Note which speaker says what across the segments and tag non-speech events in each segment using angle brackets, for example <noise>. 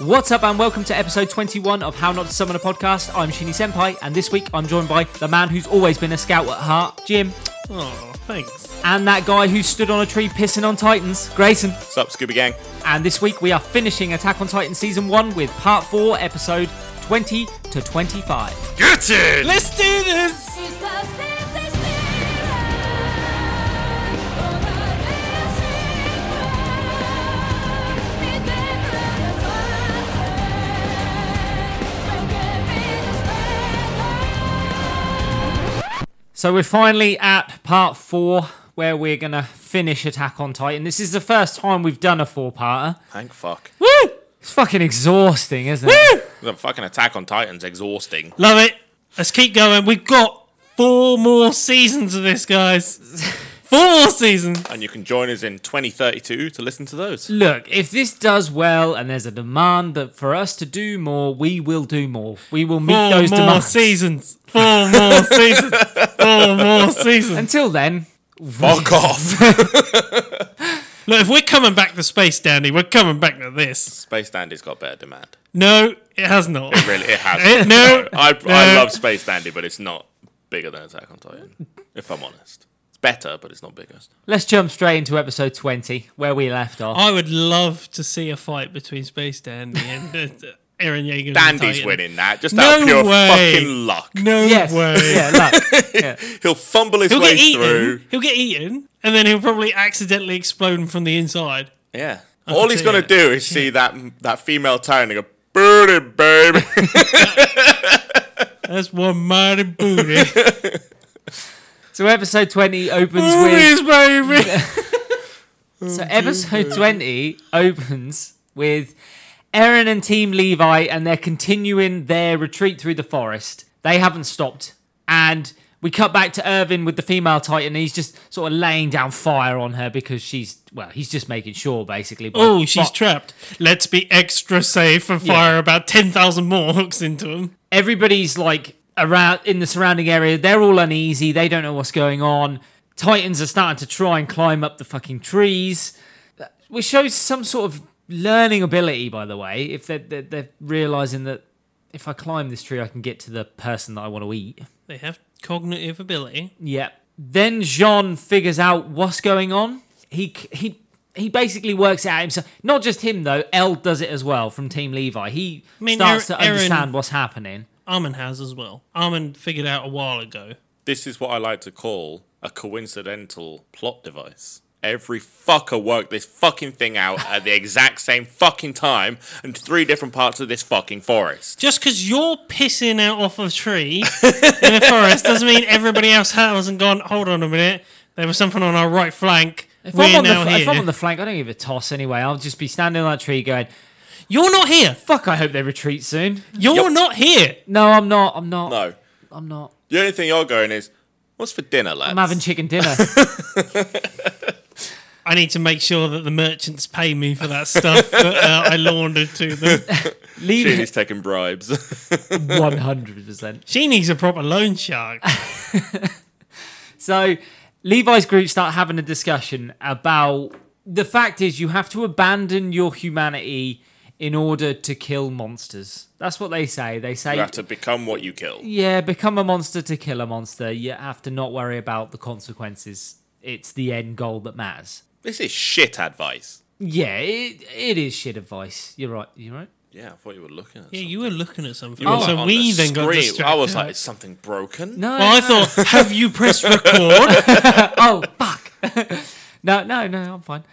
Speaker 1: What's up, and welcome to episode 21 of How Not to Summon a Podcast. I'm Shinny Senpai, and this week I'm joined by the man who's always been a scout at heart, Jim,
Speaker 2: Oh, thanks.
Speaker 1: and that guy who stood on a tree pissing on Titans, Grayson.
Speaker 3: What's up, Scooby Gang?
Speaker 1: And this week we are finishing Attack on Titan Season 1 with Part 4, Episode 20 to 25.
Speaker 3: Get it!
Speaker 2: Let's do this!
Speaker 1: So we're finally at Part 4, where we're going to finish Attack on Titan. This is the first time we've done a four-parter.
Speaker 3: Thank fuck.
Speaker 2: Woo!
Speaker 1: It's fucking exhausting, isn't it?
Speaker 2: Woo!
Speaker 3: The fucking Attack on Titan's exhausting.
Speaker 2: Love it. Let's keep going. We've got four more seasons of this, guys. Four more seasons.
Speaker 3: And you can join us in 2032 to listen
Speaker 2: <laughs>
Speaker 3: to
Speaker 1: <laughs>
Speaker 3: those.
Speaker 1: Look, if this does well and there's a demand that for us to do more, we will do more. We will meet
Speaker 2: Four
Speaker 1: those
Speaker 2: more
Speaker 1: demands.
Speaker 2: seasons. Four more <laughs> seasons. Four more seasons.
Speaker 1: Until then,
Speaker 3: Fuck off!
Speaker 2: <laughs> Look, if we're coming back to space, Danny, we're coming back to this.
Speaker 3: Space Dandy's got better demand.
Speaker 2: No, it has not.
Speaker 3: Really, it has.
Speaker 2: Eh, no,
Speaker 3: I, I
Speaker 2: no.
Speaker 3: love Space Dandy, but it's not bigger than Attack on Titan, if I'm honest. It's better, but it's not bigger.
Speaker 1: let's jump straight into episode 20, where we left off.
Speaker 2: I would love to see a fight between Space Dandy and uh, Aaron Yeager. and
Speaker 3: Dandy's
Speaker 2: Titan.
Speaker 3: winning that, just
Speaker 2: No
Speaker 3: out of pure
Speaker 2: way.
Speaker 3: fucking luck.
Speaker 2: No
Speaker 1: yes.
Speaker 2: way.
Speaker 1: <laughs> Yeah, look.
Speaker 3: He'll fumble his
Speaker 2: He'll
Speaker 3: way
Speaker 2: get eaten.
Speaker 3: through.
Speaker 2: He'll get eaten, and then he'll probably accidentally explode from the inside.
Speaker 3: Yeah. All he's
Speaker 2: tell
Speaker 3: gonna
Speaker 2: you
Speaker 3: do is see that that female Titan and go, "Burn it, baby."
Speaker 2: <laughs> That's one mighty booty.
Speaker 1: So episode 20
Speaker 2: <laughs>
Speaker 1: opens with
Speaker 2: Booties,
Speaker 3: <laughs>
Speaker 2: baby. Mm,
Speaker 1: So episode 20 opens with Aaron and team Levi and they're continuing their retreat through the forest. They haven't stopped. And we cut back to Irvin with the female titan and he's just sort of laying down fire on her because she's well, he's just making sure basically. by-
Speaker 2: <laughs> Oh, she's
Speaker 1: but
Speaker 2: trapped. Let's be extra safe and fire about 10,000 more hooks into him.
Speaker 1: everybody's like around in the surrounding area. They're all uneasy. They don't know what's going on. Titans are starting to try and climb up the fucking trees, which shows some sort of learning ability, by the way. If they're, they're, they're realizing that if I climb this tree, I can get to the person that I want to eat.
Speaker 2: They have cognitive ability.
Speaker 1: Yep. Then Jean figures out what's going on. He he he basically works it out himself. Not just him though. L does it as well from Team Levi. He
Speaker 2: mean,
Speaker 1: starts
Speaker 2: Aaron-
Speaker 1: to
Speaker 2: Aaron-
Speaker 1: understand what's happening.
Speaker 2: Armin has as well. Armin figured out a while ago.
Speaker 3: this is what I like to call a coincidental plot device. Every fucker worked this fucking thing out at the exact same fucking time and three different parts of this fucking forest.
Speaker 2: Just because you're pissing out off a
Speaker 3: <laughs>
Speaker 2: tree in a forest doesn't mean everybody else hasn't gone, hold on a minute, there was something on our right flank.
Speaker 1: If
Speaker 2: We're
Speaker 1: I'm, on the,
Speaker 2: now
Speaker 1: fl- if
Speaker 2: here.
Speaker 1: I'm on the flank, I don't give a toss anyway. I'll just be standing on that tree going,
Speaker 2: You're not here.
Speaker 1: fuck, I hope they retreat soon.
Speaker 2: You're
Speaker 3: Yup.
Speaker 2: not here.
Speaker 1: No, I'm not. I'm not.
Speaker 3: No.
Speaker 1: I'm not.
Speaker 3: The only thing you're going is, what's for dinner, lads?
Speaker 1: I'm having chicken <laughs> dinner.
Speaker 2: I need to make sure that the merchants pay me for that stuff that uh, I laundered to them.
Speaker 1: <laughs> Leave
Speaker 3: She's taking bribes. <laughs>
Speaker 1: 100%.
Speaker 2: She needs a proper
Speaker 1: <laughs>
Speaker 2: loan shark.
Speaker 1: So Levi's group start having a discussion about the fact is you have to abandon your humanity in order to kill monsters. That's what they say. They say
Speaker 3: you have to become what you kill.
Speaker 1: yeah, become a monster to kill a monster. You have to not worry about the consequences. It's the end goal that matters.
Speaker 3: This is shit advice.
Speaker 1: Yeah, it, it is shit advice. You're right. You're right.
Speaker 3: Yeah, I thought you were looking at
Speaker 2: Yeah,
Speaker 3: something.
Speaker 2: you were looking at something.
Speaker 3: You were
Speaker 2: so
Speaker 3: on
Speaker 2: we
Speaker 3: the
Speaker 2: then got
Speaker 3: screen.
Speaker 2: distracted.
Speaker 3: I was like, is something broken?
Speaker 1: No.
Speaker 2: well, I
Speaker 1: no.
Speaker 2: thought, have you
Speaker 1: <laughs>
Speaker 3: <laughs>
Speaker 2: pressed record?
Speaker 1: oh fuck. <laughs> no, no, no. I'm fine.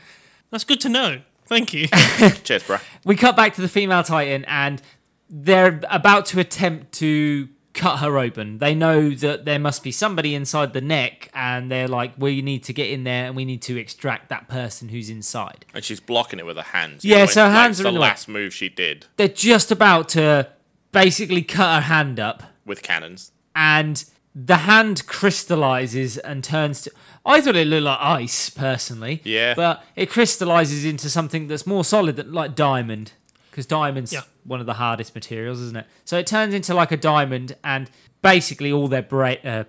Speaker 2: That's good to know. Thank you.
Speaker 3: Cheers, bruh.
Speaker 1: we cut back to the female titan and they're about to attempt to cut her open they know that there must be somebody inside the neck and they're like we need to get in there and we need to extract that person who's inside
Speaker 3: And she's blocking it with her hands.
Speaker 1: Yeah,
Speaker 3: Like-
Speaker 1: so her
Speaker 3: like
Speaker 1: hands are
Speaker 3: the
Speaker 1: in the way.
Speaker 3: last move she did
Speaker 1: they're just about to basically cut her hand up
Speaker 3: with cannons.
Speaker 1: and the hand crystallizes and turns to i thought it looked like ice personally
Speaker 3: Yeah.
Speaker 1: but it crystallizes into something that's more solid than like diamond because diamond's
Speaker 2: Yeah.
Speaker 1: one of the hardest materials isn't it so it turns into like a diamond and basically all their bra- uh,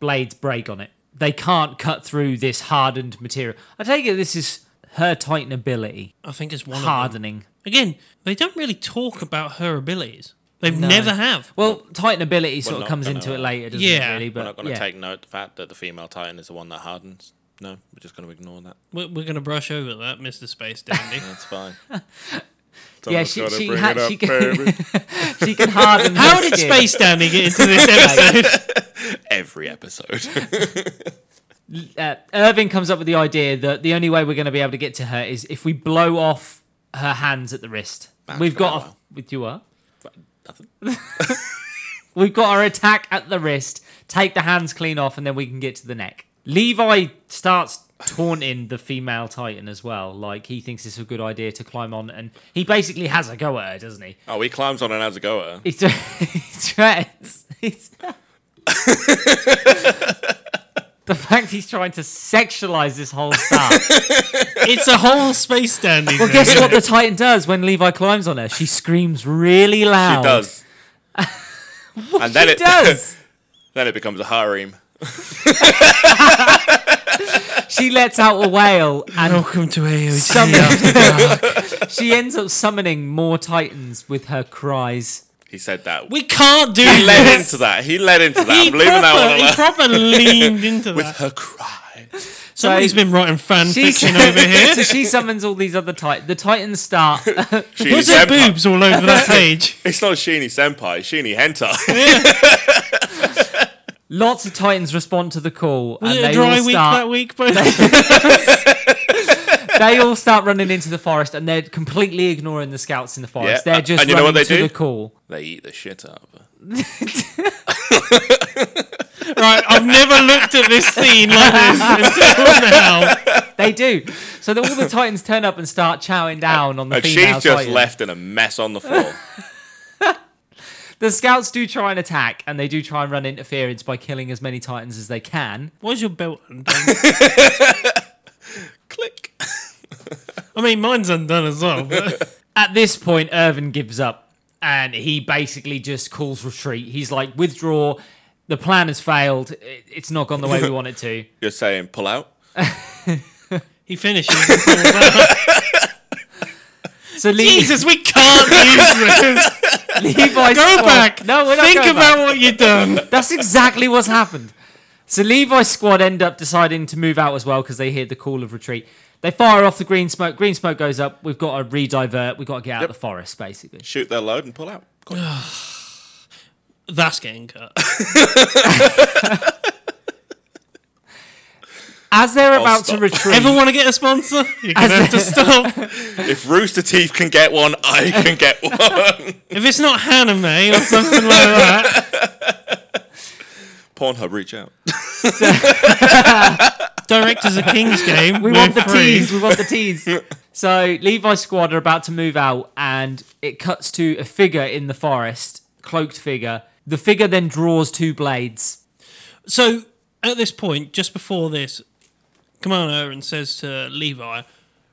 Speaker 1: blades break on it they can't cut through this hardened material i take it this is her titan ability
Speaker 2: I think it's one of them.
Speaker 1: hardening.
Speaker 2: Again, they don't really talk about her abilities. They
Speaker 1: No.
Speaker 2: never have.
Speaker 1: Well, titan ability sort
Speaker 3: We're
Speaker 1: of
Speaker 3: not
Speaker 1: comes
Speaker 3: gonna-
Speaker 1: into it later, doesn't
Speaker 2: Yeah.
Speaker 1: it? Really,
Speaker 3: We're not
Speaker 1: but
Speaker 3: going to
Speaker 1: yeah.
Speaker 3: take note the fact that the female Titan is the one that hardens. No, we're just going to ignore that.
Speaker 2: We're, we're going to brush over that, Mr.
Speaker 1: <laughs>
Speaker 2: Space Dandy.
Speaker 3: That's fine.
Speaker 1: Yeah,
Speaker 3: Someone's
Speaker 1: she-
Speaker 3: gotta
Speaker 1: she
Speaker 3: bring
Speaker 1: ha-
Speaker 3: it up,
Speaker 1: she can- <laughs>
Speaker 3: baby.
Speaker 1: she can harden. her
Speaker 2: How did
Speaker 1: skin.
Speaker 2: Space Dandy get into this
Speaker 1: <laughs>
Speaker 2: episode?
Speaker 3: Every episode. <laughs>
Speaker 1: uh, Irving comes up with the idea that the only way we're going to be able to get to her is if we blow off her hands at the wrist.
Speaker 3: That's
Speaker 1: We've got
Speaker 3: very
Speaker 1: a,
Speaker 3: well.
Speaker 1: with you what?
Speaker 3: Nothing.
Speaker 1: We've got our attack at the wrist. Take the hands clean off, and then we can get to the neck. Levi starts taunting the female titan as well. Like he thinks it's a good idea to climb on, and he basically has a go at her, doesn't he?
Speaker 3: Oh, he climbs on and has a go at her.
Speaker 1: He, th- <laughs> he threatens. He's- the fact he's trying to sexualize this whole stuff.
Speaker 2: it's a whole Space Dandy.
Speaker 1: Well,
Speaker 2: thing.
Speaker 1: guess what the Titan does when Levi climbs on her? She screams really loud.
Speaker 3: She does. <laughs> and then
Speaker 1: She
Speaker 3: it
Speaker 1: does.
Speaker 3: <laughs> then it becomes a harem.
Speaker 1: she lets out a wail
Speaker 2: <laughs>
Speaker 1: and <laughs>
Speaker 2: Welcome to AOT.
Speaker 1: summons. she ends up summoning more Titans with her cries.
Speaker 3: He said that.
Speaker 2: we
Speaker 1: <laughs>
Speaker 2: can't do
Speaker 3: he led
Speaker 2: this.
Speaker 3: into that. He led into that.
Speaker 2: He
Speaker 3: I'm leaving that one
Speaker 2: proper, he
Speaker 3: alone.
Speaker 1: <laughs>
Speaker 2: proper leaned into
Speaker 3: With
Speaker 2: that.
Speaker 3: her cry.
Speaker 2: Somebody's
Speaker 1: So-
Speaker 2: been writing fan
Speaker 1: She
Speaker 2: fiction
Speaker 1: <laughs>
Speaker 2: over here.
Speaker 1: so she summons all these other Titans. The Titans start. <laughs>
Speaker 3: Sheenie
Speaker 2: Was there
Speaker 3: senpai.
Speaker 2: boobs all over that page?
Speaker 3: It's not Sheenie Senpai, it's Sheenie
Speaker 1: <laughs>
Speaker 3: Hentai.
Speaker 1: Lots of Titans respond to the call,
Speaker 2: Was
Speaker 1: and
Speaker 2: it a
Speaker 1: they
Speaker 2: dry
Speaker 1: all
Speaker 2: week
Speaker 1: start.
Speaker 2: that week? <laughs>
Speaker 1: <laughs>
Speaker 2: But
Speaker 1: they all start running into the forest, and they're completely ignoring the scouts in the forest.
Speaker 3: Yeah,
Speaker 1: They're
Speaker 3: and
Speaker 1: just
Speaker 3: you know what
Speaker 1: running to
Speaker 3: they do?
Speaker 1: the call.
Speaker 3: they eat the shit out of her.
Speaker 2: right, I've never looked at this scene like this until now.
Speaker 1: They do. So that all the Titans turn up and start chowing down on the
Speaker 3: And
Speaker 1: female
Speaker 3: she's just
Speaker 1: Titan.
Speaker 3: left in a mess on the floor.
Speaker 1: <laughs> The scouts do try and attack, and they do try and run interference by killing as many Titans as they can.
Speaker 2: Why's your belt undone?
Speaker 1: <laughs>
Speaker 3: Click.
Speaker 2: I mean, mine's undone as well. But
Speaker 1: At this point, Irvin gives up, and he basically just calls retreat. He's like, "Withdraw. The plan has failed. It- It's not gone the way we want it
Speaker 2: <laughs>
Speaker 1: to."
Speaker 3: You're saying pull out?
Speaker 1: <laughs>
Speaker 2: he finishes. and pulls out.
Speaker 1: So <laughs> Le-
Speaker 2: Jesus, we can't use this.
Speaker 1: Levi
Speaker 2: Go back.
Speaker 1: No, we're not
Speaker 2: Think
Speaker 1: going
Speaker 2: about
Speaker 1: back.
Speaker 2: what you've done.
Speaker 1: That's exactly what's happened. So Levi's squad end up deciding to move out as well because they hear the call of retreat. They fire off the green smoke. Green smoke goes up. We've got to redivert. We've got to get out of the forest, basically.
Speaker 3: Shoot their load and pull out. Quick.
Speaker 2: That's getting cut.
Speaker 1: As they're about to
Speaker 3: stop.
Speaker 1: retreat,
Speaker 2: Ever want to get a <laughs> sponsor? You're gonna have to stop.
Speaker 3: If Rooster Teeth can get one, I can get one.
Speaker 2: If it's not Haname or something like that,
Speaker 3: Pornhub, reach out.
Speaker 2: directors of King's Game.
Speaker 1: <laughs> we
Speaker 2: we're
Speaker 1: want the
Speaker 2: free.
Speaker 1: teas. We want the teas. so Levi's squad are about to move out, and it cuts to a figure in the forest, cloaked figure. The figure then draws two blades.
Speaker 2: So at this point, just before this, Commander Oren says to Levi,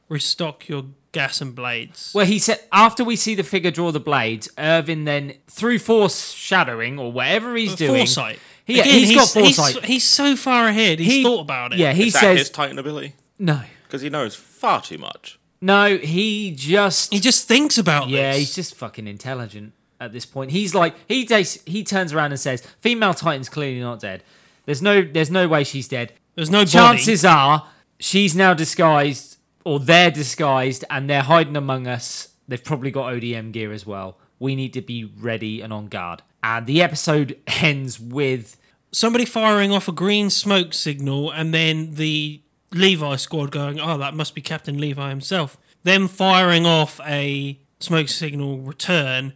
Speaker 2: "Restock your gas and blades."
Speaker 1: Well, he said after we see the figure draw the blades, Irvin then through foreshadowing or whatever he's doing,
Speaker 2: Uh, foresight.
Speaker 1: Yeah, he's got foresight.
Speaker 2: He's, so far ahead. He's thought about it.
Speaker 1: Yeah, he
Speaker 3: Is that his
Speaker 1: says
Speaker 3: Titan ability?
Speaker 1: no,
Speaker 3: Because he knows far too much.
Speaker 1: no. He just
Speaker 2: he just thinks about
Speaker 1: yeah,
Speaker 2: this.
Speaker 1: he's just fucking intelligent at this point. He's like he takes he turns around and says, "Female Titan's clearly not dead. There's no there's no way she's dead.
Speaker 2: There's no body.
Speaker 1: Chances are she's now disguised or they're disguised and they're hiding among us. They've probably got ODM gear as well. We need to be ready and on guard." And the episode <laughs> ends with
Speaker 2: Somebody firing off a green smoke signal, and then the Levi squad going, "Oh, that must be Captain Levi himself." Them firing off a smoke signal return.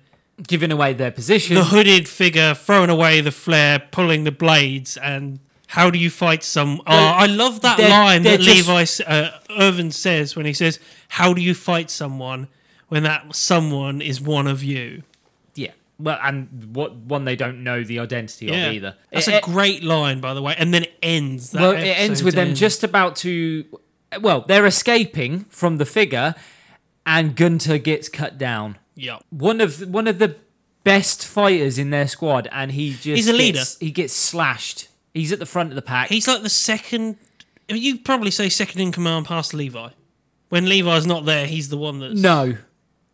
Speaker 1: giving away their position.
Speaker 2: The hooded figure throwing away the flare, pulling the blades, and how do you fight some? Oh, I love that
Speaker 1: they're-
Speaker 2: line
Speaker 1: they're
Speaker 2: that
Speaker 1: just-
Speaker 2: Levi s- uh, Irvin says when he says, "How do you fight someone when that someone is one of you?"
Speaker 1: Yeah. Well, and what one they don't know the identity of either. Eh,
Speaker 2: That's
Speaker 1: It-
Speaker 2: a
Speaker 1: it-
Speaker 2: great line, by the way. And then it ends. That
Speaker 1: well, it ends
Speaker 2: episode
Speaker 1: with them
Speaker 2: ends.
Speaker 1: just about to. Well, they're escaping from the figure, and Gunter gets cut down.
Speaker 2: Yeah.
Speaker 1: One of one of the best fighters in their squad, and he just
Speaker 2: He's a leader.
Speaker 1: Gets, he gets slashed. He's at the front of the pack.
Speaker 2: He's like the second. You probably say second in command past Levi. When Levi's not there, he's the one that's
Speaker 1: No,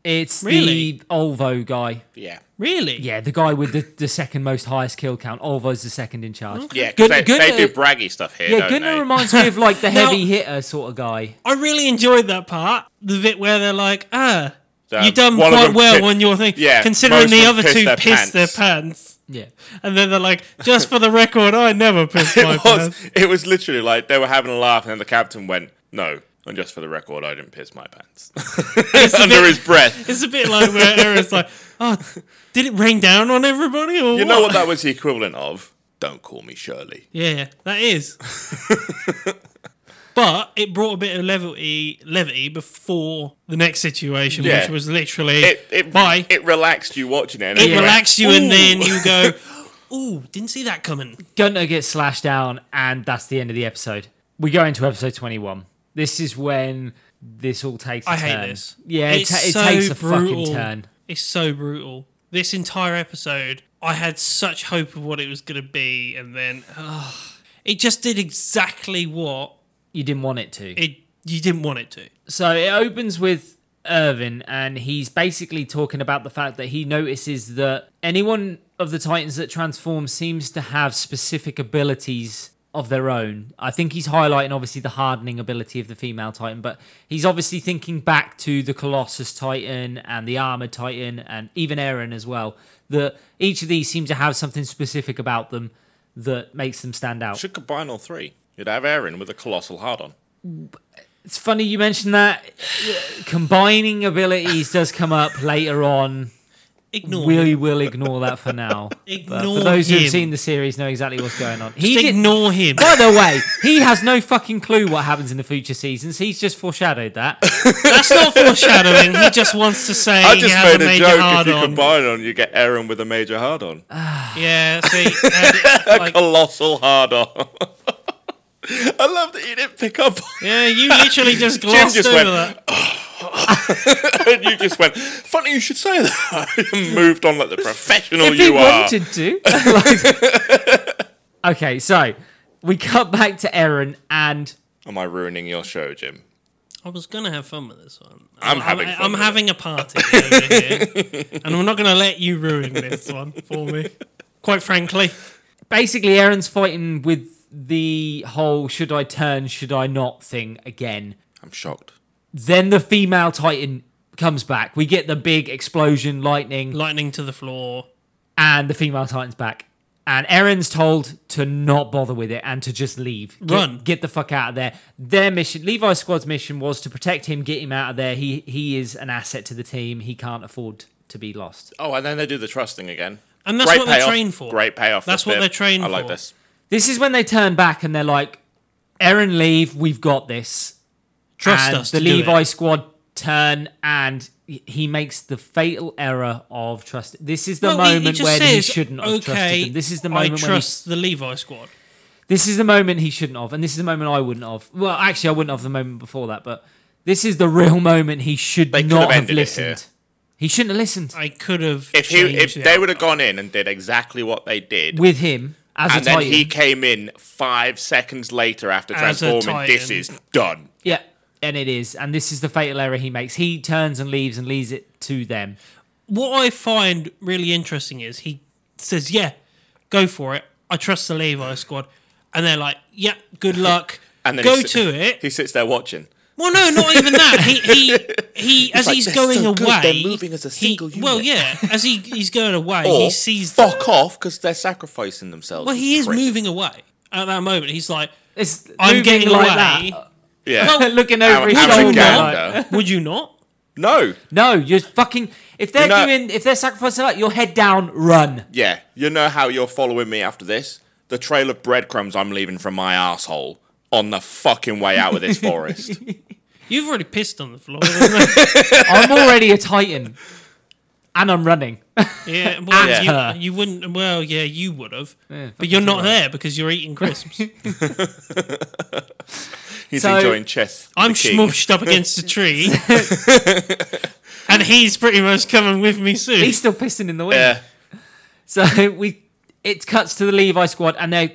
Speaker 1: it's
Speaker 2: Really?
Speaker 1: the Olvo guy.
Speaker 3: Yeah.
Speaker 2: really.
Speaker 1: Yeah, the guy with the, the second most highest kill count. Olvo's the second in charge.
Speaker 3: Yeah,
Speaker 1: Gun-
Speaker 3: 'cause they,
Speaker 1: Gunnar-
Speaker 3: they do braggy stuff here,
Speaker 1: Yeah, uh,
Speaker 3: don't
Speaker 1: Gunnar
Speaker 3: they?
Speaker 1: reminds me of like the
Speaker 2: <laughs> Now-
Speaker 1: heavy hitter sort of guy.
Speaker 2: I really enjoyed that part. The bit where they're like, ah,
Speaker 3: Um,
Speaker 2: you've done
Speaker 3: one of
Speaker 2: quite
Speaker 3: them
Speaker 2: well
Speaker 3: pi-
Speaker 2: on your thing.
Speaker 3: Yeah,
Speaker 2: Considering
Speaker 3: most
Speaker 2: the
Speaker 3: of them
Speaker 2: other
Speaker 3: pissed
Speaker 2: two
Speaker 3: their
Speaker 2: pissed their
Speaker 3: pants.
Speaker 2: pants.
Speaker 1: Yeah.
Speaker 2: And then they're
Speaker 3: <laughs>
Speaker 2: like, just for the record, I never pissed my
Speaker 3: It <laughs> was,
Speaker 2: pants.
Speaker 3: it was literally like they were having a laugh, and then the captain went, "No." And just for the record, I didn't piss my pants
Speaker 2: a
Speaker 3: <laughs> under
Speaker 2: bit-
Speaker 3: his breath.
Speaker 2: It's a bit like where Era's like, oh, did it rain down on everybody? Or
Speaker 3: You know what that was the equivalent of? Don't call me Shirley.
Speaker 2: Yeah, that
Speaker 3: <laughs>
Speaker 2: is. but it brought a bit of levity, levity before the next situation,
Speaker 3: Yeah.
Speaker 2: which was literally
Speaker 3: It it,
Speaker 2: bye. It,
Speaker 3: it relaxed you watching it. and you went,
Speaker 2: relaxed you, and then
Speaker 3: "Ooh."
Speaker 2: you
Speaker 3: <laughs>
Speaker 2: go, "Ooh, didn't see that coming."
Speaker 1: Gunter gets slashed down, and that's the end of the episode. We go into episode 21. This is when this all takes a
Speaker 2: I
Speaker 1: turn.
Speaker 2: hate this.
Speaker 1: Yeah, it,
Speaker 2: It's
Speaker 1: ta- it
Speaker 2: so
Speaker 1: takes a
Speaker 2: brutal.
Speaker 1: fucking turn.
Speaker 2: It's so brutal. This entire episode, I had such hope of what it was going to be, and then ugh, it just did exactly what
Speaker 1: You didn't want it to.
Speaker 2: it you didn't want it to.
Speaker 1: So it opens with Irvin, and he's basically talking about the fact that he notices that anyone of the Titans that transform seems to have specific abilities of their own. I think he's highlighting obviously the hardening ability of the female Titan, but he's obviously thinking back to the Colossus Titan and the Armored Titan and even Eren as well. That each of these seem to have something specific about them that makes them stand out.
Speaker 3: Should combine all three. You'd have Aaron with a colossal hard on.
Speaker 1: It's funny you mentioned that. Combining abilities does come up later on.
Speaker 2: Ignore. it.
Speaker 1: We will ignore that for now. But
Speaker 2: <laughs> Ignore
Speaker 1: for those
Speaker 2: him.
Speaker 1: who've seen the series, know exactly what's going on. He
Speaker 2: Just
Speaker 1: did.
Speaker 2: ignore him.
Speaker 1: By the way, he has no fucking clue what happens in the future seasons. He's just foreshadowed
Speaker 3: <laughs>
Speaker 1: that.
Speaker 2: That's not foreshadowing. He just wants to say
Speaker 3: I
Speaker 2: he
Speaker 3: just
Speaker 2: has
Speaker 3: made
Speaker 2: a
Speaker 3: a
Speaker 2: major
Speaker 3: joke. If
Speaker 2: hard
Speaker 3: you
Speaker 2: on.
Speaker 3: combine on, you get Aaron with a major hard on.
Speaker 2: Yeah, see,
Speaker 3: <laughs>
Speaker 2: and, like,
Speaker 3: Colossal hard on. <laughs> I love that you didn't pick up on
Speaker 2: yeah, you literally just glossed
Speaker 3: just
Speaker 2: over
Speaker 3: went,
Speaker 2: that.
Speaker 3: it. You just went, funny you should say that. <laughs> and moved on like the professional
Speaker 1: if he
Speaker 3: Oh, you are.
Speaker 1: wanted to. <laughs> Like- okay, so we cut back to Aaron and
Speaker 3: Am I ruining your show, Jim?
Speaker 2: I was gonna have fun with this one.
Speaker 3: I'm having
Speaker 2: I'm,
Speaker 3: fun with
Speaker 2: having a party over here, and I'm not gonna let you ruin this one for me. Quite frankly,
Speaker 1: basically Aaron's fighting with the whole should I turn, should I not thing again.
Speaker 3: I'm shocked.
Speaker 1: Then the female Titan comes back. We get the big explosion, lightning,
Speaker 2: lightning to the floor.
Speaker 1: and the female Titan's back. And Eren's told to not bother with it and to just leave. Get-
Speaker 2: Run.
Speaker 1: Get the fuck out of there. Their mission, Levi's squad's mission was to protect him, get him out of there. He he is an asset to the team. He can't afford to be lost.
Speaker 3: Oh, and then they do the trust thing again.
Speaker 2: And that's
Speaker 3: Great
Speaker 2: what they're
Speaker 3: payoff.
Speaker 2: trained for.
Speaker 3: Great payoff.
Speaker 2: That's
Speaker 3: this
Speaker 2: what
Speaker 3: bit.
Speaker 2: they're trained
Speaker 3: I like
Speaker 2: for.
Speaker 3: this.
Speaker 1: This is when they turn back and they're like, Eren, leave. We've got this.
Speaker 2: Trust
Speaker 1: and
Speaker 2: us.
Speaker 1: the
Speaker 2: to do
Speaker 1: Levi
Speaker 2: it.
Speaker 1: squad turn and he- he makes the fatal error of trust. This is the
Speaker 2: No, he- he
Speaker 1: moment
Speaker 2: just
Speaker 1: where he
Speaker 2: says,
Speaker 1: shouldn't have
Speaker 2: okay,
Speaker 1: trusted them. This is the
Speaker 2: I
Speaker 1: moment when he,
Speaker 2: trust the Levi squad.
Speaker 1: this is the moment he shouldn't have, and this is the moment I wouldn't have. Well, actually, I wouldn't have the moment before that, but this is the real moment he should
Speaker 3: They could
Speaker 1: not
Speaker 3: have
Speaker 1: have,
Speaker 3: ended it here.
Speaker 1: listened. He shouldn't have listened
Speaker 2: I could have.
Speaker 3: If he, if
Speaker 2: changed the
Speaker 3: they
Speaker 2: outcome.
Speaker 3: would have gone in and did exactly what they did,
Speaker 1: with him as
Speaker 3: and
Speaker 1: a
Speaker 3: then
Speaker 1: Titan.
Speaker 3: he came in five seconds later after
Speaker 2: As a
Speaker 3: transforming, this
Speaker 2: Titan.
Speaker 3: is done.
Speaker 1: Yeah, and it is, and this is the fatal error he makes. He turns and leaves and leaves it to them.
Speaker 2: what I find really interesting is he says, "Yeah, go for it. I trust the Levi squad," and they're like, "Yeah,
Speaker 3: <laughs>
Speaker 2: good luck."
Speaker 3: And then
Speaker 2: go
Speaker 3: he <laughs> sit-
Speaker 2: to it.
Speaker 3: He sits there watching.
Speaker 2: Well, no, not even that. He he he. as
Speaker 3: like,
Speaker 2: he's
Speaker 3: "They're
Speaker 2: going
Speaker 3: so good,
Speaker 2: away,
Speaker 3: they're moving as a single
Speaker 2: he, Well,
Speaker 3: unit."
Speaker 2: yeah, as he he's going away, he
Speaker 3: Or
Speaker 2: sees.
Speaker 3: fuck off because they're sacrificing themselves.
Speaker 2: well,
Speaker 3: you
Speaker 2: he is
Speaker 3: prick.
Speaker 2: moving away at that moment. He's like,
Speaker 1: It's
Speaker 2: "I'm
Speaker 1: moving
Speaker 2: getting
Speaker 1: like
Speaker 2: away."
Speaker 1: that,
Speaker 3: Yeah.
Speaker 2: Well,
Speaker 1: <laughs> looking over his
Speaker 2: Am-
Speaker 1: shoulder.
Speaker 2: Amagander.
Speaker 1: like-
Speaker 2: Would you not?
Speaker 3: no.
Speaker 1: No, you're fucking. If they're
Speaker 3: You know-
Speaker 1: doing, if they're sacrificing, like your head down, run.
Speaker 3: Yeah. You know how you're following me after this? The trail of breadcrumbs I'm leaving from my asshole on the fucking way out
Speaker 2: <laughs>
Speaker 3: of this forest.
Speaker 2: You've already pissed on the floor.
Speaker 3: <laughs>
Speaker 1: I'm
Speaker 2: haven't
Speaker 1: already a titan, and I'm running.
Speaker 2: you? yeah, well,
Speaker 3: At
Speaker 2: you,
Speaker 1: her.
Speaker 2: you wouldn't. Well, yeah, you would have, but you're not there because you're eating crisps.
Speaker 3: He's
Speaker 1: So-
Speaker 3: enjoying chess.
Speaker 2: I'm
Speaker 3: the king.
Speaker 2: smushed up against a
Speaker 3: <laughs>
Speaker 2: tree. and he's pretty much coming with me soon.
Speaker 1: He's still pissing in the wind.
Speaker 3: Yeah.
Speaker 1: So <laughs> we, it cuts to the Levi squad, and they're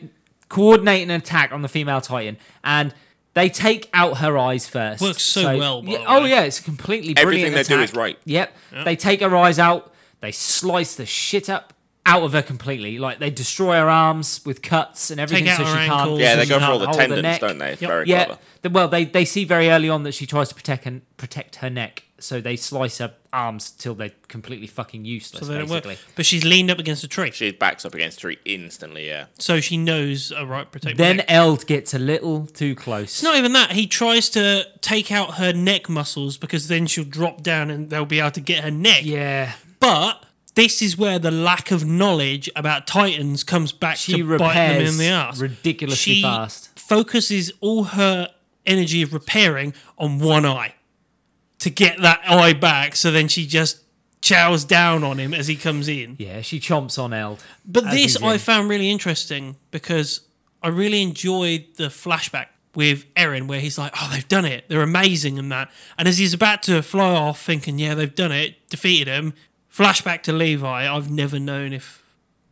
Speaker 1: coordinating an attack on the female titan, and They take out her eyes first.
Speaker 2: Works so well, by
Speaker 1: yeah-
Speaker 2: the
Speaker 1: oh
Speaker 2: way.
Speaker 1: yeah, it's a completely
Speaker 3: Everything
Speaker 1: brilliant.
Speaker 3: they do
Speaker 1: attack.
Speaker 3: is right.
Speaker 1: Yep. They take her eyes out. They slice the shit up out of her completely. Like they destroy her arms with cuts and everything,
Speaker 2: out
Speaker 1: so
Speaker 2: her
Speaker 1: she can't.
Speaker 2: ankles.
Speaker 3: Yeah,
Speaker 2: Also,
Speaker 3: they
Speaker 1: she
Speaker 3: go for
Speaker 1: can't
Speaker 3: all the
Speaker 1: hold
Speaker 3: tendons,
Speaker 1: neck.
Speaker 3: don't they? It's
Speaker 2: Yep.
Speaker 3: Very
Speaker 1: Yeah.
Speaker 3: clever.
Speaker 1: The- Well, they they see very early on that she tries to protect and protect her neck, so they slice her arms till they're completely fucking useless.
Speaker 2: So they don't work.
Speaker 1: basically.
Speaker 2: But she's leaned up against a tree,
Speaker 3: She backs up against three instantly. Yeah,
Speaker 2: so she knows. All right, protect. my
Speaker 1: Then
Speaker 2: neck."
Speaker 1: Eld gets a little too close.
Speaker 2: it's not even that. He tries to take out her neck muscles because then she'll drop down and they'll be able to get her neck.
Speaker 1: yeah.
Speaker 2: But this is where the lack of knowledge about Titans comes back
Speaker 1: She
Speaker 2: to bite them
Speaker 1: repairs
Speaker 2: in the ass.
Speaker 1: ridiculously
Speaker 2: she
Speaker 1: fast.
Speaker 2: Focuses all her energy of repairing on one eye to get that eye back. So then she just chows down on him as he comes in.
Speaker 1: Yeah, she chomps on Eld.
Speaker 2: But
Speaker 1: as
Speaker 2: this
Speaker 1: he's
Speaker 2: I
Speaker 1: in.
Speaker 2: found really interesting because I really enjoyed the flashback with Erin where he's like, "Oh, they've done it. They're amazing," and that. And as he's about to fly off, thinking, "Yeah, they've done it. Defeated him." Flashback to Levi. I've never known if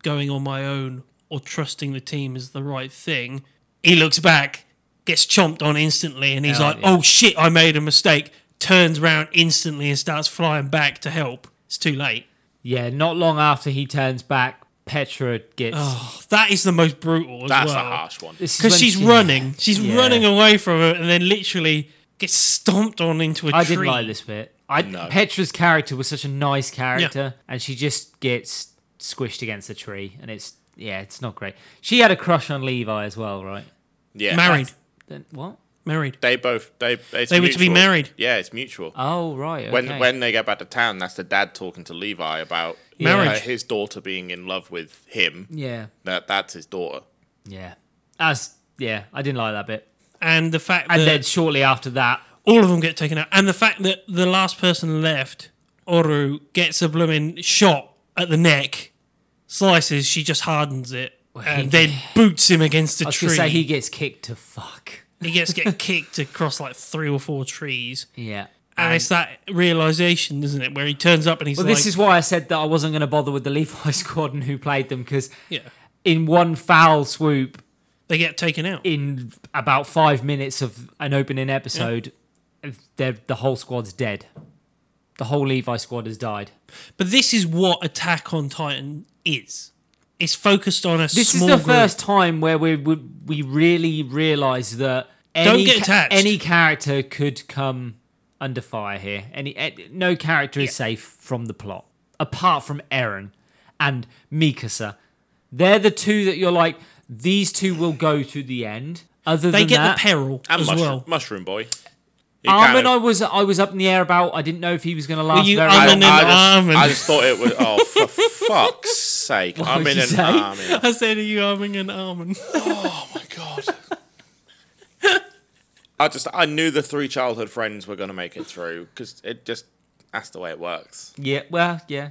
Speaker 2: going on my own or trusting the team is the right thing. He looks back, gets chomped on instantly, and he's
Speaker 1: Oh,
Speaker 2: like,
Speaker 1: yeah.
Speaker 2: "Oh shit, I made a mistake." Turns round instantly and starts flying back to help. It's too late.
Speaker 1: Yeah, not long after he turns back, Petra gets.
Speaker 2: Oh, that is the most brutal. As
Speaker 3: that's
Speaker 2: well.
Speaker 3: a harsh one.
Speaker 1: This is
Speaker 2: because
Speaker 1: when
Speaker 2: she's
Speaker 1: she-
Speaker 2: running. She's
Speaker 1: Yeah.
Speaker 2: running away from it, and then literally gets stomped on into a
Speaker 1: I
Speaker 2: tree.
Speaker 1: didn't like this bit. I
Speaker 3: No.
Speaker 1: Petra's character was such a nice character, and she just gets squished against a tree, and it's yeah, it's not great. She had a crush on Levi as well, right?
Speaker 3: Yeah,
Speaker 2: Married,
Speaker 1: Then what?
Speaker 2: married.
Speaker 3: They both they it's
Speaker 2: They were to be
Speaker 3: mutual.
Speaker 2: married.
Speaker 3: Yeah, it's mutual.
Speaker 1: Oh right. Okay.
Speaker 3: when when they go back to town, that's the dad talking to Levi about
Speaker 1: Yeah.
Speaker 2: Marriage.
Speaker 3: his daughter being in love with him.
Speaker 1: yeah
Speaker 3: That that's his daughter.
Speaker 1: yeah as yeah I didn't like that bit.
Speaker 2: And the fact
Speaker 1: And
Speaker 2: that
Speaker 1: then shortly after that,
Speaker 2: all of them get taken out, and the fact that the last person left, Oru, gets a blooming shot at the neck, slices. She just hardens it, and
Speaker 1: he- <laughs>
Speaker 2: then boots him against a
Speaker 1: I was
Speaker 2: tree.
Speaker 1: gonna say he gets kicked to fuck.
Speaker 2: he gets
Speaker 1: <laughs>
Speaker 2: get kicked across like three or four trees.
Speaker 1: Yeah.
Speaker 2: And it's that realization, isn't it, where he turns up and he's
Speaker 1: Well,
Speaker 2: like,
Speaker 1: this is why I said that I wasn't going to bother with the Levi <laughs> squad and who played them because
Speaker 2: "Yeah,
Speaker 1: in one foul swoop,
Speaker 2: they get taken out."
Speaker 1: in about five minutes of an opening episode, they're the whole squad's dead. The whole Levi squad has died.
Speaker 2: But this is what Attack on Titan is. It's focused on a
Speaker 1: This
Speaker 2: small
Speaker 1: is the
Speaker 2: group.
Speaker 1: first time where we we, we really realise that any,
Speaker 2: Don't get attached.
Speaker 1: any character could come under fire here. Any eh, no character is safe from the plot apart from Eren and Mikasa. They're the two that you're like these two will go to the end. Other
Speaker 2: They
Speaker 1: than
Speaker 2: get
Speaker 1: that,
Speaker 2: the peril
Speaker 3: And
Speaker 2: as
Speaker 3: mushroom,
Speaker 2: well.
Speaker 3: mushroom boy. He
Speaker 1: Armin,
Speaker 3: kind
Speaker 1: I
Speaker 3: of-
Speaker 1: was I was up in the air about. I didn't know if he was going to last
Speaker 2: you
Speaker 1: very
Speaker 2: Armin
Speaker 1: long.
Speaker 2: and
Speaker 3: I, just,
Speaker 2: Armin.
Speaker 3: I just thought it was
Speaker 2: <laughs>
Speaker 3: oh for fuck's sake.
Speaker 1: What
Speaker 3: I'm
Speaker 1: would
Speaker 3: in
Speaker 1: you
Speaker 3: an
Speaker 1: say?
Speaker 3: Armin.
Speaker 2: I said, "Are you arming an almond?"
Speaker 3: Oh my god. I just I knew the three childhood friends were gonna make it through because it just that's the way it works.
Speaker 1: Yeah, well, yeah.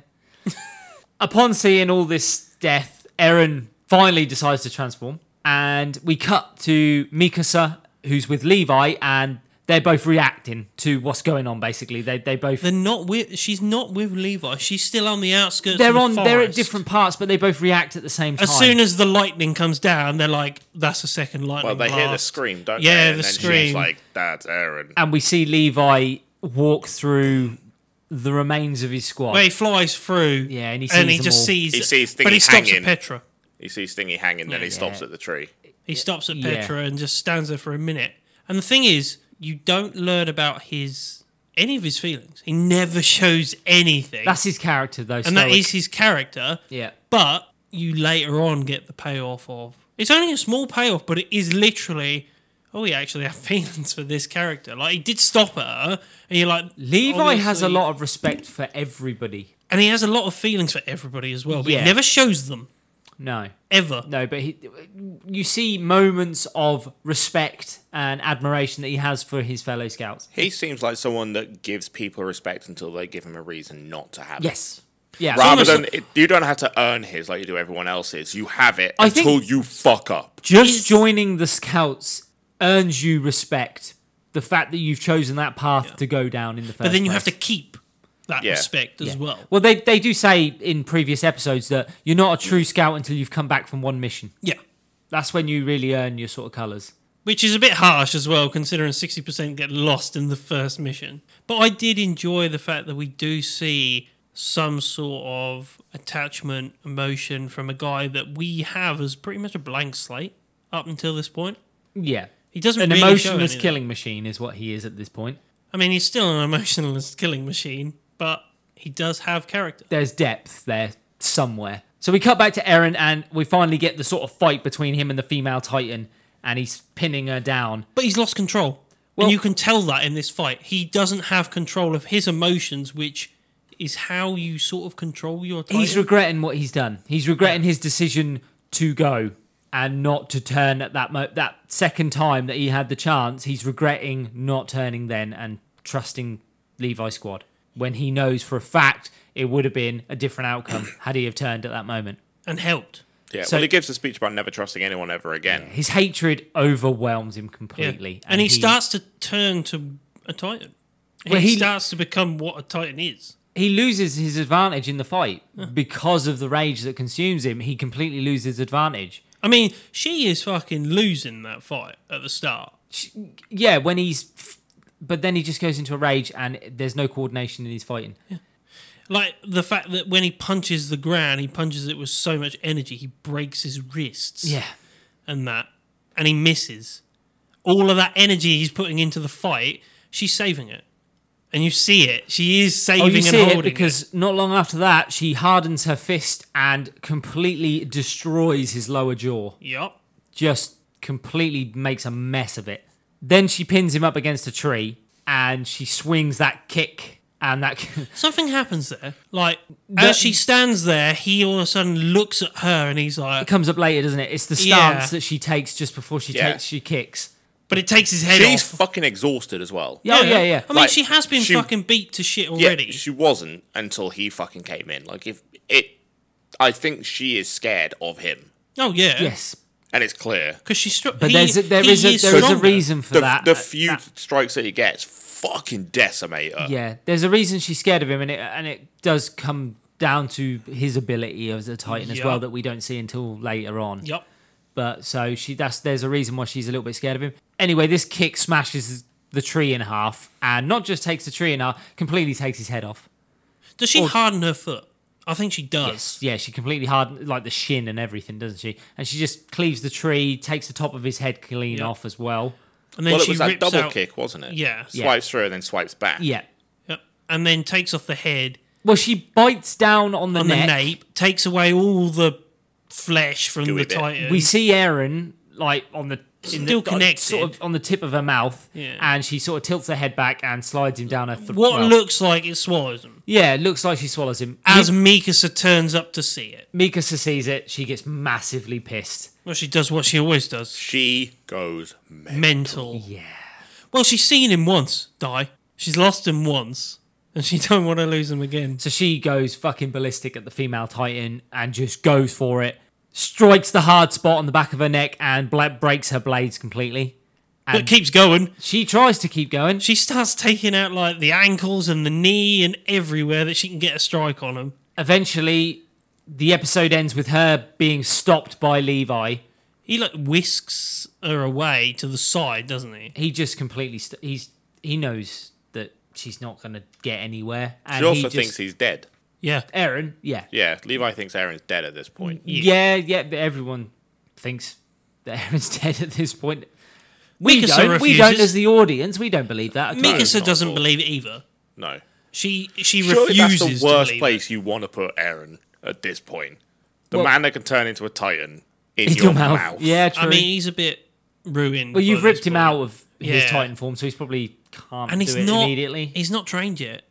Speaker 1: <laughs> Upon seeing all this death, Eren finally decides to transform, and we cut to Mikasa, who's with Levi, and they're both reacting to what's going on. Basically, they they both
Speaker 2: <laughs> They're not with. She's not with Levi. She's still on the outskirts. of
Speaker 1: they're
Speaker 2: the
Speaker 1: on they're at
Speaker 2: forest.
Speaker 1: different parts, but they both react at the same time.
Speaker 2: As soon as the lightning comes down, they're like, "That's a second lightning."
Speaker 3: Well, they hear the
Speaker 2: blast."
Speaker 3: scream, don't
Speaker 2: Yeah,
Speaker 3: they?
Speaker 2: the
Speaker 3: then she's
Speaker 2: scream.
Speaker 3: like that's Aaron.
Speaker 1: and we see Levi walk through the remains of his squad.
Speaker 2: Where he flies through.
Speaker 1: Yeah, and he
Speaker 2: and
Speaker 1: sees
Speaker 2: he
Speaker 1: them
Speaker 2: just
Speaker 1: all.
Speaker 2: sees.
Speaker 3: He sees
Speaker 2: but he
Speaker 3: Thingy
Speaker 2: stops at
Speaker 3: hanging.
Speaker 2: Petra.
Speaker 3: He sees Thingy hanging, then he stops
Speaker 1: Yeah.
Speaker 3: at the tree.
Speaker 2: He stops at
Speaker 1: Yeah.
Speaker 2: Petra and just stands there for a minute. And the thing is, you don't learn about his any of his feelings. He never shows anything.
Speaker 1: That's his character, though.
Speaker 2: and that
Speaker 1: stoic.
Speaker 2: is his character.
Speaker 1: yeah.
Speaker 2: But you later on get the payoff of it's only a small payoff, but it is literally oh yeah, actually I have <laughs> feelings for this character. Like he did stop at her and you're like
Speaker 1: Levi has a
Speaker 2: obviously-
Speaker 1: lot of respect for everybody.
Speaker 2: and he has a lot of feelings for everybody as well, but
Speaker 1: Yeah.
Speaker 2: he never shows them.
Speaker 1: No.
Speaker 2: Ever.
Speaker 1: No, but he, you see moments of respect and admiration that he has for his fellow scouts.
Speaker 3: He seems like someone that gives people respect until they give him a reason not to have it.
Speaker 1: Yes. Yeah.
Speaker 3: Rather
Speaker 2: It's
Speaker 3: than
Speaker 2: almost
Speaker 3: it, you don't have to earn his like you do everyone else's. You have it
Speaker 1: I think-
Speaker 3: until you fuck up.
Speaker 1: Just joining the scouts earns you respect. The fact that you've chosen that path to go down in the first
Speaker 2: But then you
Speaker 1: place.
Speaker 2: have to keep that
Speaker 3: Yeah.
Speaker 2: respect as
Speaker 1: Yeah.
Speaker 2: well.
Speaker 1: Well, they, they do say in previous episodes that you're not a true scout until you've come back from one mission.
Speaker 2: Yeah.
Speaker 1: That's when you really earn your sort of colours.
Speaker 2: which is a bit harsh as well, considering 60% get lost in the first mission. But I did enjoy the fact that we do see some sort of attachment, emotion from a guy that we have as pretty much a blank slate up until this point.
Speaker 1: Yeah.
Speaker 2: He doesn't
Speaker 1: An
Speaker 2: really show
Speaker 1: emotionless
Speaker 2: anything.
Speaker 1: killing machine is what he is at this point.
Speaker 2: I mean, he's still an <laughs> emotionless killing machine, but he does have character.
Speaker 1: There's depth there somewhere. So we cut back to Eren and we finally get the sort of fight between him and the female Titan, and he's pinning her down.
Speaker 2: But he's lost control.
Speaker 1: Well-
Speaker 2: and you can tell that in this fight. He doesn't have control of his emotions, which is how you sort of control your Titan.
Speaker 1: He's regretting what he's done. He's regretting his decision to go and not to turn at that mo- that second time that he had the chance. He's regretting not turning then and trusting Levi Squad when he knows for a fact it would have been a different outcome had he have turned at that moment.
Speaker 2: and helped.
Speaker 3: Yeah,
Speaker 1: So-
Speaker 3: well, he gives a speech about never trusting anyone ever again.
Speaker 1: His hatred overwhelms him
Speaker 2: Yeah.
Speaker 1: completely,
Speaker 2: And, he, starts to turn to a Titan.
Speaker 1: Well,
Speaker 2: he,
Speaker 1: he-
Speaker 2: starts to become what a Titan is.
Speaker 1: he loses his advantage in the fight because of the rage that consumes him. He completely loses advantage.
Speaker 2: I mean, she is fucking losing that fight at the start.
Speaker 1: Yeah, when he's, but then he just goes into a rage and there's no coordination in his fighting.
Speaker 2: Like the fact that when he punches the ground, he punches it with so much energy, he breaks his wrists.
Speaker 1: Yeah,
Speaker 2: and that, and he misses. All of that energy he's putting into the fight, she's saving it, and you see it. She is saving
Speaker 1: oh, you
Speaker 2: and
Speaker 1: see
Speaker 2: holding
Speaker 1: it because not long after that, she hardens her fist and completely destroys his lower jaw.
Speaker 2: Yup.
Speaker 1: Just completely makes a mess of it. Then she pins him up against a tree and she swings that kick and that. <laughs>
Speaker 2: Something happens there. Like
Speaker 1: That-
Speaker 2: as she stands there, he all of a sudden looks at her and he's
Speaker 1: It
Speaker 2: like,
Speaker 1: comes up later, doesn't it? It's the
Speaker 2: Yeah.
Speaker 1: stance that she takes just before she
Speaker 3: Yeah.
Speaker 1: takes she kicks.
Speaker 2: but it takes his head
Speaker 3: She's
Speaker 2: off.
Speaker 3: fucking exhausted as well.
Speaker 1: Yeah, oh, yeah, yeah.
Speaker 2: I mean,
Speaker 3: Like,
Speaker 2: she has been
Speaker 3: she-
Speaker 2: fucking beat to shit
Speaker 3: Yeah,
Speaker 2: already.
Speaker 3: she wasn't until he fucking came in. Like if it, I think she is scared of him,
Speaker 2: oh yeah,
Speaker 1: Yes,
Speaker 3: and it's clear.
Speaker 2: Because she's struck.
Speaker 1: but there's a, there is a, there is a reason for
Speaker 3: the,
Speaker 1: that.
Speaker 3: the
Speaker 1: Uh,
Speaker 3: few
Speaker 1: that-
Speaker 3: strikes that he gets fucking decimate her.
Speaker 1: yeah, there's a reason she's scared of him, and it and it does come down to his ability as a titan as
Speaker 2: Yeah.
Speaker 1: well that we don't see until later on.
Speaker 2: Yep.
Speaker 1: But so she that's there's a reason why she's a little bit scared of him. Anyway, this kick smashes the tree in half, and not just takes the tree in half, completely takes his head off.
Speaker 2: Does she harden her foot? I think she does.
Speaker 1: Yeah, she completely hard like the shin and everything, doesn't she? And she just cleaves the tree, takes the top of his head clean
Speaker 2: Yeah.
Speaker 1: off as well.
Speaker 2: And then
Speaker 3: Well, it
Speaker 2: she
Speaker 3: was that
Speaker 2: rips
Speaker 3: double
Speaker 2: out,
Speaker 3: kick, wasn't it?
Speaker 2: Yeah.
Speaker 1: Yeah.
Speaker 3: Swipes through and then swipes back.
Speaker 1: Yeah.
Speaker 2: Yep. And then takes off the head
Speaker 1: Well, she bites down on the
Speaker 2: on
Speaker 1: neck.
Speaker 2: the nape, takes away all the flesh from
Speaker 3: Gooey
Speaker 2: the
Speaker 3: bit.
Speaker 2: titan.
Speaker 1: We see Erin like on the in
Speaker 2: Still
Speaker 1: the,
Speaker 2: connected.
Speaker 1: sort of on the tip of her mouth,
Speaker 2: Yeah.
Speaker 1: and she sort of tilts her head back and slides him down her throat.
Speaker 2: what looks like it swallows him.
Speaker 1: yeah, it looks like she swallows him.
Speaker 2: As Mikasa turns up to see it.
Speaker 1: Mi- Mikasa sees it, she gets massively pissed.
Speaker 2: Well, she does what she always does.
Speaker 3: She goes mad.
Speaker 2: Mental.
Speaker 1: Yeah,
Speaker 2: Well, she's seen him once die. She's lost him once. And she <laughs> don't want to lose him again.
Speaker 1: so she goes fucking ballistic at the female titan and just goes for it. Strikes the hard spot on the back of her neck and bla- breaks her blades completely.
Speaker 2: But keeps going.
Speaker 1: She tries to keep going.
Speaker 2: She starts taking out like the ankles and the knee and everywhere that she can get a strike on him.
Speaker 1: Eventually, the episode ends with her being stopped by Levi.
Speaker 2: He like whisks her away to the side, doesn't he?
Speaker 1: he just completely st- he's he knows that she's not going to get anywhere and
Speaker 3: She also
Speaker 1: he just,
Speaker 3: thinks he's dead.
Speaker 2: Yeah.
Speaker 1: Aaron yeah.
Speaker 3: Yeah, Levi thinks Aaron's dead at this point.
Speaker 1: yeah yeah but everyone thinks that <laughs> Aaron's dead at this point we
Speaker 2: Mikasa
Speaker 1: don't we don't
Speaker 2: refuses.
Speaker 1: as the audience we don't believe that at all.
Speaker 2: Mikasa
Speaker 3: not
Speaker 2: doesn't
Speaker 3: at all.
Speaker 2: believe it either.
Speaker 3: No.
Speaker 2: She she
Speaker 3: Surely
Speaker 2: refuses
Speaker 3: that's the
Speaker 2: to
Speaker 3: worst
Speaker 2: believe
Speaker 3: place you want to put Aaron at this point. The
Speaker 1: Well-
Speaker 3: man that can turn into a titan in,
Speaker 1: In
Speaker 3: your, mouth.
Speaker 1: yeah
Speaker 2: it. I
Speaker 1: true
Speaker 2: mean, he's a bit ruined.
Speaker 1: well you've
Speaker 2: by this
Speaker 1: ripped him
Speaker 2: point.
Speaker 1: out of his
Speaker 2: Yeah.
Speaker 1: titan form so he's probably can't
Speaker 2: and
Speaker 1: do
Speaker 2: he's
Speaker 1: it
Speaker 2: not
Speaker 1: immediately
Speaker 2: He's not trained yet.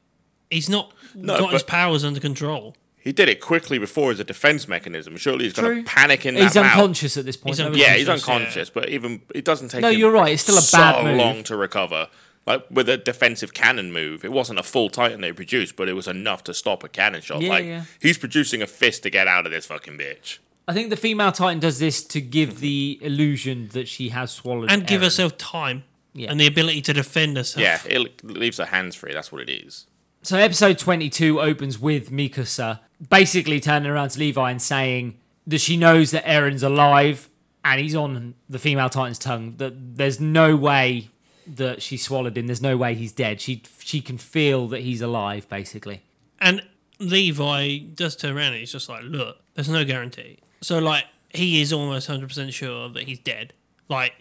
Speaker 2: He's not
Speaker 3: No,
Speaker 2: got his
Speaker 3: but-
Speaker 2: powers under control.
Speaker 3: He did it quickly before as a defense mechanism. Surely he's going
Speaker 1: True.
Speaker 3: to panic in that
Speaker 1: he's
Speaker 3: mouth.
Speaker 1: unconscious at this point
Speaker 2: He's
Speaker 1: though,
Speaker 3: Yeah,
Speaker 1: isn't
Speaker 3: he's
Speaker 2: Unconscious,
Speaker 3: unconscious, but even it doesn't take.
Speaker 1: No,
Speaker 3: him
Speaker 1: you're right, it's still a
Speaker 3: so
Speaker 1: bad move.
Speaker 3: long to recover. Like with a defensive cannon move, it wasn't a full Titan they produced, but it was enough to stop a cannon shot.
Speaker 1: Yeah,
Speaker 3: like
Speaker 1: yeah.
Speaker 3: he's producing a fist to get out of this fucking bitch.
Speaker 1: I think the female titan does this to give the illusion that she has swallowed
Speaker 2: And give
Speaker 1: Eren.
Speaker 2: herself time
Speaker 1: Yeah.
Speaker 2: and the ability to defend herself.
Speaker 3: Yeah, it l- leaves her hands free. That's what it is.
Speaker 1: So episode 22 opens with Mikasa basically turning around to Levi and saying that she knows that Aaron's alive and he's on the female titan's tongue. That there's no way that she swallowed him. There's no way he's dead. She she can feel that he's alive, basically.
Speaker 2: And Levi does turn around and he's just like, look, there's no guarantee. So, like, he is almost 100% sure that he's dead. Like,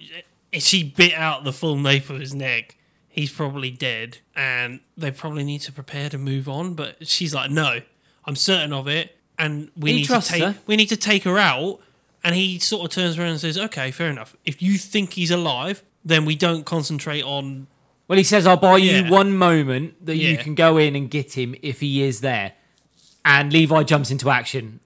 Speaker 2: if she bit out the full nape of his neck, he's probably dead. And they probably need to prepare to move on. But she's like, no, I'm certain of it. And we,
Speaker 1: He
Speaker 2: need to,
Speaker 1: trusts
Speaker 2: take,
Speaker 1: her.
Speaker 2: we need to take her out. And he sort of turns around and says, okay, fair enough. If you think he's alive, then we don't concentrate on
Speaker 1: Well, he says, "I'll buy
Speaker 2: Yeah.
Speaker 1: you one moment that you
Speaker 2: Yeah.
Speaker 1: can go in and get him if he is there." And Levi jumps into action,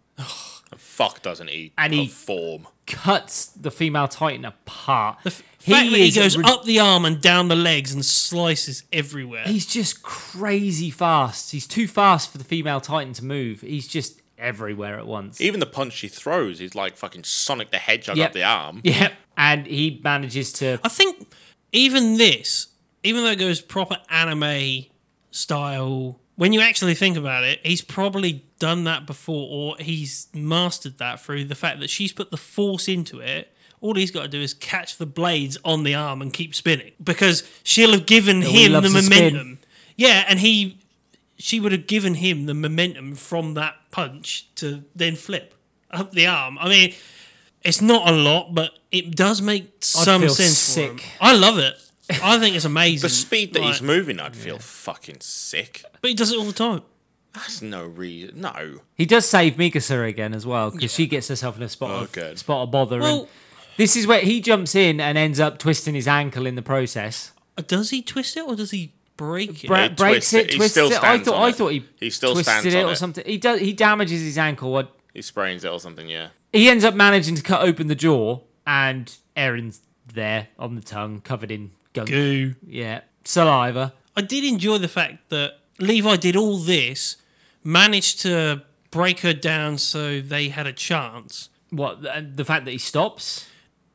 Speaker 3: Fuck doesn't he?
Speaker 1: And he-
Speaker 3: form.
Speaker 1: cuts the female titan apart.
Speaker 2: the f- fact that he
Speaker 1: is
Speaker 2: goes "Oh,
Speaker 1: rid-
Speaker 2: up the arm and down the legs and slices everywhere.
Speaker 1: He's just crazy fast. He's too fast for the female titan to move. He's just everywhere at once.
Speaker 3: Even the punch she throws is like fucking Sonic the Hedgehog
Speaker 1: Yep.
Speaker 3: up the arm.
Speaker 1: Yep. And he manages to.
Speaker 2: I think even this, even though it goes proper anime style, when you actually think about it, he's probably done that before or he's mastered that through the fact that she's put the force into it. All he's got to do is catch the blades on the arm and keep spinning because she'll have given
Speaker 1: he
Speaker 2: him the
Speaker 1: loves to spin.
Speaker 2: momentum. Yeah, and he she would have given him the momentum from that punch to then flip up the arm. I mean, it's not a lot, but it does make some
Speaker 1: feel
Speaker 2: sense.
Speaker 1: sick.
Speaker 2: For him. I love it. I think
Speaker 3: <laughs>
Speaker 2: it's amazing.
Speaker 3: The speed that he's
Speaker 2: Like,
Speaker 3: moving, I'd feel fucking sick.
Speaker 2: but he does it all the time.
Speaker 3: That's no reason. No.
Speaker 1: He does save Mikasa again as well because she gets herself in a spot
Speaker 3: Oh,
Speaker 1: of
Speaker 3: good.
Speaker 1: spot of bother.
Speaker 2: Well-
Speaker 1: and this is where he jumps in and ends up twisting his ankle in the process.
Speaker 2: Does he twist it or does he break it?
Speaker 1: Bra-
Speaker 3: He
Speaker 1: breaks
Speaker 3: twists
Speaker 1: it,
Speaker 3: it. He
Speaker 1: twists
Speaker 3: still
Speaker 1: it. I
Speaker 3: stands
Speaker 1: thought
Speaker 3: on
Speaker 1: I
Speaker 3: it.
Speaker 1: thought he,
Speaker 3: He still stands
Speaker 1: twisted it
Speaker 3: on
Speaker 1: or
Speaker 3: it.
Speaker 1: something. He does. He damages his ankle. What
Speaker 3: He sprains it or something, yeah.
Speaker 1: he ends up managing to cut open the jaw, and Erin's there on the tongue, covered in gunk.
Speaker 2: Goo.
Speaker 1: Yeah, saliva.
Speaker 2: I did enjoy the fact that Levi did all this, managed to break her down so they had a chance.
Speaker 1: What the, the fact that he stops?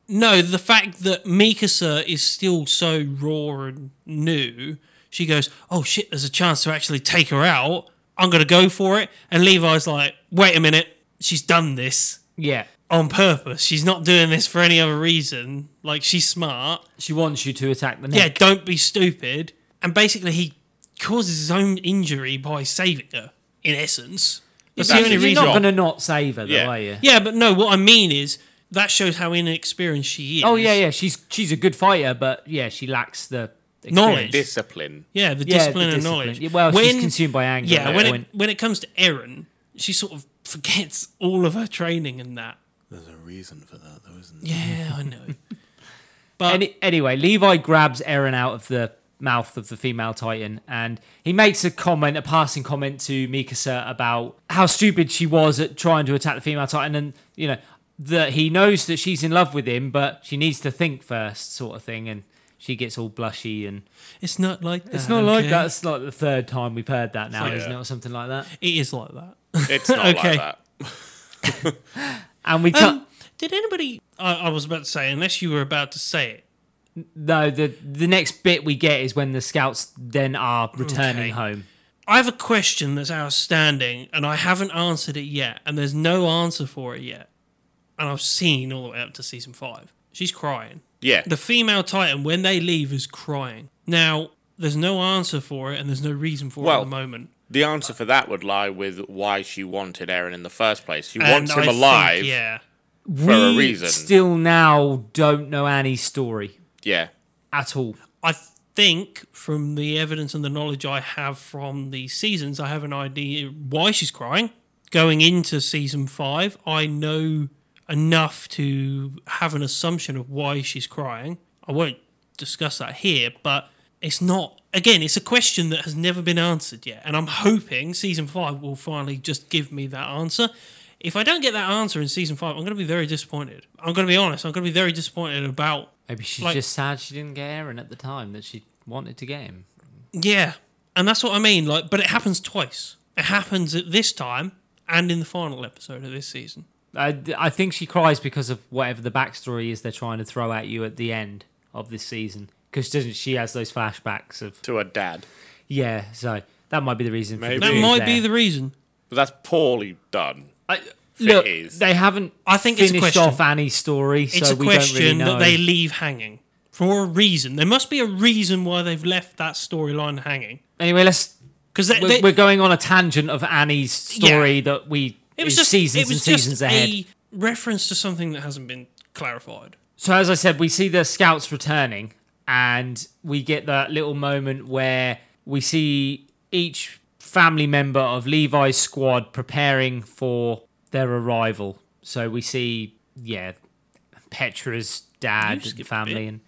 Speaker 2: No, the fact that Mikasa is still so raw and new, she goes, Oh shit, there's a chance to actually take her out. I'm going to go for it. And Levi's like, Wait a minute, she's done this
Speaker 1: Yeah,
Speaker 2: on purpose. She's not doing this for any other reason. Like, she's smart.
Speaker 1: she wants you to attack the neck.
Speaker 2: Yeah, don't be stupid. And basically, he causes his own injury by saving her, in essence. That's the
Speaker 3: that's
Speaker 2: only
Speaker 3: his
Speaker 1: You're
Speaker 2: reason.
Speaker 1: not
Speaker 3: job.
Speaker 1: going to not save her, though,
Speaker 3: Yeah.
Speaker 1: are you?
Speaker 2: Yeah, but no, what I mean is that shows how inexperienced she is.
Speaker 1: Oh yeah, yeah. She's she's a good fighter, but yeah, she lacks the experience.
Speaker 2: Knowledge.
Speaker 3: Discipline.
Speaker 2: Yeah, the
Speaker 1: Yeah,
Speaker 2: discipline
Speaker 1: the
Speaker 2: and
Speaker 1: discipline.
Speaker 2: knowledge.
Speaker 1: Yeah, Well, she's consumed by anger.
Speaker 2: yeah,
Speaker 1: at
Speaker 2: when
Speaker 1: that
Speaker 2: it,
Speaker 1: point.
Speaker 2: when it comes to Erin, she sort of forgets all of her training and that.
Speaker 3: There's a reason for that, though, isn't <laughs> there?
Speaker 2: Yeah, I know.
Speaker 1: <laughs>
Speaker 2: But
Speaker 1: Any, anyway, Levi grabs Eren out of the mouth of the female titan, and he makes a comment, a passing comment to Mikasa about how stupid she was at trying to attack the female titan, and you know that he knows that she's in love with him, but she needs to think first, sort of thing, and. She gets all blushy, and
Speaker 2: it's not like that.
Speaker 1: it's not like
Speaker 2: okay?
Speaker 1: that. It's like the third time we've heard that now,
Speaker 3: Yeah.
Speaker 1: isn't it, or something like that?
Speaker 2: It is like that.
Speaker 3: It's not
Speaker 2: Okay.
Speaker 3: like that.
Speaker 1: And we cut.
Speaker 2: Um, did anybody? I, I was about to say, unless you were about to say it.
Speaker 1: No, the the next bit we get is when the scouts then are returning
Speaker 2: Okay.
Speaker 1: home.
Speaker 2: I have a question that's outstanding, and I haven't answered it yet, and there's no answer for it yet. And I've seen all the way up to season five. She's crying.
Speaker 3: Yeah.
Speaker 2: The female Titan, when they leave, is crying. Now, there's no answer for it, and there's no reason for it
Speaker 3: Well,
Speaker 2: at the moment.
Speaker 3: The answer for that would lie with why she wanted Aaron in the first place. She
Speaker 2: And
Speaker 3: wants him
Speaker 2: I think,
Speaker 3: alive.
Speaker 2: yeah.
Speaker 1: we
Speaker 3: a reason.
Speaker 1: still now don't know Annie's story
Speaker 3: yeah.
Speaker 1: at all.
Speaker 2: I think from the evidence and the knowledge I have from the seasons, I have an idea why she's crying. Going into season five, I know enough to have an assumption of why she's crying. I won't discuss that here, but it's not. Again, it's a question that has never been answered yet, and I'm hoping season five will finally just give me that answer. If I don't get that answer in season five, I'm going to be very disappointed. I'm going to be honest. I'm going to be very disappointed about
Speaker 1: Maybe she's
Speaker 2: Like-
Speaker 1: just sad she didn't get Aaron at the time that she wanted to get him.
Speaker 2: Yeah, and that's what I mean. Like, but it happens twice. It happens at this time and in the final episode of this season.
Speaker 1: I, I think she cries because of whatever the backstory is they're trying to throw at you at the end of this season. Because doesn't she has those flashbacks of
Speaker 3: To her dad.
Speaker 1: yeah? So that might be the reason. For
Speaker 3: Maybe.
Speaker 1: the
Speaker 2: That
Speaker 3: It is
Speaker 1: blues
Speaker 2: might
Speaker 1: there.
Speaker 2: be the reason.
Speaker 3: But that's poorly done.
Speaker 1: I,
Speaker 3: if
Speaker 1: Look,
Speaker 3: it is.
Speaker 1: they haven't.
Speaker 2: I think it's a
Speaker 1: finished
Speaker 2: question.
Speaker 1: off Annie's story, so
Speaker 2: It's a
Speaker 1: we don't really
Speaker 2: question
Speaker 1: know.
Speaker 2: that they leave hanging for a reason. There must be a reason why they've left that storyline hanging.
Speaker 1: Anyway, let's.
Speaker 2: Because they,
Speaker 1: We're,
Speaker 2: they-
Speaker 1: we're going on a tangent of Annie's story that we.
Speaker 2: it was
Speaker 1: is
Speaker 2: just
Speaker 1: seasons
Speaker 2: it was
Speaker 1: and
Speaker 2: just
Speaker 1: seasons ahead.
Speaker 2: a reference to something that hasn't been clarified.
Speaker 1: So as I said, we see the scouts returning, and we get that little moment where we see each family member of Levi's squad preparing for their arrival. So we see, yeah, Petra's dad
Speaker 2: You skipped a
Speaker 1: and family,
Speaker 2: bit.
Speaker 1: and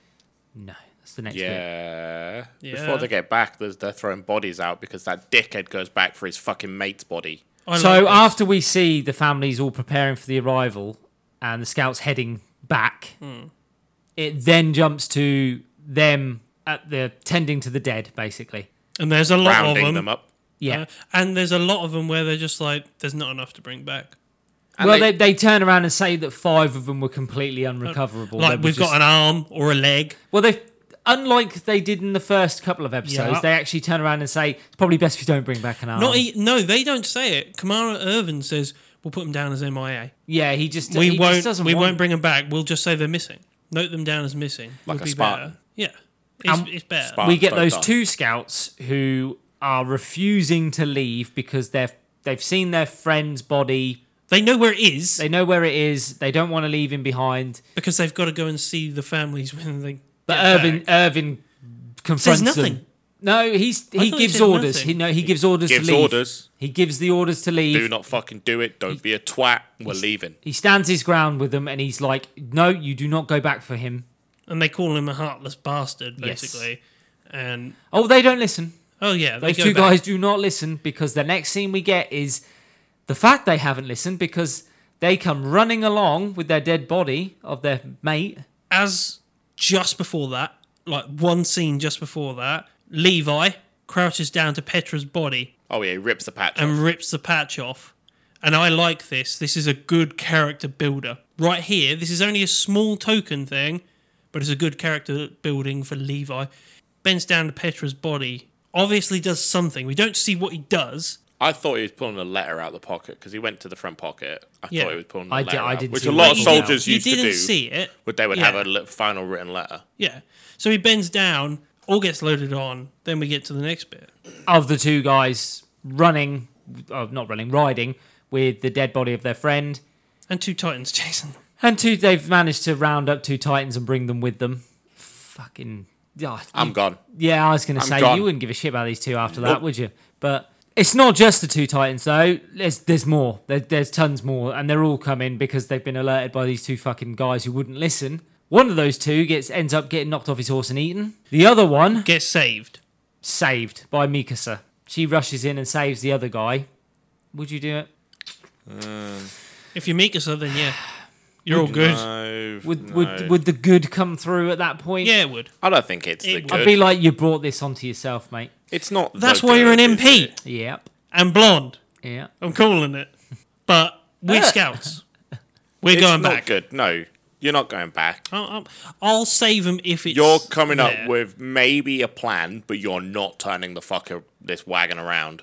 Speaker 1: no, that's the next bit.
Speaker 3: yeah.
Speaker 2: Yeah.
Speaker 3: Before they get back, there's- they're throwing bodies out because that dickhead goes back for his fucking mate's body.
Speaker 2: I
Speaker 1: So
Speaker 2: like
Speaker 1: after we see the families all preparing for the arrival and the scouts heading back,
Speaker 2: Hmm.
Speaker 1: it then jumps to them at the tending to the dead, basically.
Speaker 2: this. and there's a lot of
Speaker 3: Rounding
Speaker 2: them,
Speaker 3: them. up.
Speaker 1: Yeah.
Speaker 2: uh, and there's a lot of them where they're just like, there's not enough to bring back.
Speaker 3: And
Speaker 1: well,
Speaker 3: they-
Speaker 1: they, they, turn around and say that five of them were completely unrecoverable. They
Speaker 2: Like
Speaker 1: were
Speaker 2: we've
Speaker 1: just-
Speaker 2: got an arm or a leg.
Speaker 1: well, they unlike they did in the first couple of episodes,
Speaker 2: Yeah.
Speaker 1: they actually turn around and say it's probably best if you don't bring back an arm.
Speaker 2: Not e- no, they don't say it. Kamara Irvin says we'll put them down as MIA.
Speaker 1: yeah, he just
Speaker 2: We
Speaker 1: he
Speaker 2: won't.
Speaker 1: Just doesn't
Speaker 2: we
Speaker 1: want-
Speaker 2: won't bring them back. We'll just say they're missing. Note them down as missing.
Speaker 3: Like
Speaker 2: Would
Speaker 3: a
Speaker 2: be
Speaker 3: Spartan.
Speaker 2: better. Yeah, it's,
Speaker 1: Um,
Speaker 2: it's better.
Speaker 3: Spartan.
Speaker 1: we get
Speaker 3: Sorry,
Speaker 1: those
Speaker 3: done.
Speaker 1: two scouts who are refusing to leave because they're they've seen their friend's body.
Speaker 2: They know where it is
Speaker 1: They know where it is. They don't want to leave him behind.
Speaker 2: because they've got to go and see the families <laughs> when they.
Speaker 1: But
Speaker 2: get
Speaker 1: Irvin
Speaker 2: back.
Speaker 1: Irvin confronts
Speaker 2: nothing.
Speaker 1: them. No, he's
Speaker 2: thought
Speaker 1: he
Speaker 2: he
Speaker 1: gives
Speaker 2: said
Speaker 1: orders.
Speaker 2: nothing.
Speaker 1: He no, he gives orders
Speaker 3: gives
Speaker 1: to leave.
Speaker 3: orders.
Speaker 1: He gives the orders to leave.
Speaker 3: Do not fucking do it. Don't be a twat. We're leaving.
Speaker 1: He stands his ground with them, and he's like, "No, you do not go back for him."
Speaker 2: and they call him a heartless bastard,
Speaker 1: Yes.
Speaker 2: basically. And
Speaker 1: Oh, they don't listen.
Speaker 2: oh yeah, they
Speaker 1: Those
Speaker 2: go
Speaker 1: two
Speaker 2: back.
Speaker 1: guys do not listen because the next scene we get is the fact they haven't listened because they come running along with their dead body of their mate.
Speaker 2: as just before that, like one scene just before that, Levi crouches down to Petra's body
Speaker 3: Oh yeah, he rips the patch. off.
Speaker 2: and rips the patch off. And I like this. This is a good character builder. Right here, this is only a small token thing, but it's a good character building for Levi. Bends down to Petra's body, obviously does something. We don't see what he does.
Speaker 3: I thought he was pulling a letter out of the pocket because he went to the front pocket. I
Speaker 2: Yeah.
Speaker 3: thought he was pulling a
Speaker 1: I
Speaker 3: letter
Speaker 1: di- I
Speaker 3: out,
Speaker 1: didn't
Speaker 3: which
Speaker 1: see
Speaker 3: a
Speaker 1: what
Speaker 3: lot of
Speaker 1: he did.
Speaker 3: soldiers
Speaker 2: you
Speaker 3: used
Speaker 2: didn't
Speaker 3: to do.
Speaker 2: see it.
Speaker 3: But they would
Speaker 2: Yeah.
Speaker 3: have a li- final written letter.
Speaker 2: Yeah. So he bends down, all gets loaded on, then we get to the next bit.
Speaker 1: Of the two guys running, oh, not running, riding with the dead body of their friend,
Speaker 2: And two Titans, <laughs> Jason.
Speaker 1: and two they've managed to round up two titans and bring them with them. Fucking yeah,
Speaker 2: Mm.
Speaker 3: I'm gone.
Speaker 1: Yeah, I was going to
Speaker 3: I'm
Speaker 1: say
Speaker 3: gone.
Speaker 1: you wouldn't give a shit about these two after that,
Speaker 3: Nope.
Speaker 1: would you? But it's not just the two Titans though. There's there's more. There, there's tons more, and they're all coming because they've been alerted by these two fucking guys who wouldn't listen. One of those two gets ends up getting knocked off his horse and eaten. The other one
Speaker 2: Gets saved.
Speaker 1: saved by Mikasa. She rushes in and saves the other guy. Would you do it?
Speaker 2: If you meet us, then yeah. You're all good.
Speaker 3: No,
Speaker 1: Would
Speaker 3: no.
Speaker 1: would would the good come through at that point?
Speaker 2: Yeah, it would.
Speaker 3: I don't think it's the
Speaker 2: It-
Speaker 1: I'd
Speaker 3: good.
Speaker 1: be like you brought this onto yourself, mate.
Speaker 3: it's not. the
Speaker 2: That's why you're an
Speaker 3: good, is
Speaker 2: MP
Speaker 3: it?
Speaker 1: Yep.
Speaker 2: and blonde.
Speaker 1: <laughs> Yeah.
Speaker 2: I'm calling it. But we're scouts. We're
Speaker 3: Ah. It's
Speaker 2: going
Speaker 3: not
Speaker 2: back.
Speaker 3: good. No, you're not going back.
Speaker 2: I'll, I'll, I'll save him if it's.
Speaker 3: You're coming
Speaker 2: there.
Speaker 3: up with maybe a plan, but you're not turning the fucker this wagon around.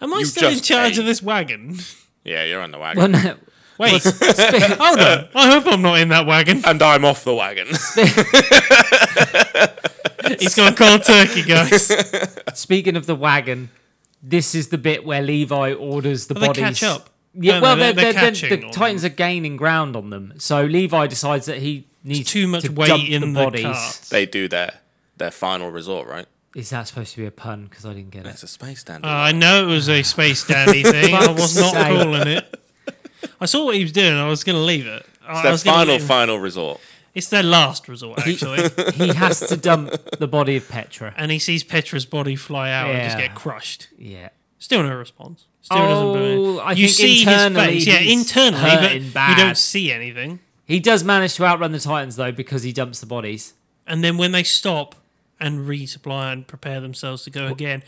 Speaker 2: Am I
Speaker 3: you
Speaker 2: still in
Speaker 3: just
Speaker 2: charge
Speaker 3: ate.
Speaker 2: of this wagon?
Speaker 3: Yeah, you're on the wagon,
Speaker 1: Well, no.
Speaker 2: Wait, <laughs>
Speaker 1: Spe-
Speaker 2: hold on. I hope I'm not in that wagon.
Speaker 3: and I'm off the wagon. <laughs>
Speaker 2: He's going to call turkey, guys.
Speaker 1: Speaking of the wagon, this is the bit where Levi orders the
Speaker 2: Oh, They
Speaker 1: bodies.
Speaker 2: catch up.
Speaker 1: Yeah,
Speaker 2: No, no,
Speaker 1: well,
Speaker 2: they're-
Speaker 1: they're,
Speaker 2: they're
Speaker 1: they're, they're-
Speaker 2: catching
Speaker 1: the
Speaker 2: on
Speaker 1: Titans are gaining ground on them, so Levi decides that he needs
Speaker 2: Too much
Speaker 1: to dump
Speaker 2: weight in the,
Speaker 1: the bodies.
Speaker 2: carts.
Speaker 3: they do their their final resort, right?
Speaker 1: Is that supposed to be a pun? Because I didn't get it.
Speaker 3: It's a space standard.
Speaker 2: Uh, I know it was a
Speaker 1: <laughs>
Speaker 2: space dandy thing. I was not
Speaker 1: Fuck's sake.
Speaker 2: calling it. I saw what he was doing. I was going to leave it. I- I
Speaker 3: it's
Speaker 2: was
Speaker 3: their
Speaker 2: gonna
Speaker 3: final
Speaker 2: leave-
Speaker 3: final resort.
Speaker 2: It's their last resort,
Speaker 1: <laughs>
Speaker 2: actually.
Speaker 1: he has to dump the body of Petra.
Speaker 2: and he sees Petra's body fly out and just
Speaker 1: Yeah.
Speaker 2: get crushed.
Speaker 1: Yeah.
Speaker 2: Still no response. Still doesn't
Speaker 1: Oh,
Speaker 2: do
Speaker 1: I
Speaker 2: it. You
Speaker 1: think
Speaker 2: see his
Speaker 1: internally
Speaker 2: face. Yeah,
Speaker 1: he's
Speaker 2: internally,
Speaker 1: hurting
Speaker 2: but you
Speaker 1: bad.
Speaker 2: don't see anything.
Speaker 1: He does manage to outrun the Titans though because he dumps the bodies.
Speaker 2: And then when they stop and resupply and prepare themselves to go again,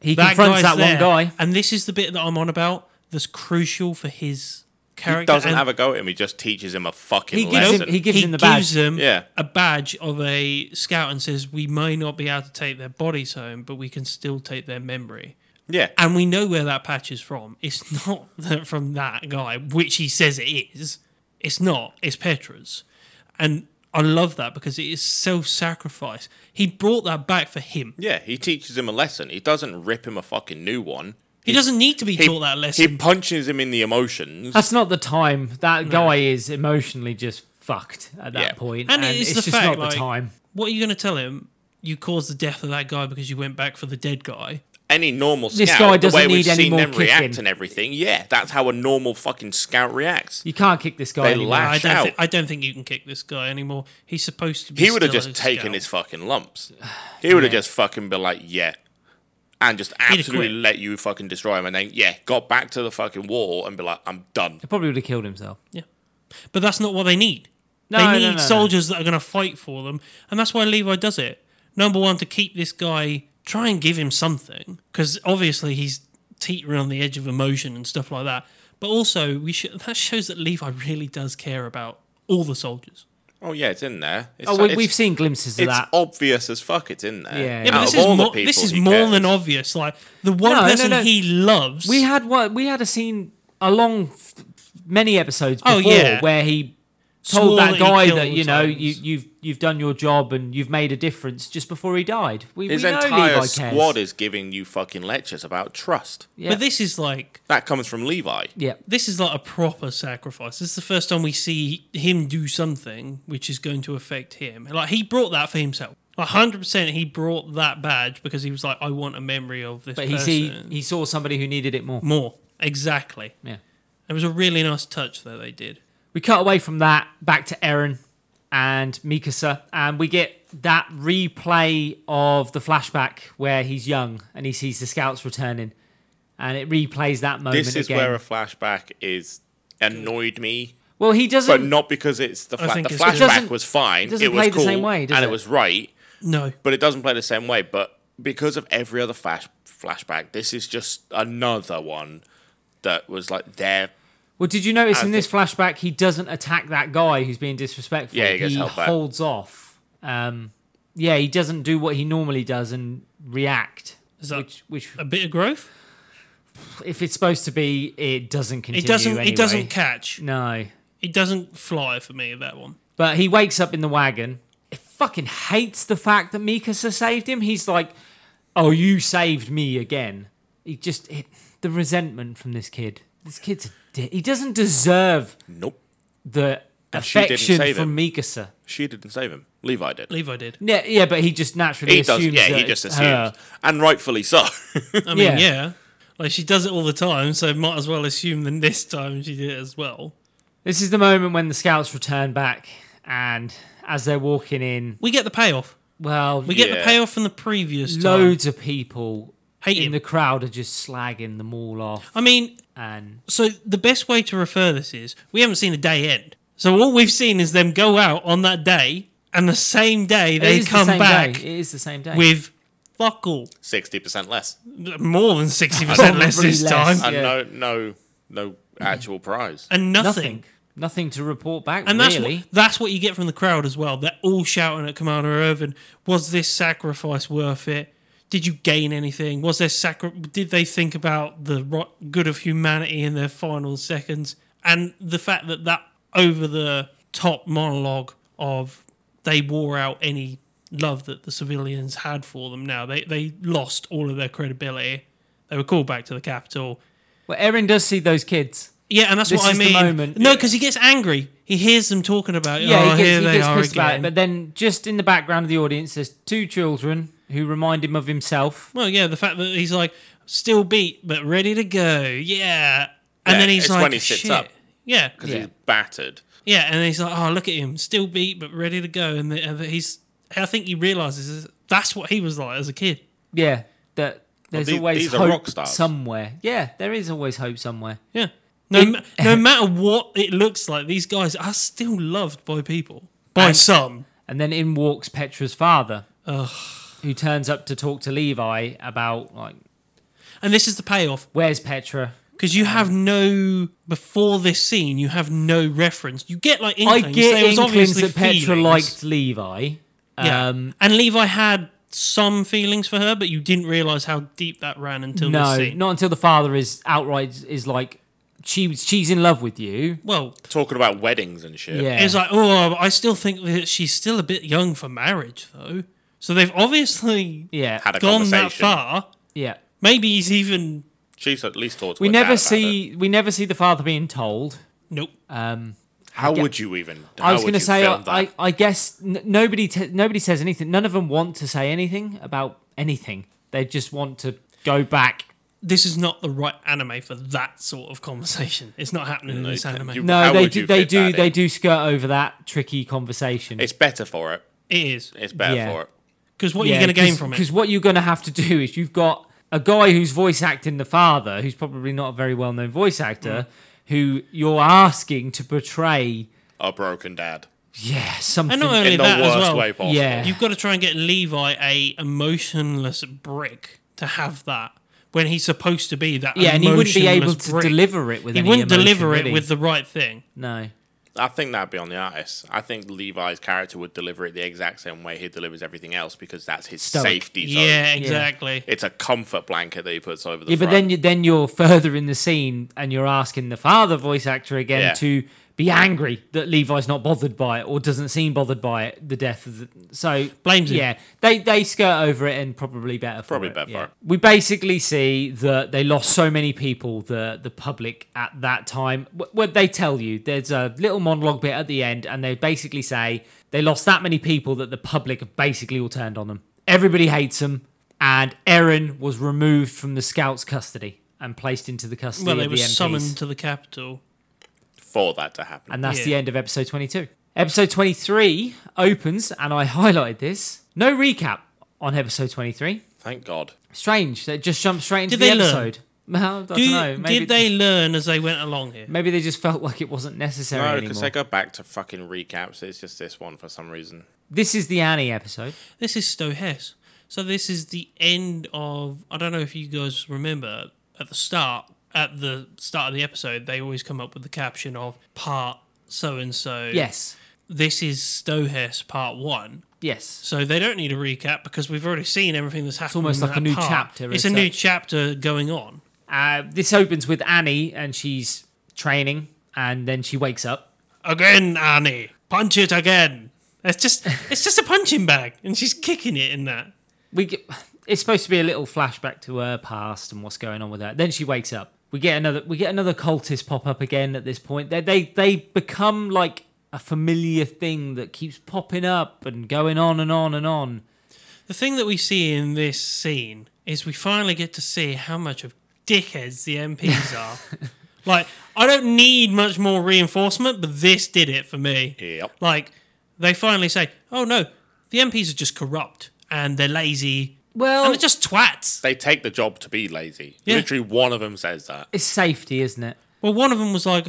Speaker 1: He
Speaker 2: that
Speaker 1: confronts that
Speaker 2: guy's there.
Speaker 1: one guy.
Speaker 2: And this is the bit that I'm on about that's crucial for his character.
Speaker 3: He doesn't
Speaker 2: and
Speaker 3: have a go at him. He just teaches him a fucking
Speaker 1: He gives
Speaker 3: lesson.
Speaker 1: him he gives
Speaker 2: he
Speaker 1: him the badge.
Speaker 2: gives them
Speaker 3: Yeah.
Speaker 2: a badge of a scout and says, "We may not be able to take their bodies home, but we can still take their memory."
Speaker 3: Yeah.
Speaker 2: and we know where that patch is from. It's <laughs> not that- from that guy, which he says it is. It's not. It's Petra's, and I love that because it is self-sacrifice. He brought that back for him.
Speaker 3: Yeah, he teaches him a lesson. He doesn't rip him a fucking new one.
Speaker 2: He doesn't need to be
Speaker 3: He,
Speaker 2: taught that
Speaker 3: he
Speaker 2: lesson.
Speaker 3: punches him in the emotions.
Speaker 1: That's not the time. That guy is emotionally just fucked at that
Speaker 3: Yeah.
Speaker 1: point,
Speaker 2: And
Speaker 1: and,
Speaker 2: it is
Speaker 1: it's
Speaker 2: the
Speaker 1: just
Speaker 2: fact,
Speaker 1: not
Speaker 2: like-
Speaker 1: the time.
Speaker 2: What are you going to tell him? You caused the death of that guy because you went back for the dead guy.
Speaker 3: Any normal scout,
Speaker 1: This guy
Speaker 3: the way
Speaker 1: doesn't
Speaker 3: we've
Speaker 1: need any
Speaker 3: seen
Speaker 1: more
Speaker 3: them react
Speaker 1: kicking.
Speaker 3: and everything, yeah, that's how a normal fucking scout reacts.
Speaker 1: You can't kick this guy.
Speaker 3: They
Speaker 1: anymore.
Speaker 3: laugh.
Speaker 2: I don't,
Speaker 3: Shout.
Speaker 2: thi- I don't think you can kick this guy anymore. He's supposed to be.
Speaker 3: He would have
Speaker 2: still
Speaker 3: just
Speaker 2: a
Speaker 3: taken
Speaker 2: scout.
Speaker 3: his
Speaker 1: <sighs>
Speaker 3: fucking lumps. He would have just fucking been like, yeah. And just absolutely
Speaker 2: quit.
Speaker 3: let you fucking destroy him. And then, yeah, got back to the fucking wall and be like, I'm done.
Speaker 1: He probably would have killed himself.
Speaker 2: But that's not what they need.
Speaker 1: No, no,
Speaker 2: they need
Speaker 1: no, no.
Speaker 2: soldiers that are going to fight for them. And that's why Levi does it. Number one, to keep this guy, try and give him something. Because obviously he's teetering on the edge of emotion and stuff like that. But also, we should, that shows that Levi really does care about all the soldiers.
Speaker 3: Oh, yeah, it's in there. It's,
Speaker 1: Oh, we,
Speaker 3: it's-
Speaker 1: we've seen glimpses of
Speaker 3: It's
Speaker 1: that.
Speaker 3: obvious as fuck it's in there.
Speaker 1: Yeah.
Speaker 2: Yeah,
Speaker 1: Out
Speaker 2: but
Speaker 3: Out
Speaker 2: this
Speaker 3: of all
Speaker 2: is,
Speaker 3: the
Speaker 2: more, this
Speaker 3: people
Speaker 2: is
Speaker 3: he
Speaker 2: more
Speaker 3: cares.
Speaker 2: than obvious. Like, the one
Speaker 1: No, no,
Speaker 2: person
Speaker 1: no.
Speaker 2: he loves.
Speaker 1: We had one. We had a scene a long, f- many episodes before
Speaker 2: Oh, yeah.
Speaker 1: where he
Speaker 2: swore
Speaker 1: told that
Speaker 2: he
Speaker 1: guy
Speaker 2: killed
Speaker 1: that you know
Speaker 2: Titans.
Speaker 1: you, you've you've done your job and you've made a difference just before he died. We,
Speaker 3: His
Speaker 1: we know
Speaker 3: entire
Speaker 1: Levi
Speaker 3: squad
Speaker 1: cares.
Speaker 3: is giving you fucking lectures about trust.
Speaker 1: Yeah.
Speaker 2: But this is like
Speaker 3: That comes from Levi.
Speaker 1: yeah.
Speaker 2: this is like a proper sacrifice. This is the first time we see him do something which is going to affect him. Like he brought that for himself. Like hundred percent, he brought that badge because he was like, "I want a memory of this."
Speaker 1: But
Speaker 2: But
Speaker 1: he
Speaker 2: person.
Speaker 1: see he saw somebody who needed it more.
Speaker 2: more exactly.
Speaker 1: Yeah.
Speaker 2: It was a really nice touch that they did.
Speaker 1: We cut away from that back to Eren and Mikasa, and we get that replay of the flashback where he's young and he sees the scouts returning, and it replays that moment
Speaker 3: This is
Speaker 1: again.
Speaker 3: where a flashback is annoyed me,
Speaker 1: well, he
Speaker 3: but
Speaker 1: doesn't.
Speaker 3: not because it's the fla-
Speaker 2: think
Speaker 3: the
Speaker 2: it's good. It
Speaker 3: flashback
Speaker 1: doesn't-
Speaker 3: was fine.
Speaker 1: it
Speaker 3: It,
Speaker 1: doesn't
Speaker 3: was
Speaker 1: play the
Speaker 3: cool
Speaker 1: same way, does
Speaker 3: and it
Speaker 1: it?
Speaker 3: was right,
Speaker 2: No,
Speaker 3: but it doesn't play the same way. But because of every other flash flashback, this is just another one that was like there.
Speaker 1: Well, did you notice
Speaker 3: I
Speaker 1: in this
Speaker 3: think-
Speaker 1: flashback he doesn't attack that guy who's being disrespectful?
Speaker 3: Yeah, he gets held back.
Speaker 1: holds off. Um, yeah, he doesn't do what he normally does and react.
Speaker 2: Is that-
Speaker 1: which, which,
Speaker 2: a bit of growth.
Speaker 1: if it's supposed to be, it doesn't continue.
Speaker 2: It doesn't.
Speaker 1: Anyway.
Speaker 2: It doesn't catch.
Speaker 1: No,
Speaker 2: It doesn't fly for me. That one.
Speaker 1: But he wakes up in the wagon. He fucking hates the fact that Mikasa saved him. He's like, "Oh, you saved me again." He just it, the resentment from this kid. This kid's a di- he doesn't deserve
Speaker 3: Nope,
Speaker 1: the
Speaker 3: she didn't
Speaker 1: affection
Speaker 3: save
Speaker 1: from Mikasa.
Speaker 3: she didn't save him. Levi did.
Speaker 2: Levi did.
Speaker 1: Yeah, yeah, but he just naturally
Speaker 3: He does.
Speaker 1: assumes.
Speaker 3: Yeah,
Speaker 1: that
Speaker 3: he just
Speaker 1: it's
Speaker 3: assumes,
Speaker 1: her.
Speaker 3: and rightfully so. <laughs>
Speaker 2: I mean,
Speaker 1: Yeah.
Speaker 2: yeah. Like she does it all the time, so might as well assume that this time she did it as well.
Speaker 1: This is the moment when the scouts return back, and as they're walking in,
Speaker 2: We get the payoff.
Speaker 1: well,
Speaker 2: We get
Speaker 3: Yeah.
Speaker 2: the payoff from the previous time.
Speaker 1: loads of people
Speaker 2: Hate
Speaker 1: in
Speaker 2: him.
Speaker 1: the crowd are just slagging them all off,
Speaker 2: I mean,
Speaker 1: and
Speaker 2: So the best way to refer this is we haven't seen a day end. So all we've seen is them go out on that day, and the same day
Speaker 1: it
Speaker 2: they
Speaker 1: is the
Speaker 2: come
Speaker 1: same
Speaker 2: back
Speaker 1: Day. It is the same day.
Speaker 2: with fuck all,
Speaker 3: Sixty percent less,
Speaker 2: more than sixty
Speaker 1: <laughs>
Speaker 2: percent
Speaker 1: Probably
Speaker 2: less this
Speaker 1: less.
Speaker 2: time,
Speaker 3: and
Speaker 1: Yeah.
Speaker 3: no, no, no actual prize.
Speaker 2: and nothing.
Speaker 1: nothing, nothing to report back.
Speaker 2: And that's
Speaker 1: really,
Speaker 2: what, that's what you get from the crowd as well. They're all shouting at Commander Irvin, "Was this sacrifice worth it? Did you gain anything? Was there sacri- Did they think about the ro- good of humanity in their final seconds?" And the fact that that over the top monologue of they wore out any love that the civilians had for them. Now they they lost all of their credibility. They were called back to the capital.
Speaker 1: well, Erin does see those kids.
Speaker 2: Yeah, and that's
Speaker 1: This
Speaker 2: what I
Speaker 1: is the
Speaker 2: mean.
Speaker 1: moment.
Speaker 2: No, because he gets angry. He hears them talking about. it.
Speaker 1: Yeah,
Speaker 2: oh,
Speaker 1: he gets,
Speaker 2: here
Speaker 1: he
Speaker 2: they
Speaker 1: gets
Speaker 2: are
Speaker 1: pissed
Speaker 2: again.
Speaker 1: about it. But then, just in the background of the audience, there's two children who remind him of himself.
Speaker 2: well, yeah, the fact that he's like still beat but ready to go. Yeah, and
Speaker 3: Yeah,
Speaker 2: then he's
Speaker 3: it's
Speaker 2: like,
Speaker 3: when he sits
Speaker 2: Shit.
Speaker 3: up.
Speaker 2: Yeah,
Speaker 3: because
Speaker 1: Yeah.
Speaker 3: he's battered.
Speaker 2: yeah, and then he's like, oh, look at him, still beat but ready to go. And, the, and the- he's, I think he realizes that's what he was like as a kid.
Speaker 1: Yeah, that there's
Speaker 3: these-
Speaker 1: always
Speaker 3: these are
Speaker 1: hope
Speaker 3: rock stars.
Speaker 1: somewhere. Yeah, there is always hope somewhere.
Speaker 2: Yeah. No, ma-
Speaker 1: <laughs>
Speaker 2: no matter what it looks like, these guys are still loved by people, by some.
Speaker 1: And then in walks Petra's father, who turns up to talk to Levi about like,
Speaker 2: And this is the payoff.
Speaker 1: where's Petra?
Speaker 2: Because you have
Speaker 1: Mm.
Speaker 2: no before this scene, you have no reference. You get like inklings.
Speaker 1: I
Speaker 2: there
Speaker 1: get
Speaker 2: was
Speaker 1: inklings
Speaker 2: obviously
Speaker 1: that Petra
Speaker 2: feelings.
Speaker 1: liked Levi.
Speaker 2: yeah.
Speaker 1: Um,
Speaker 2: and Levi had some feelings for her, but you didn't realize how deep that ran until
Speaker 1: no,
Speaker 2: this scene.
Speaker 1: not until the father is outright is like she she's in love with you.
Speaker 2: Well,
Speaker 3: Talking about weddings and shit.
Speaker 1: Yeah.
Speaker 2: it's like, oh, I still think that she's still a bit young for marriage, though. So they've obviously
Speaker 1: yeah.
Speaker 3: Had a
Speaker 2: gone that
Speaker 3: conversation.
Speaker 2: far.
Speaker 1: yeah.
Speaker 2: Maybe he's even
Speaker 3: She's at least talked to
Speaker 1: We
Speaker 3: her dad
Speaker 1: never
Speaker 3: about it.
Speaker 1: see we never see the father being told.
Speaker 2: nope.
Speaker 1: Uh.
Speaker 3: How would you even?
Speaker 1: I was
Speaker 3: going to
Speaker 1: say,
Speaker 3: film
Speaker 1: I,
Speaker 3: that?
Speaker 1: I guess n- nobody t- nobody says anything. None of them want to say anything about anything. They just want to go back.
Speaker 2: this is not the right anime for that sort of conversation. It's not happening in
Speaker 3: No,
Speaker 2: this
Speaker 3: you-
Speaker 2: anime.
Speaker 3: you-
Speaker 1: No,
Speaker 3: How
Speaker 1: they
Speaker 3: would
Speaker 1: do.
Speaker 3: you
Speaker 1: They
Speaker 3: fit that
Speaker 1: do.
Speaker 3: in?
Speaker 1: They do skirt over that tricky conversation.
Speaker 3: It's better for it.
Speaker 2: It is
Speaker 3: It's better
Speaker 1: Yeah.
Speaker 3: for it.
Speaker 2: because what are you going to gain from it?
Speaker 1: Because what you're going to have to do is you've got a guy who's voice acting the father, who's probably not a very well known voice actor,
Speaker 2: Mm.
Speaker 1: who you're asking to portray.
Speaker 3: A broken dad
Speaker 1: Yeah, something.
Speaker 2: And not only
Speaker 3: in the
Speaker 2: that
Speaker 3: worst
Speaker 2: as well,
Speaker 3: way possible.
Speaker 1: Yeah.
Speaker 2: you've got to try and get Levi a emotionless brick to have that when he's supposed to be that.
Speaker 1: yeah, and he wouldn't be able
Speaker 2: emotionless
Speaker 1: to
Speaker 2: brick.
Speaker 1: deliver it with.
Speaker 2: He
Speaker 1: any
Speaker 2: wouldn't
Speaker 1: emotion,
Speaker 2: deliver
Speaker 1: would
Speaker 2: it
Speaker 1: he?
Speaker 2: with the right thing.
Speaker 1: no.
Speaker 3: I think that'd be on the artist. I think Levi's character would deliver it the exact same way he delivers everything else because that's his
Speaker 1: Stoic.
Speaker 3: safety zone.
Speaker 2: Yeah, exactly.
Speaker 3: It's a comfort blanket that he puts over the
Speaker 1: Yeah, but
Speaker 3: front.
Speaker 1: then you then you're further in the scene and you're asking the father voice actor again
Speaker 3: Yeah.
Speaker 1: to be angry that Levi's not bothered by it or doesn't seem bothered by it, the death of the so
Speaker 2: Blames him.
Speaker 1: Yeah. They they skirt over it and probably better for
Speaker 3: Probably
Speaker 1: it,
Speaker 3: better for
Speaker 1: yeah.
Speaker 3: it.
Speaker 1: We basically see that they lost so many people, the the public at that time. Wh- What they tell you, there's a little monologue bit at the end, and they basically say they lost that many people that the public have basically all turned on them. Everybody hates them, and Erin was removed from the scouts' custody and placed into the custody
Speaker 2: Well, they
Speaker 1: of
Speaker 2: were
Speaker 1: the MPs.
Speaker 2: summoned to the capital.
Speaker 3: for that to happen.
Speaker 1: And that's
Speaker 2: Yeah.
Speaker 1: the end of episode 22. Episode 23 opens, and I <laughs> highlighted this. No recap on episode 23.
Speaker 3: Thank God.
Speaker 1: Strange. They just jumped straight into
Speaker 2: Did
Speaker 1: the
Speaker 2: they learn?
Speaker 1: episode. <laughs> Well, I don't
Speaker 2: Do-
Speaker 1: know. Maybe,
Speaker 2: did they learn as they went along here?
Speaker 1: <laughs> Maybe they just felt like it wasn't necessary
Speaker 3: No, because
Speaker 1: anymore.
Speaker 3: they go back to fucking recaps. It's just this one for some reason.
Speaker 1: This is the Annie episode.
Speaker 2: This is Stohess. So this is the end of. I don't know if you guys remember at the start. At the start of the episode, they always come up with the caption of part so and so.
Speaker 1: Yes.
Speaker 2: This is Stohess part one.
Speaker 1: Yes.
Speaker 2: So they don't need a recap because we've already seen everything that's happened.
Speaker 1: almost
Speaker 2: in
Speaker 1: like a
Speaker 2: that
Speaker 1: new
Speaker 2: part.
Speaker 1: chapter
Speaker 2: It's
Speaker 1: as
Speaker 2: a new
Speaker 1: such.
Speaker 2: chapter going on.
Speaker 1: Uh, this opens with Annie and she's training and then she wakes up.
Speaker 2: Again, Annie, punch it again. It's just it's just a punching bag, and she's kicking it in that.
Speaker 1: We get, <sighs> it's supposed to be a little flashback to her past and what's going on with her. Then she wakes up. We get another we get another cultist pop up again at this point. They they they become like a familiar thing that keeps popping up and going on and on and on.
Speaker 2: The thing that we see in this scene is we finally get to see how much of dickheads the MPs are. like, I don't need much more reinforcement, but this did it for me.
Speaker 3: Yep.
Speaker 2: Like, they finally say, oh no, the MPs are just corrupt and they're lazy
Speaker 1: Well,
Speaker 2: and they're just twats.
Speaker 3: They take the job to be lazy.
Speaker 2: Yeah.
Speaker 3: Literally, one of them says that.
Speaker 1: it's safety, isn't it?
Speaker 2: Well, one of them was like,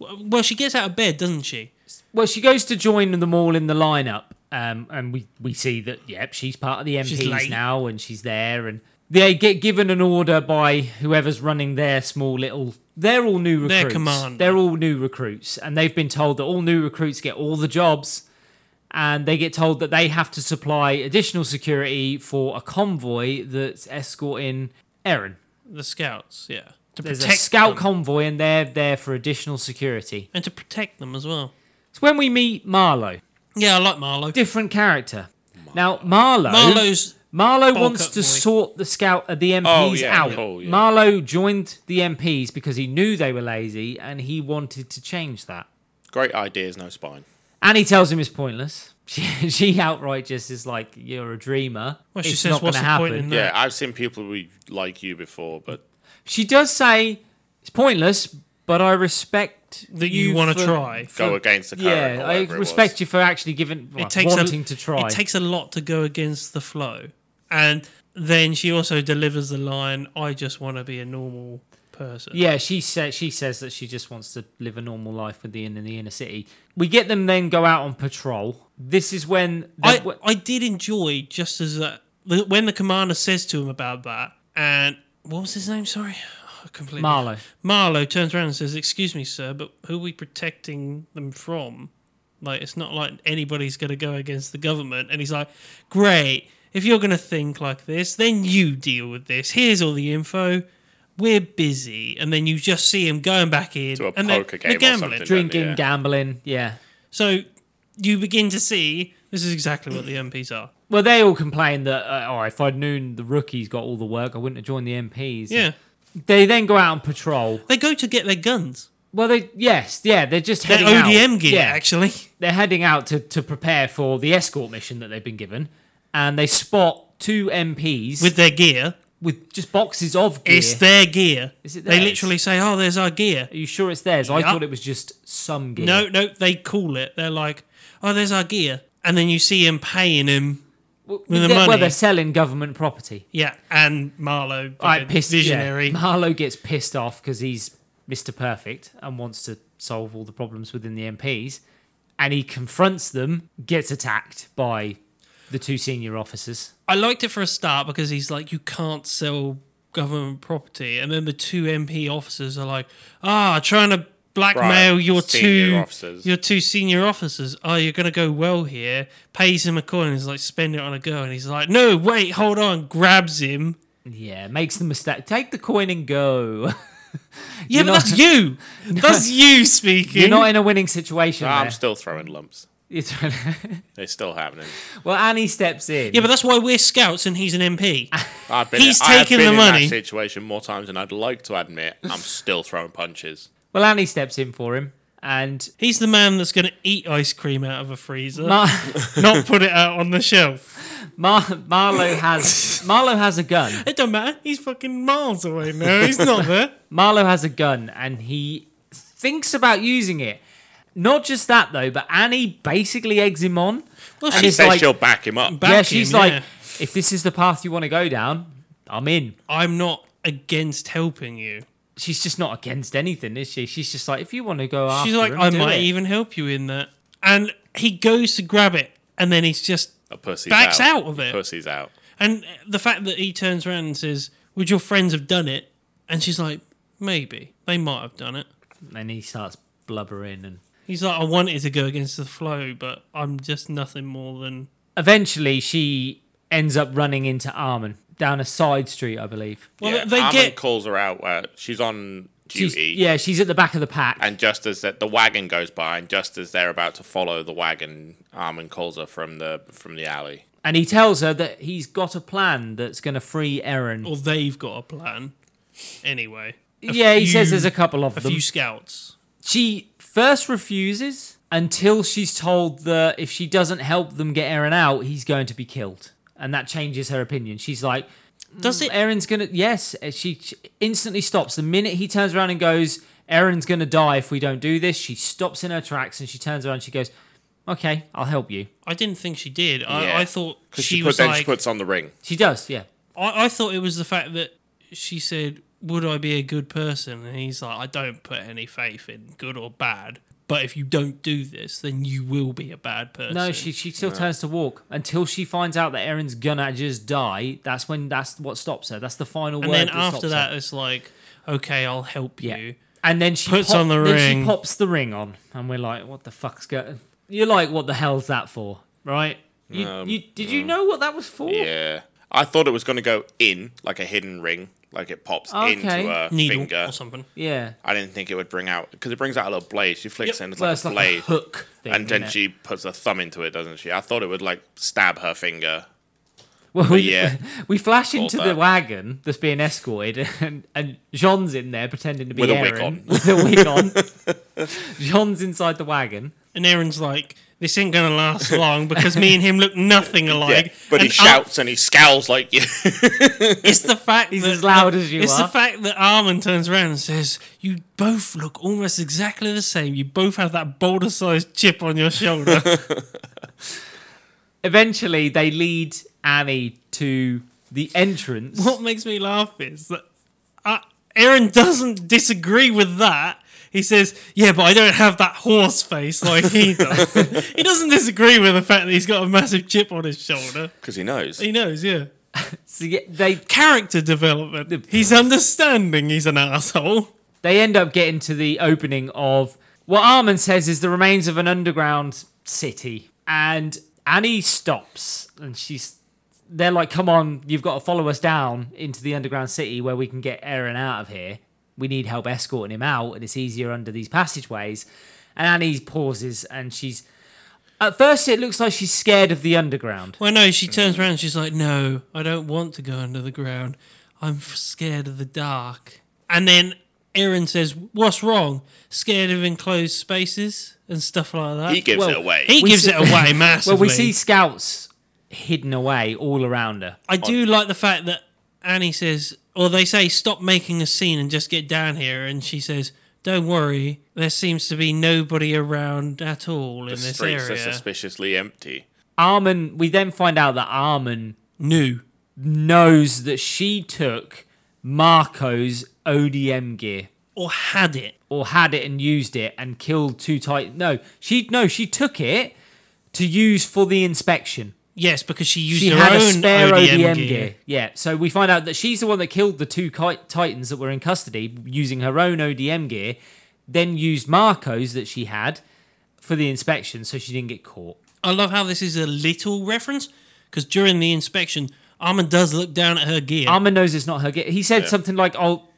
Speaker 2: w- well, she gets out of bed, doesn't she?
Speaker 1: Well, she goes to join them all in the lineup, um, and we, we see that yep, she's part of the MPs
Speaker 2: late.
Speaker 1: now, and she's there, and they get given an order by whoever's running their small little. They're all new recruits.
Speaker 2: Their commander.
Speaker 1: They're all new recruits, and they've been told that all new recruits get all the jobs, and they get told that they have to supply additional security for a convoy that's escorting Erin.
Speaker 2: The scouts, yeah. To
Speaker 1: There's a
Speaker 2: protect
Speaker 1: scout
Speaker 2: them.
Speaker 1: convoy, and they're there for additional security.
Speaker 2: and to protect them as well.
Speaker 1: It's when we meet Marlowe.
Speaker 2: Yeah, I like Marlo.
Speaker 1: different character. Now Marlo
Speaker 2: Marlo's
Speaker 1: Marlo
Speaker 2: Bulk
Speaker 1: wants
Speaker 2: up
Speaker 1: to
Speaker 2: boy.
Speaker 1: sort the scout uh, the MPs
Speaker 3: Oh, yeah,
Speaker 1: out.
Speaker 3: cool, yeah.
Speaker 1: Marlo joined the MPs because he knew they were lazy and he wanted to change that.
Speaker 3: Great ideas, no spine.
Speaker 1: And he tells him it's pointless. <laughs> She, she outright just is like, "You're a dreamer.
Speaker 2: Well, she
Speaker 1: it's
Speaker 2: says,
Speaker 1: not going
Speaker 2: "What's
Speaker 1: to
Speaker 2: the point
Speaker 1: happen."
Speaker 2: in that?
Speaker 3: Yeah, I've seen people we like you before, but
Speaker 1: she does say it's pointless, but I respect
Speaker 2: that you, want to
Speaker 1: for-
Speaker 2: try.
Speaker 3: go against the current.
Speaker 1: Yeah, I respect you for actually giving well,
Speaker 2: it takes
Speaker 1: wanting
Speaker 2: a,
Speaker 1: to try.
Speaker 2: It takes a lot to go against the flow, and then she also delivers the line, "I just want to be a normal person."
Speaker 1: Yeah, she says she says that she just wants to live a normal life within in the inner city. We get them then go out on patrol. This is when
Speaker 2: I
Speaker 1: the-
Speaker 2: I did enjoy just as a, the, when the commander says to him about that, and what was his name? Sorry, <sighs> oh, completely.
Speaker 1: Marlo.
Speaker 2: Marlo turns around and says, "Excuse me, sir, but who are we protecting them from? Like, it's not like anybody's going to go against the government." And he's like, "Great, if you're going to think like this, then you deal with this. Here's all the info. We're busy, and then you just see him going back in
Speaker 3: To a
Speaker 2: and they're-
Speaker 3: poker
Speaker 2: they're
Speaker 3: game or
Speaker 2: gambling.
Speaker 3: something.
Speaker 1: Drinking,
Speaker 3: Yeah.
Speaker 1: gambling, yeah.
Speaker 2: So you begin to see this is exactly what the MPs
Speaker 3: <clears throat>
Speaker 2: are.
Speaker 1: Well, they all complain that, uh, oh, if I'd known the rookies got all the work, I wouldn't have joined the MPs.
Speaker 2: Yeah,
Speaker 1: They then go out and patrol.
Speaker 2: they go to get their guns.
Speaker 1: Well, they yes, yeah, they're just
Speaker 2: Their
Speaker 1: heading out.
Speaker 2: ODM gear,
Speaker 1: Yeah,
Speaker 2: actually. <laughs>
Speaker 1: they're heading out to, to prepare for the escort mission that they've been given, and they spot two MPs
Speaker 2: with their gear.
Speaker 1: with just boxes of gear.
Speaker 2: It's their gear.
Speaker 1: Is it
Speaker 2: They
Speaker 1: theirs?
Speaker 2: literally say, "Oh, there's our gear."
Speaker 1: Are you sure it's theirs? I
Speaker 2: Yeah.
Speaker 1: thought it was just some gear.
Speaker 2: No, no, they call it. They're like, "Oh, there's our gear," and then you see him paying him.
Speaker 1: well,
Speaker 2: with the
Speaker 1: they're,
Speaker 2: money.
Speaker 1: well, they're selling government property.
Speaker 2: Yeah, and Marlowe,
Speaker 1: I
Speaker 2: like a
Speaker 1: pissed.
Speaker 2: visionary.
Speaker 1: Yeah. Marlowe gets pissed off because he's Mr. Perfect and wants to solve all the problems within the MPs, and he confronts them, gets attacked by the two senior officers.
Speaker 2: I liked it for a start because he's like, you can't sell government property. And then the two MP officers are like, ah, trying to blackmail
Speaker 3: Right,
Speaker 2: your
Speaker 3: senior
Speaker 2: two
Speaker 3: officers.
Speaker 2: your two senior officers. Oh, you're going to go well here. Pays him a coin. He's like, spend it on a girl. And he's like, no, wait, hold on. Grabs him.
Speaker 1: Yeah, makes the mistake. Take the coin and go.
Speaker 2: <laughs> Yeah,
Speaker 1: You're
Speaker 2: but
Speaker 1: not- <laughs>
Speaker 2: that's you. That's you speaking.
Speaker 1: You're not in a winning situation.
Speaker 3: I'm
Speaker 1: there. <laughs>
Speaker 3: still throwing lumps.
Speaker 1: It's-
Speaker 3: It's still happening.
Speaker 1: <laughs> well, Annie steps in.
Speaker 2: yeah, but that's why we're scouts and he's an <laughs> MP.
Speaker 3: I've been,
Speaker 2: He's
Speaker 3: I have
Speaker 2: taken
Speaker 3: been
Speaker 2: the
Speaker 3: in
Speaker 2: money.
Speaker 3: That situation more times than I'd like to admit. I'm still throwing punches.
Speaker 1: well, Annie steps in for him, and
Speaker 2: He's the man that's going to eat ice cream out of a freezer,
Speaker 1: <laughs> Mar-
Speaker 2: not put it out on the shelf.
Speaker 1: Mar- Marlo has Marlo has a gun.
Speaker 2: It don't matter. He's fucking miles away <laughs> now. He's not there.
Speaker 1: Marlo has a gun, and he thinks about using it. Not just that though, but Annie basically eggs him on.
Speaker 2: Well,
Speaker 1: And
Speaker 2: she
Speaker 1: it's
Speaker 3: Says
Speaker 1: like-
Speaker 3: she'll back him up.
Speaker 2: Back
Speaker 1: yeah,
Speaker 2: him,
Speaker 1: she's
Speaker 2: yeah.
Speaker 1: like, if this is the path you want to go down, I'm in.
Speaker 2: I'm not against helping you.
Speaker 1: She's just not against anything, is she? She's just like, if you want to go after
Speaker 2: She's like,
Speaker 1: him,
Speaker 2: I
Speaker 1: do
Speaker 2: might
Speaker 1: it."
Speaker 2: even help you in that. And he goes to grab it, and then he's just.
Speaker 3: A pussy's
Speaker 2: Backs out
Speaker 3: out.
Speaker 2: of
Speaker 3: He
Speaker 2: it.
Speaker 3: Pussy's out.
Speaker 2: And the fact that he turns around and says, Would your friends have done it? And she's like, Maybe. They might have done it.
Speaker 1: And he starts blubbering and
Speaker 2: He's like, I wanted to go against the flow, but I'm just nothing more than.
Speaker 1: eventually she ends up running into Armin down a side street, I believe.
Speaker 2: Well,
Speaker 3: Yeah,
Speaker 2: they
Speaker 3: Armin
Speaker 2: get.
Speaker 3: calls her out. Uh, she's on duty.
Speaker 1: She's, yeah, she's at the back of the pack.
Speaker 3: And just as that, the wagon goes by, and just as they're about to follow the wagon, Armin calls her from the from the alley.
Speaker 1: And he tells her that he's got a plan that's going to free Eren.
Speaker 2: Or they've got a plan. Anyway. A
Speaker 1: yeah, he
Speaker 2: few-
Speaker 1: says there's a couple of
Speaker 2: A
Speaker 1: them.
Speaker 2: few scouts.
Speaker 1: She first refuses until she's told that if she doesn't help them get Eren out, he's going to be killed. And that changes her opinion. She's like,
Speaker 2: Does it
Speaker 1: Eren's going to. Yes, And she she instantly stops. The minute he turns around and goes, Eren's going to die if we don't do this, she stops in her tracks and she turns around and she goes, Okay, I'll help you.
Speaker 2: I didn't think she did.
Speaker 3: Yeah.
Speaker 2: I, I thought she,
Speaker 3: 'Cause she, put,
Speaker 2: was
Speaker 3: then
Speaker 2: like.
Speaker 3: she puts on the ring.
Speaker 1: She does, yeah.
Speaker 2: I, I thought it was the fact that she said, "Would I be a good person?" And he's like, "I don't put any faith in good or bad. But if you don't do this, then you will be a bad person."
Speaker 1: No, she she still turns to walk until she finds out that Erin's gonna just die. That's when that's what stops her. That's the final
Speaker 2: And
Speaker 1: word.
Speaker 2: then
Speaker 1: that
Speaker 2: after
Speaker 1: stops
Speaker 2: that,
Speaker 1: her.
Speaker 2: it's like, "Okay, I'll help
Speaker 1: yeah.
Speaker 2: you."
Speaker 1: And then she
Speaker 2: puts
Speaker 1: pop-
Speaker 2: on the
Speaker 1: then
Speaker 2: ring.
Speaker 1: She pops the ring on, and we're like, "What the fuck's going?" You're like, "What the hell's that for?" Right?
Speaker 3: Mm,
Speaker 1: You, you did you know what that was for?
Speaker 3: Um, Yeah, I thought it was going to go in like a hidden ring, like it pops
Speaker 1: Okay.
Speaker 3: into her
Speaker 2: Needle
Speaker 3: finger.
Speaker 2: or something.
Speaker 1: Yeah.
Speaker 3: I didn't think it would bring out because it brings out a little blade. She flicks
Speaker 2: Yep.
Speaker 3: in, it's
Speaker 1: Well,
Speaker 3: like
Speaker 1: it's
Speaker 3: a
Speaker 1: like
Speaker 3: blade,
Speaker 1: a hook thing.
Speaker 3: and then
Speaker 1: innit?
Speaker 3: she puts her thumb into it, doesn't she? I thought it would like stab her finger.
Speaker 1: Well, we,
Speaker 3: yeah.
Speaker 1: <laughs> we flash into the
Speaker 3: that.
Speaker 1: wagon that's being escorted, <laughs> and, and Jean's in there pretending to be
Speaker 3: With a wig
Speaker 1: Aaron,
Speaker 3: on.
Speaker 1: with a wig on.
Speaker 3: <laughs>
Speaker 1: Jean's inside the wagon.
Speaker 2: And Aaron's like, "This ain't gonna last <laughs> long because me and him look
Speaker 3: <laughs>
Speaker 2: nothing alike."
Speaker 3: but he
Speaker 2: And Ar-
Speaker 3: shouts and he scowls like you. <laughs>
Speaker 2: It's the fact
Speaker 1: He's
Speaker 2: that,
Speaker 1: as loud as you
Speaker 2: It's the
Speaker 1: are.
Speaker 2: fact that Armin turns around and says, "You both look almost exactly the same. You both have that boulder-sized chip on your shoulder."
Speaker 1: <laughs> eventually they lead Annie to the entrance.
Speaker 2: what makes me laugh is that uh, Aaron doesn't disagree with that. He says, "Yeah, but I don't have that horse face like
Speaker 1: <laughs>
Speaker 2: he does." he doesn't disagree with the fact that he's got a massive chip on his shoulder.
Speaker 3: Because he knows.
Speaker 2: He knows, yeah.
Speaker 1: So yeah, they
Speaker 2: Character development. He's understanding. He's an asshole.
Speaker 1: they end up getting to the opening of what Armin says is the remains of an underground city, and Annie stops and she's they're like, "Come on, you've got to follow us down into the underground city where we can get Aaron out of here. We need help escorting him out, and it's easier under these passageways." And Annie pauses, and she's at first it looks like she's scared of the underground.
Speaker 2: Well, no, she
Speaker 3: Mm.
Speaker 2: turns around and she's like, No, I don't want to go under the ground. I'm f- scared of the dark. And then Aaron says, What's wrong? Scared of enclosed spaces and stuff like that.
Speaker 3: He gives
Speaker 1: uh, Well,
Speaker 3: it away.
Speaker 2: He
Speaker 1: We
Speaker 2: gives
Speaker 1: see-
Speaker 2: it away massively.
Speaker 1: <laughs> Well, we see scouts hidden away all around her.
Speaker 2: I do like the fact that Annie says, or they say, stop making a scene and just get down here. And she says, don't worry, there seems to be nobody around at all in
Speaker 3: the
Speaker 2: this
Speaker 3: streets are
Speaker 2: area.
Speaker 3: suspiciously empty.
Speaker 1: Armin, we then find out that Armin
Speaker 2: New.
Speaker 1: knows that she took Marco's ODM gear
Speaker 2: Or had it.
Speaker 1: or had it and used it and killed two tight. No, she no, she took it to use for the inspection.
Speaker 2: Yes, because she used
Speaker 1: She
Speaker 2: her
Speaker 1: had
Speaker 2: own
Speaker 1: a spare
Speaker 2: ODM, gear.
Speaker 1: Yeah, so we find out that she's the one that killed the two kite titans that were in custody using her own ODM gear, then used Marco's that she had for the inspection, so she didn't get caught.
Speaker 2: I love how this is a little reference because during the inspection, Armin does look down at her gear.
Speaker 1: Armin knows it's not her gear. He said something like, "Oh,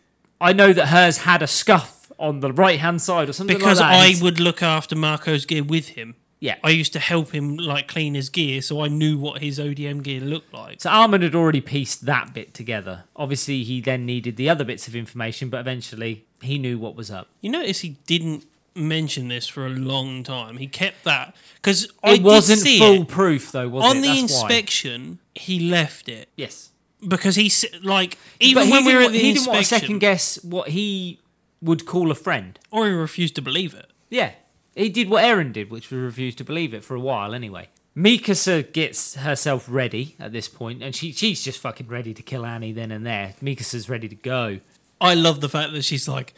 Speaker 1: I know that hers had a scuff on the right hand side or something
Speaker 2: because
Speaker 1: like that."
Speaker 2: I would look after Marco's gear with him.
Speaker 1: yeah.
Speaker 2: I used to help him like clean his gear, so I knew what his ODM gear looked like.
Speaker 1: So Armin had already pieced that bit together. Obviously, he then needed the other bits of information, but eventually he knew what was up.
Speaker 2: You notice he didn't mention this for a long time. He kept that because I
Speaker 1: It wasn't
Speaker 2: did see it.
Speaker 1: foolproof, though, was
Speaker 2: on
Speaker 1: it?
Speaker 2: the
Speaker 1: That's why.
Speaker 2: inspection. He left it
Speaker 1: Yes.
Speaker 2: because he s- like
Speaker 1: But
Speaker 2: even
Speaker 1: he
Speaker 2: when we
Speaker 1: didn't
Speaker 2: were
Speaker 1: wa-
Speaker 2: at the
Speaker 1: he didn't want to second
Speaker 2: inspection,
Speaker 1: guess what he would call a friend.
Speaker 2: or he refused to believe it.
Speaker 1: Yeah. He did what Aaron did, which was refuse to believe it for a while anyway. Mikasa gets herself ready at this point, and she, she's just fucking ready to kill Annie then and there. Mikasa's ready to go.
Speaker 2: I love the fact that she's like,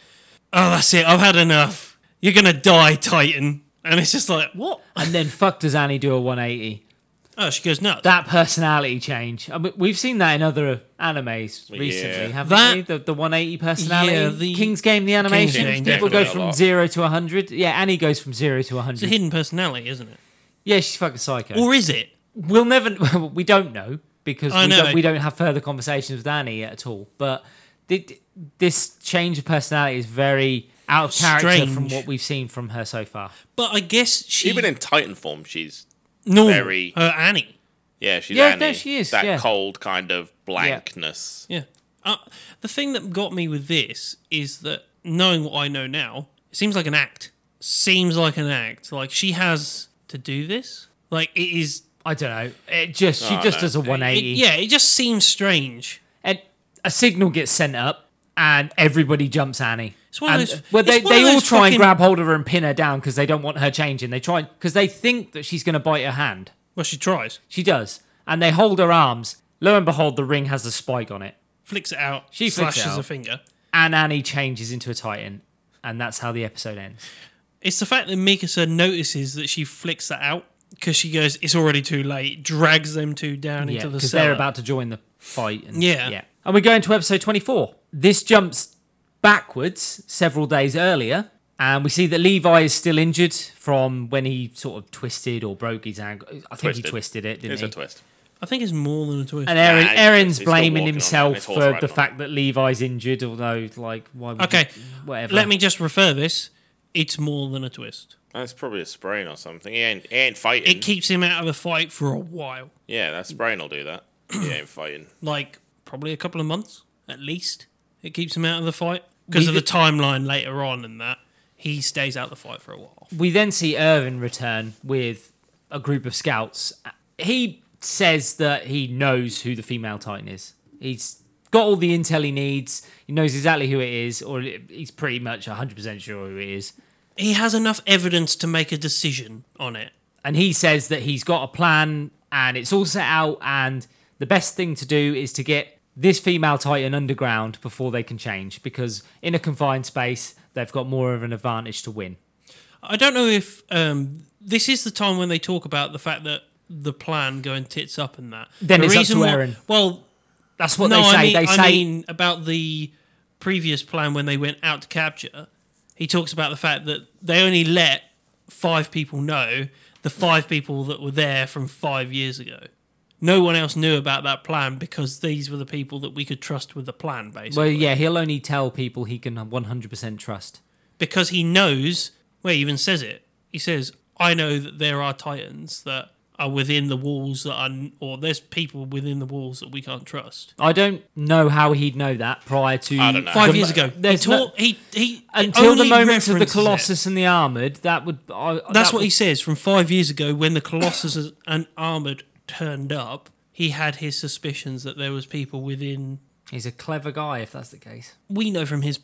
Speaker 2: "Oh, that's it. I've had enough. You're gonna die, Titan." And it's just like, "What?"
Speaker 1: And then fuck does Annie do a 180?
Speaker 2: Oh, she goes nuts.
Speaker 1: That personality change. I mean, we've seen that in other animes recently,
Speaker 3: Yeah.
Speaker 1: haven't
Speaker 2: That-
Speaker 1: we? The, the 180 personality.
Speaker 2: Yeah, the-
Speaker 1: King's Game, the animation.
Speaker 2: Game.
Speaker 1: People
Speaker 3: Definitely
Speaker 1: go
Speaker 3: a
Speaker 1: from
Speaker 3: lot.
Speaker 1: 0 to 100. Yeah, Annie goes from 0 to
Speaker 2: it's a
Speaker 1: 100.
Speaker 2: hidden personality, isn't it?
Speaker 1: Yeah, she's fucking psycho.
Speaker 2: Or is it?
Speaker 1: we'll never <laughs> we don't know because
Speaker 2: I
Speaker 1: we,
Speaker 2: know.
Speaker 1: Don't, we don't have further conversations with Annie at all but thi- this change of personality is very out of character
Speaker 2: Strange.
Speaker 1: from what we've seen from her so far
Speaker 2: But I guess she
Speaker 3: Even in Titan form, she's
Speaker 2: normal.
Speaker 3: very-
Speaker 2: Her Annie.
Speaker 3: yeah, she's
Speaker 1: Yeah,
Speaker 3: Annie.
Speaker 1: no, she is,
Speaker 3: That
Speaker 1: yeah.
Speaker 3: cold kind of blankness.
Speaker 2: Yeah. Uh, the thing that got me with this is that knowing what I know now, it seems like an act. Seems like an act. Like she has to do this. Like it is.
Speaker 1: i don't know it just she
Speaker 3: Oh,
Speaker 1: just
Speaker 3: no.
Speaker 1: does a
Speaker 2: It,
Speaker 1: 180
Speaker 2: yeah, it just seems strange.
Speaker 1: and a signal gets sent up and everybody jumps Annie.
Speaker 2: It's one of
Speaker 1: And-
Speaker 2: those-
Speaker 1: well, they,
Speaker 2: it's one of
Speaker 1: they all
Speaker 2: those
Speaker 1: try
Speaker 2: fucking-
Speaker 1: and grab hold of her and pin her down because they don't want her changing. They try because they think that she's going to bite her hand.
Speaker 2: Well, she tries,
Speaker 1: She does, and they hold her arms. Lo and behold, the ring has a spike on it.
Speaker 2: flicks it out,
Speaker 1: She flicks it
Speaker 2: slashes
Speaker 1: out.
Speaker 2: a finger.
Speaker 1: and Annie changes into a Titan, and that's how the episode ends.
Speaker 2: It's the fact that Mikasa notices that she flicks that out because she goes, "It's already too late." Drags them two down
Speaker 1: Yeah,
Speaker 2: into the
Speaker 1: because
Speaker 2: cellar.
Speaker 1: they're about to join the fight. And,
Speaker 2: Yeah.
Speaker 1: yeah. And we go into episode twenty-four. This jumps backwards several days earlier, and we see that Levi is still injured from when he sort of twisted or broke his ankle. I think he
Speaker 3: Twisted.
Speaker 1: twisted it, didn't
Speaker 3: It's
Speaker 1: he?
Speaker 3: a twist.
Speaker 2: I think it's more than a twist.
Speaker 1: and Aaron,
Speaker 3: Nah, he's-
Speaker 1: Aaron's
Speaker 3: he's still walking
Speaker 1: blaming
Speaker 3: on it.
Speaker 1: himself
Speaker 3: It's horse
Speaker 1: for
Speaker 3: riding
Speaker 1: the
Speaker 3: on it.
Speaker 1: fact that Levi's injured, although, like, why would
Speaker 2: Okay,
Speaker 1: you- whatever.
Speaker 2: Let me just refer this. It's more than a twist.
Speaker 3: That's probably a sprain or something. He ain't, he ain't fighting.
Speaker 2: It keeps him out of a fight for a while,
Speaker 3: yeah, that sprain will do that. He ain't fighting.
Speaker 2: like probably a couple of months at least. It keeps him out of the fight because
Speaker 1: We
Speaker 2: of the
Speaker 1: did-
Speaker 2: timeline later on and that he stays out of the fight for a while.
Speaker 1: we then see Irvin return with a group of scouts. He says that he knows who the female Titan is. He's got all the intel he needs. He knows exactly who it is, or he's pretty much 100% sure who it is.
Speaker 2: He has enough evidence to make a decision on it.
Speaker 1: And he says that he's got a plan and it's all set out. And the best thing to do is to get this female Titan underground before they can change because in a confined space, they've got more of an advantage to win.
Speaker 2: I don't know if um, this is the time when they talk about the fact that the plan going tits up and that.
Speaker 1: Then
Speaker 2: the
Speaker 1: it's up to
Speaker 2: why-
Speaker 1: Aaron.
Speaker 2: well,
Speaker 1: That's what
Speaker 2: no,
Speaker 1: they say.
Speaker 2: I mean,
Speaker 1: they say
Speaker 2: I mean about the previous plan when they went out to capture. He talks about the fact that they only let five people know the five people that were there from five years ago, No one else knew about that plan because these were the people that we could trust with the plan, basically.
Speaker 1: Well, yeah, he'll only tell people he can 100% trust.
Speaker 2: because he knows where he even says it. He says, "I know that there are titans that are within the walls that are, or there's people within the walls that we can't trust."
Speaker 1: I don't know how he'd know that prior to
Speaker 3: I don't know.
Speaker 2: Five
Speaker 1: The-
Speaker 2: years ago, he
Speaker 1: there's no-
Speaker 2: taught he he
Speaker 1: until the
Speaker 2: only
Speaker 1: moments of the
Speaker 2: references it.
Speaker 1: Colossus and the Armored. That would I,
Speaker 2: That's
Speaker 1: that
Speaker 2: what
Speaker 1: would-
Speaker 2: he says from five years ago when the Colossus <coughs> and armored turned up. He had his suspicions that there was people within
Speaker 1: he's a clever guy. If that's the case,
Speaker 2: we know from his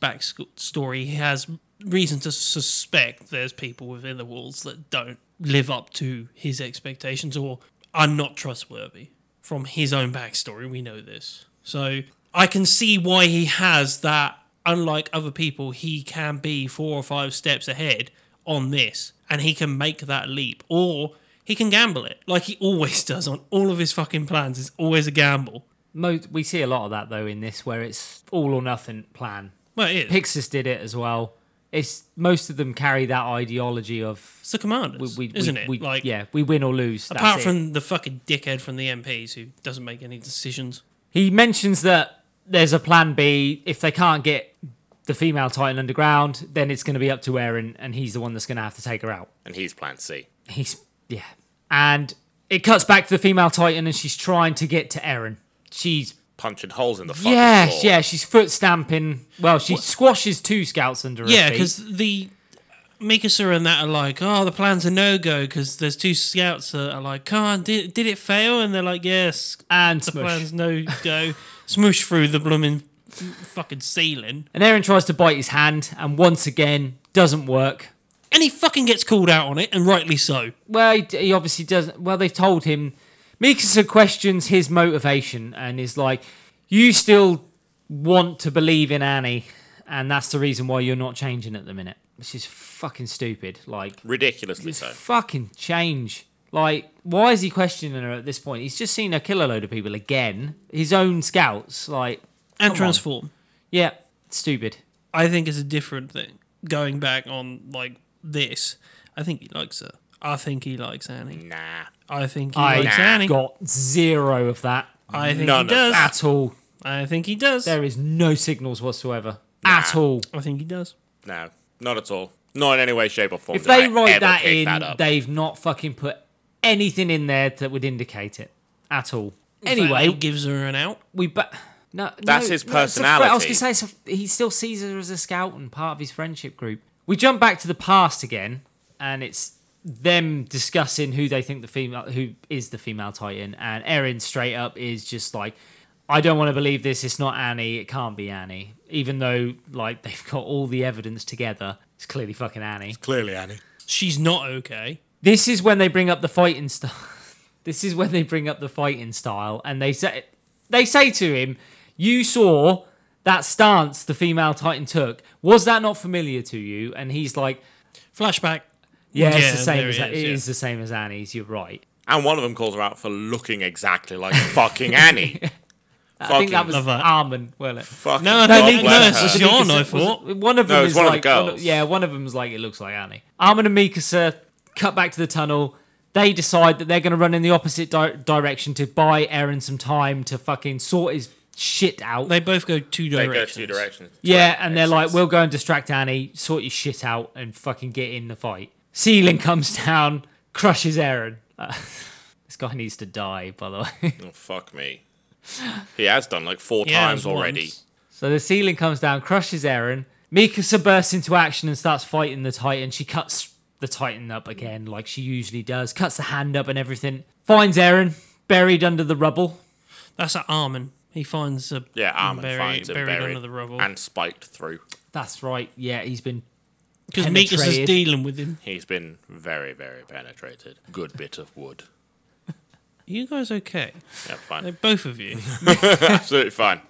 Speaker 2: backstory he has reason to suspect there's people within the walls that don't live up to his expectations or are not trustworthy. From his own backstory, we know this. So I can see why he has that. Unlike other people, he can be four or five steps ahead on this and he can make that leap or he can gamble it like he <laughs> always does on all of his fucking plans. It's always a gamble.
Speaker 1: Most, we see a lot of that though in this, where it's all or nothing plan.
Speaker 2: Well, it is.
Speaker 1: Pixis did it as well. It's most of them carry that ideology of
Speaker 2: it's the commanders,
Speaker 1: we, we,
Speaker 2: isn't
Speaker 1: we,
Speaker 2: it?
Speaker 1: we-
Speaker 2: like,
Speaker 1: yeah, we win or lose. that's
Speaker 2: Apart
Speaker 1: it.
Speaker 2: from the fucking dickhead from the MPs who doesn't make any decisions.
Speaker 1: He mentions that there's a plan B. If they can't get the female Titan underground, then it's going to be up to Eren, and he's the one that's going to have to take her out.
Speaker 3: and he's Plan C.
Speaker 1: He's yeah, and it cuts back to the female Titan, and she's trying to get to Eren. She's
Speaker 3: Punching holes in the fucking
Speaker 1: yes,
Speaker 3: floor.
Speaker 1: yeah, she's foot stamping. Well, she squashes two scouts under her
Speaker 2: Yeah,
Speaker 1: feet.
Speaker 2: because the Mikasa and that are like, oh, the plan's a no go because there's two scouts that are like, Khan, did, did it fail? And they're like, yes,
Speaker 1: and
Speaker 2: the
Speaker 1: smush.
Speaker 2: plan's no go. Smoosh through the blooming fucking ceiling.
Speaker 1: And Eren tries to bite his hand, and once again doesn't work.
Speaker 2: And he fucking gets called out on it, and rightly so.
Speaker 1: Well, he, he obviously doesn't. Well, they've told him. Mikasa questions his motivation and is like, "You still want to believe in Annie, and that's the reason why you're not changing at the minute." Which is fucking stupid. Like,
Speaker 3: Ridiculously so.
Speaker 1: fucking change. Like, why is he questioning her at this point? He's just seen her kill a load of people again. His own scouts. Like,
Speaker 2: And
Speaker 1: on.
Speaker 2: transform.
Speaker 1: yeah, stupid.
Speaker 2: I think it's a different thing. Going back on like this, I think he likes her. I think he likes Annie.
Speaker 3: Nah.
Speaker 2: I think he
Speaker 1: I
Speaker 2: likes Annie.
Speaker 1: got zero of that
Speaker 2: I think
Speaker 3: None
Speaker 2: he
Speaker 3: of
Speaker 2: does.
Speaker 3: that.
Speaker 1: at all.
Speaker 2: I think he does.
Speaker 1: There is no signals whatsoever at all.
Speaker 2: I think he does.
Speaker 3: No. Not at all. Not in any way, shape, or form.
Speaker 1: If
Speaker 3: did I
Speaker 1: they write
Speaker 3: ever
Speaker 1: that
Speaker 3: pick
Speaker 1: in,
Speaker 3: that up.
Speaker 1: they've not fucking put anything in there that would indicate it at all.
Speaker 2: Anyway,
Speaker 1: Anyway,
Speaker 2: gives her an out.
Speaker 1: we ba- no,
Speaker 3: That's
Speaker 1: no,
Speaker 3: his
Speaker 1: no, it's a fr- I was
Speaker 3: personality.
Speaker 1: gonna say it's a- he still sees her as a scout and part of his friendship group. We jump back to the past again, and it's them discussing who they think the female who is the female titan, and Erin straight up is just like. I don't want to believe this. It's not Annie. It can't be Annie. Even though, like, <laughs> they've got all the evidence together, it's clearly fucking Annie.
Speaker 3: Clearly, Annie.
Speaker 2: She's not okay.
Speaker 1: This is when they bring up the fighting style. <laughs> this is when they bring up the fighting style, and they say they say to him, "You saw that stance the female titan took. Was that not familiar to you?" And he's like,
Speaker 2: Flashback.
Speaker 1: "Yeah,
Speaker 2: Yeah,
Speaker 1: it's the same
Speaker 2: there
Speaker 1: as
Speaker 2: it
Speaker 1: it
Speaker 2: is, yeah."
Speaker 1: is the same as Annie's. You're right."
Speaker 3: And one of them calls her out for looking exactly like <laughs> fucking Annie.
Speaker 1: I think that was
Speaker 2: love that.
Speaker 1: Armin. Well, it
Speaker 3: Fucking
Speaker 2: No, I
Speaker 3: God
Speaker 2: don't think-
Speaker 3: bless
Speaker 2: no,
Speaker 3: her.
Speaker 2: it's just- John, I thought.
Speaker 1: one of them
Speaker 3: No, it's
Speaker 1: is
Speaker 3: one of the
Speaker 1: like, one
Speaker 3: girls.
Speaker 1: yeah, one of them's like, it looks like Annie. Armin and Mikasa cut back to the tunnel. They decide that they're going to run in the opposite di- direction to buy Eren some time to fucking sort his shit out.
Speaker 2: They both go two
Speaker 3: They
Speaker 2: directions.
Speaker 3: go two directions.
Speaker 1: yeah, and they're like,
Speaker 3: Directions.
Speaker 1: we'll go and distract Annie, sort your shit out, and fucking get in the fight. Ceiling comes <laughs> down, crushes Eren. <laughs> Uh, this guy needs to die, by the way.
Speaker 3: Oh, fuck me. He has done like four
Speaker 2: Yeah,
Speaker 3: times
Speaker 2: once.
Speaker 3: already.
Speaker 1: So the ceiling comes down, crushes Eren. Mikasa bursts into action and starts fighting the Titan. She cuts the Titan up again, like she usually does, cuts the hand up and everything. Finds Eren buried under the rubble.
Speaker 2: That's at Armin. He finds a
Speaker 3: Yeah, Armin
Speaker 2: buried,
Speaker 3: finds him
Speaker 2: buried,
Speaker 3: buried
Speaker 2: under the rubble
Speaker 3: and spiked through.
Speaker 1: That's right. Yeah, he's been.
Speaker 2: because Mikas is
Speaker 1: penetrated.
Speaker 2: dealing with him.
Speaker 3: He's been very, very penetrated. Good bit of wood.
Speaker 2: You guys okay?
Speaker 3: Yeah,
Speaker 2: They're
Speaker 3: fine.
Speaker 2: both of <laughs> you.
Speaker 3: Absolutely fine.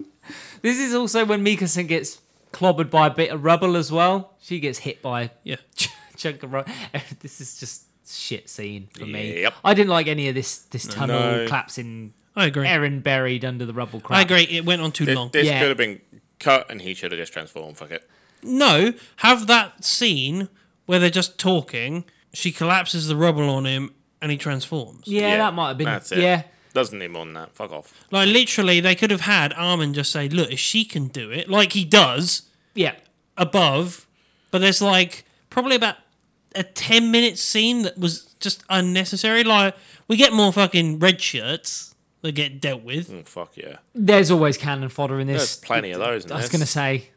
Speaker 1: This is also when Mikasa gets clobbered by a bit of rubble as well. She gets hit by
Speaker 2: Yeah.
Speaker 1: ch- chunk of rock. <laughs> This is just shit scene for me.
Speaker 3: Yep.
Speaker 1: I didn't like any of this this tunnel
Speaker 3: No.
Speaker 1: collapsing.
Speaker 2: I agree.
Speaker 1: Eren buried under the rubble crap.
Speaker 2: I agree. It went on too
Speaker 3: This,
Speaker 2: long.
Speaker 3: this
Speaker 1: Yeah.
Speaker 3: could have been cut and he should have just transformed. Fuck it.
Speaker 2: No, have that scene where they're just talking. She collapses the rubble on him, and he transforms.
Speaker 1: Yeah,
Speaker 3: Yeah,
Speaker 1: that might have been.
Speaker 3: that's it.
Speaker 1: Yeah,
Speaker 3: Doesn't need more than that. Fuck off.
Speaker 2: Like literally, they could have had Armin just say, "Look, if she can do it, like he does
Speaker 1: Yeah.
Speaker 2: above," but there's like probably about a ten minute scene that was just unnecessary. Like we get more fucking red shirts that get dealt with.
Speaker 3: Mm, fuck yeah.
Speaker 1: There's always cannon fodder in
Speaker 3: There's
Speaker 1: this.
Speaker 3: plenty of those. In
Speaker 1: I was
Speaker 3: this.
Speaker 1: going to say.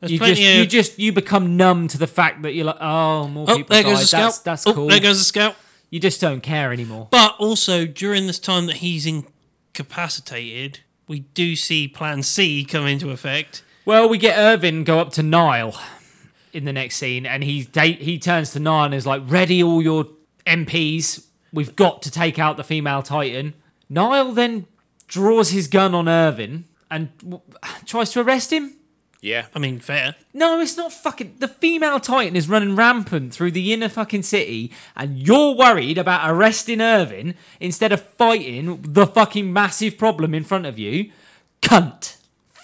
Speaker 2: There's
Speaker 1: You
Speaker 2: plenty
Speaker 1: just,
Speaker 2: of
Speaker 1: you just, you become numb to the fact that you're like, oh, more
Speaker 2: oh,
Speaker 1: people
Speaker 2: there
Speaker 1: died.
Speaker 2: goes the scout.
Speaker 1: That's, that's
Speaker 2: oh,
Speaker 1: cool.
Speaker 2: There goes the scout.
Speaker 1: You just don't care anymore.
Speaker 2: But also during this time that he's incapacitated, we do see Plan C come into effect.
Speaker 1: Well, we get Irvin go up to Nile in the next scene, and he ta- he turns to Nile and is like, "Ready all your MPs. We've got to take out the female Titan." Nile then draws his gun on Irvin and w- tries to arrest him.
Speaker 3: Yeah.
Speaker 2: I mean, fair.
Speaker 1: No, it's not fucking. The female Titan is running rampant through the inner fucking city, and you're worried about arresting Irvin instead of fighting the fucking massive problem in front of you. Cunt.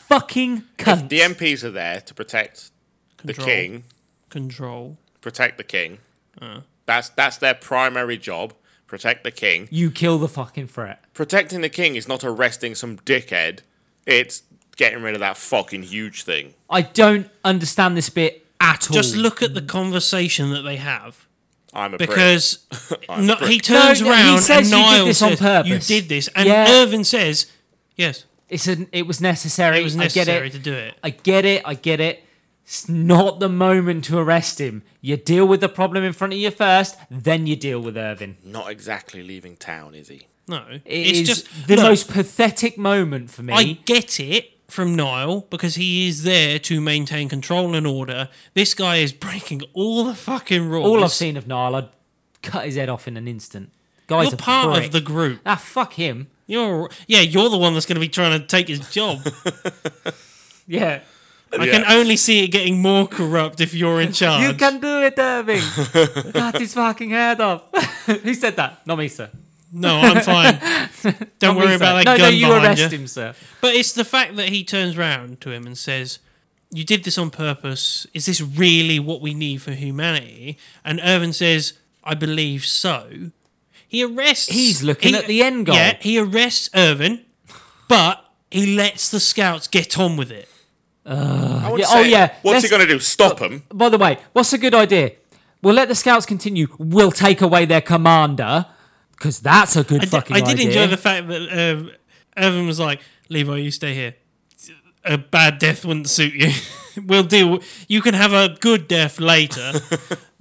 Speaker 1: Fucking cunt.
Speaker 3: The MPs are there to protect the
Speaker 2: Control.
Speaker 3: king.
Speaker 2: Control.
Speaker 3: Protect the king.
Speaker 2: Uh.
Speaker 3: That's that's their primary job. Protect the king.
Speaker 1: you kill the fucking threat.
Speaker 3: Protecting the king is not arresting some dickhead. It's getting rid of that fucking huge thing.
Speaker 1: I don't understand this bit at all.
Speaker 2: Just look at the conversation that they have
Speaker 3: I'm a prick.
Speaker 2: because no, he turns
Speaker 1: No, no, he
Speaker 2: around
Speaker 1: says
Speaker 2: and
Speaker 1: you did
Speaker 2: Niall
Speaker 1: this on
Speaker 2: says,
Speaker 1: purpose.
Speaker 2: "You did this," and
Speaker 1: Yeah.
Speaker 2: Irvin says, "Yes,
Speaker 1: It's an, it was necessary.
Speaker 2: it was necessary
Speaker 1: I get
Speaker 2: to
Speaker 1: it.
Speaker 2: do it."
Speaker 1: I get it. I get it. It's not the moment to arrest him. You deal with the problem in front of you first, then you deal with Irvin.
Speaker 3: not exactly leaving town, is he?
Speaker 2: No,
Speaker 1: it's
Speaker 2: it's just
Speaker 1: just the
Speaker 2: look,
Speaker 1: most pathetic moment for me.
Speaker 2: I get it from Niall because he is there to maintain control and order. This guy is breaking all the fucking rules.
Speaker 1: all I've seen of Niall, I'd cut his head off in an instant. Guy's
Speaker 2: You're
Speaker 1: a
Speaker 2: part
Speaker 1: prick.
Speaker 2: of the group.
Speaker 1: Ah, fuck him.
Speaker 2: You're yeah, you're the one that's going to be trying to take his job.
Speaker 1: Yeah.
Speaker 2: I can only see it getting more corrupt if you're in charge.
Speaker 1: <laughs> You can do it,
Speaker 2: <laughs>
Speaker 1: Irving. cut his fucking head off. <laughs> Who said that? Not me, sir.
Speaker 2: No,
Speaker 1: <laughs>
Speaker 2: I'm fine.
Speaker 1: Not
Speaker 2: Don't worry
Speaker 1: me,
Speaker 2: about
Speaker 1: sir.
Speaker 2: that
Speaker 1: no,
Speaker 2: gun
Speaker 1: No, you
Speaker 2: behind
Speaker 1: arrest
Speaker 2: you.
Speaker 1: him, sir.
Speaker 2: But it's the fact that he turns round to him and says, "You did this on purpose. Is this really what we need for humanity?" And Irvin says, "I believe so." He arrests.
Speaker 1: He's looking
Speaker 2: he-
Speaker 1: at the end goal.
Speaker 2: Yeah, he arrests Irvin, but he lets the scouts get on with it.
Speaker 3: I would
Speaker 1: yeah, oh, yeah,
Speaker 3: What's
Speaker 1: let's-
Speaker 3: he gonna do? Stop him?
Speaker 1: By the way, what's a good idea? We'll let the scouts continue. We'll take away their commander because that's a good
Speaker 2: I di-
Speaker 1: fucking
Speaker 2: I did
Speaker 1: idea.
Speaker 2: enjoy the fact that um, Irvin was like, "Levi, you stay here. A bad death wouldn't suit you. <laughs> we'll deal. You can have a good
Speaker 1: <laughs>
Speaker 2: death later.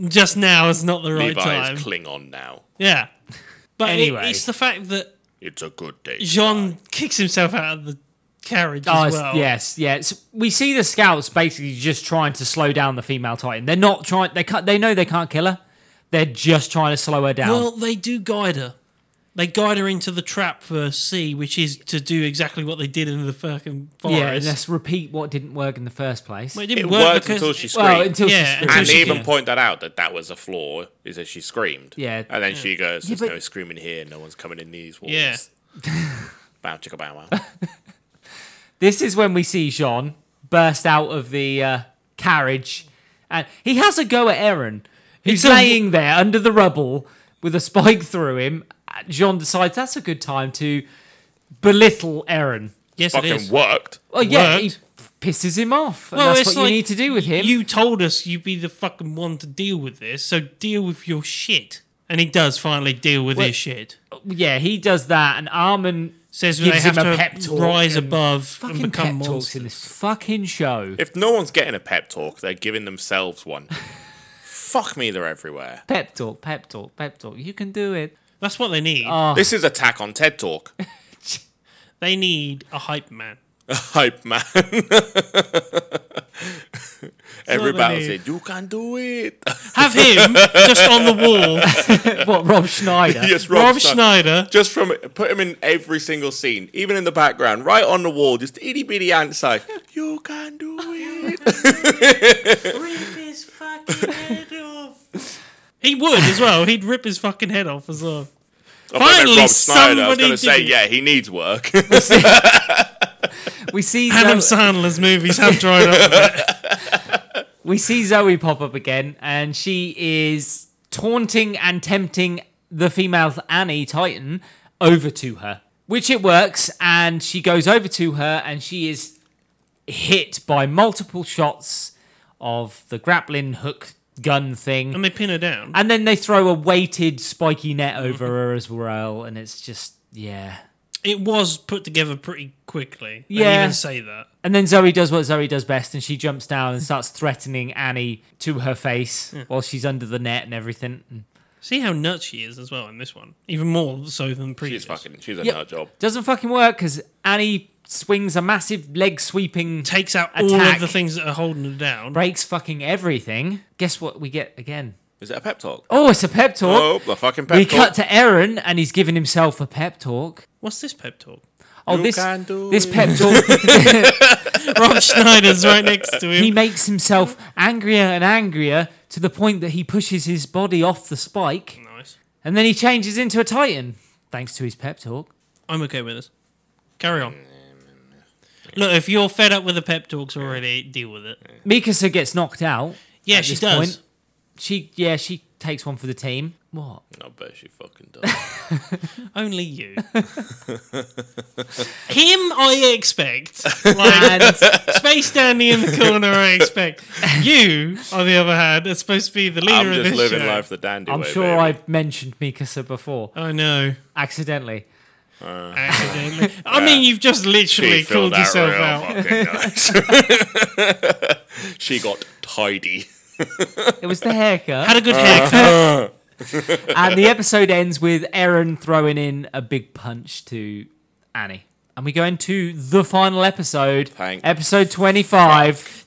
Speaker 2: Just now is not the right
Speaker 3: Levi
Speaker 2: time."
Speaker 3: is Klingon now.
Speaker 2: Yeah. But it-
Speaker 1: Anyway.
Speaker 2: it's the fact that
Speaker 3: It's a good day.
Speaker 2: Jean kicks himself out of the carriage
Speaker 1: Oh,
Speaker 2: as
Speaker 1: it's-
Speaker 2: well.
Speaker 1: Yes, yes. We see the scouts basically just trying to slow down the female titan. They're not trying. They can't. They know they can't kill her. They're just trying to slow her down.
Speaker 2: Well, they do guide her. They guide her into the trap for C, which is to do exactly what they did in the fucking forest.
Speaker 1: yeah. Let's repeat what didn't work in the first place.
Speaker 2: Well, it
Speaker 3: It
Speaker 2: didn't work
Speaker 3: worked
Speaker 2: because
Speaker 3: until she screamed.
Speaker 1: well, until
Speaker 2: Yeah,
Speaker 1: she's
Speaker 2: until
Speaker 3: and
Speaker 2: she
Speaker 3: they even
Speaker 2: yeah.
Speaker 3: point that out that that was a flaw is that she screamed.
Speaker 1: Yeah.
Speaker 3: And then she goes,
Speaker 1: Yeah,
Speaker 3: "There's
Speaker 1: but-
Speaker 3: no screaming here. No one's coming in these walls."
Speaker 2: Yeah.
Speaker 3: bow chicka bow wow.
Speaker 1: This is when we see Jean burst out of the uh, carriage, and he has a go at Aaron, who's
Speaker 2: It's a-
Speaker 1: laying there under the rubble with a spike through him. Uh, Jean decides that's a good time to belittle Aaron.
Speaker 2: yes, it
Speaker 3: Fucking
Speaker 2: is.
Speaker 3: worked.
Speaker 1: Well, yeah, he
Speaker 2: Worked.
Speaker 1: f- pisses him off, and
Speaker 2: Well,
Speaker 1: that's
Speaker 2: it's
Speaker 1: what
Speaker 2: like,
Speaker 1: you need to do with him.
Speaker 2: You told us you'd be the fucking one to deal with this, so deal with your shit. And he does finally deal with his shit.
Speaker 1: yeah, he does that, and Armin
Speaker 2: Says they
Speaker 1: gives
Speaker 2: have
Speaker 1: him a
Speaker 2: to
Speaker 1: pep talk
Speaker 2: rise
Speaker 1: and
Speaker 2: above and
Speaker 1: fucking
Speaker 2: become
Speaker 1: pep talks in
Speaker 2: monsters.
Speaker 1: this fucking show.
Speaker 3: If no one's getting a pep talk, they're giving
Speaker 1: <laughs>
Speaker 3: themselves one. Fuck me, they're everywhere.
Speaker 1: Pep talk, pep talk, pep talk. You can do it.
Speaker 2: That's what they
Speaker 1: Oh,
Speaker 2: need.
Speaker 1: Ah.
Speaker 3: This is attack on
Speaker 1: <laughs>
Speaker 3: TED Talk.
Speaker 2: they need a hype man.
Speaker 3: Hype man.
Speaker 2: what
Speaker 3: Every
Speaker 2: they
Speaker 3: battle
Speaker 2: need.
Speaker 3: said, "You can do it." <laughs>
Speaker 2: <laughs> Have him just on the <laughs> wall.
Speaker 1: What Rob
Speaker 2: <laughs>
Speaker 1: Schneider?
Speaker 3: yes, Rob,
Speaker 2: Rob
Speaker 3: Schneider.
Speaker 2: Schneider.
Speaker 3: Just from put him in every single scene, even in the background, right on the wall, just itty bitty ant side. You can <laughs> do it.
Speaker 2: He would as well. He'd rip his fucking head off as well.
Speaker 3: I thought it meant
Speaker 2: Finally,
Speaker 3: Rob Schneider. I was
Speaker 2: somebody
Speaker 3: going to
Speaker 2: did
Speaker 3: say,
Speaker 2: it.
Speaker 3: yeah, he needs work.
Speaker 1: We see
Speaker 2: Adam
Speaker 1: Zoe-
Speaker 2: Sandler's movies have dried up. a bit.
Speaker 1: we see Zoe pop up again, and she is taunting and tempting the female Annie Titan over to her. which it works. And she goes over to her and she is hit by multiple shots of the grappling hook gun thing.
Speaker 2: and they pin her down.
Speaker 1: And then they throw a weighted spiky net over her as well, and it's just yeah.
Speaker 2: It was put together pretty quickly. They
Speaker 1: Yeah.
Speaker 2: even say that.
Speaker 1: And then Zoe does what Zoe does best, and she jumps down and starts threatening Annie to her face while she's under the net and everything. And
Speaker 2: See how nuts she is as well in this one, even more so than the previous.
Speaker 3: She's fucking. She's a
Speaker 1: Yep.
Speaker 3: nut job.
Speaker 1: doesn't fucking work because Annie swings a massive leg sweeping,
Speaker 2: takes out all
Speaker 1: Attack.
Speaker 2: of the things that are holding her down.
Speaker 1: breaks fucking everything. Guess what we get again?
Speaker 3: Is it a pep talk?
Speaker 1: Oh, it's a pep talk.
Speaker 3: Oh, the fucking pep
Speaker 1: we
Speaker 3: talk.
Speaker 1: cut to Aaron, and he's giving himself a pep talk.
Speaker 2: What's this pep talk?
Speaker 1: Oh,
Speaker 3: You
Speaker 1: this
Speaker 3: can do
Speaker 1: this
Speaker 3: it.
Speaker 1: pep talk
Speaker 2: Rob <laughs> Schneider's right next to him.
Speaker 1: he makes himself angrier and angrier to the point that he pushes his body off the spike
Speaker 2: nice.
Speaker 1: and then he changes into a titan thanks to his pep talk
Speaker 2: I'm okay with this. Carry on. Look, if you're fed up with the pep talks already, deal with it.
Speaker 1: mikasa gets knocked out
Speaker 2: Yeah,
Speaker 1: at
Speaker 2: she
Speaker 1: this
Speaker 2: does.
Speaker 1: point. she yeah she takes one for the team what
Speaker 3: I bet she fucking does.
Speaker 2: Only you. Him, I expect. Like,
Speaker 1: and
Speaker 2: Space Dandy in the corner, I expect. You, on the other hand, are supposed to be the leader
Speaker 3: I'm
Speaker 2: of
Speaker 3: just
Speaker 2: this
Speaker 3: living
Speaker 2: show.
Speaker 3: life the dandy
Speaker 1: i'm
Speaker 3: way.
Speaker 1: sure
Speaker 3: baby.
Speaker 1: i've mentioned mikasa before
Speaker 2: I know.
Speaker 1: accidentally
Speaker 2: Accidentally. I mean, you've just literally
Speaker 3: She filled
Speaker 2: called
Speaker 3: that
Speaker 2: yourself
Speaker 3: real
Speaker 2: out.
Speaker 3: fucking nice. she got tidy.
Speaker 1: it was the haircut
Speaker 2: <laughs> Had a good haircut.
Speaker 1: and the episode ends with aaron throwing in a big punch to annie and we go into the final episode
Speaker 3: Thank
Speaker 1: episode 25
Speaker 3: I've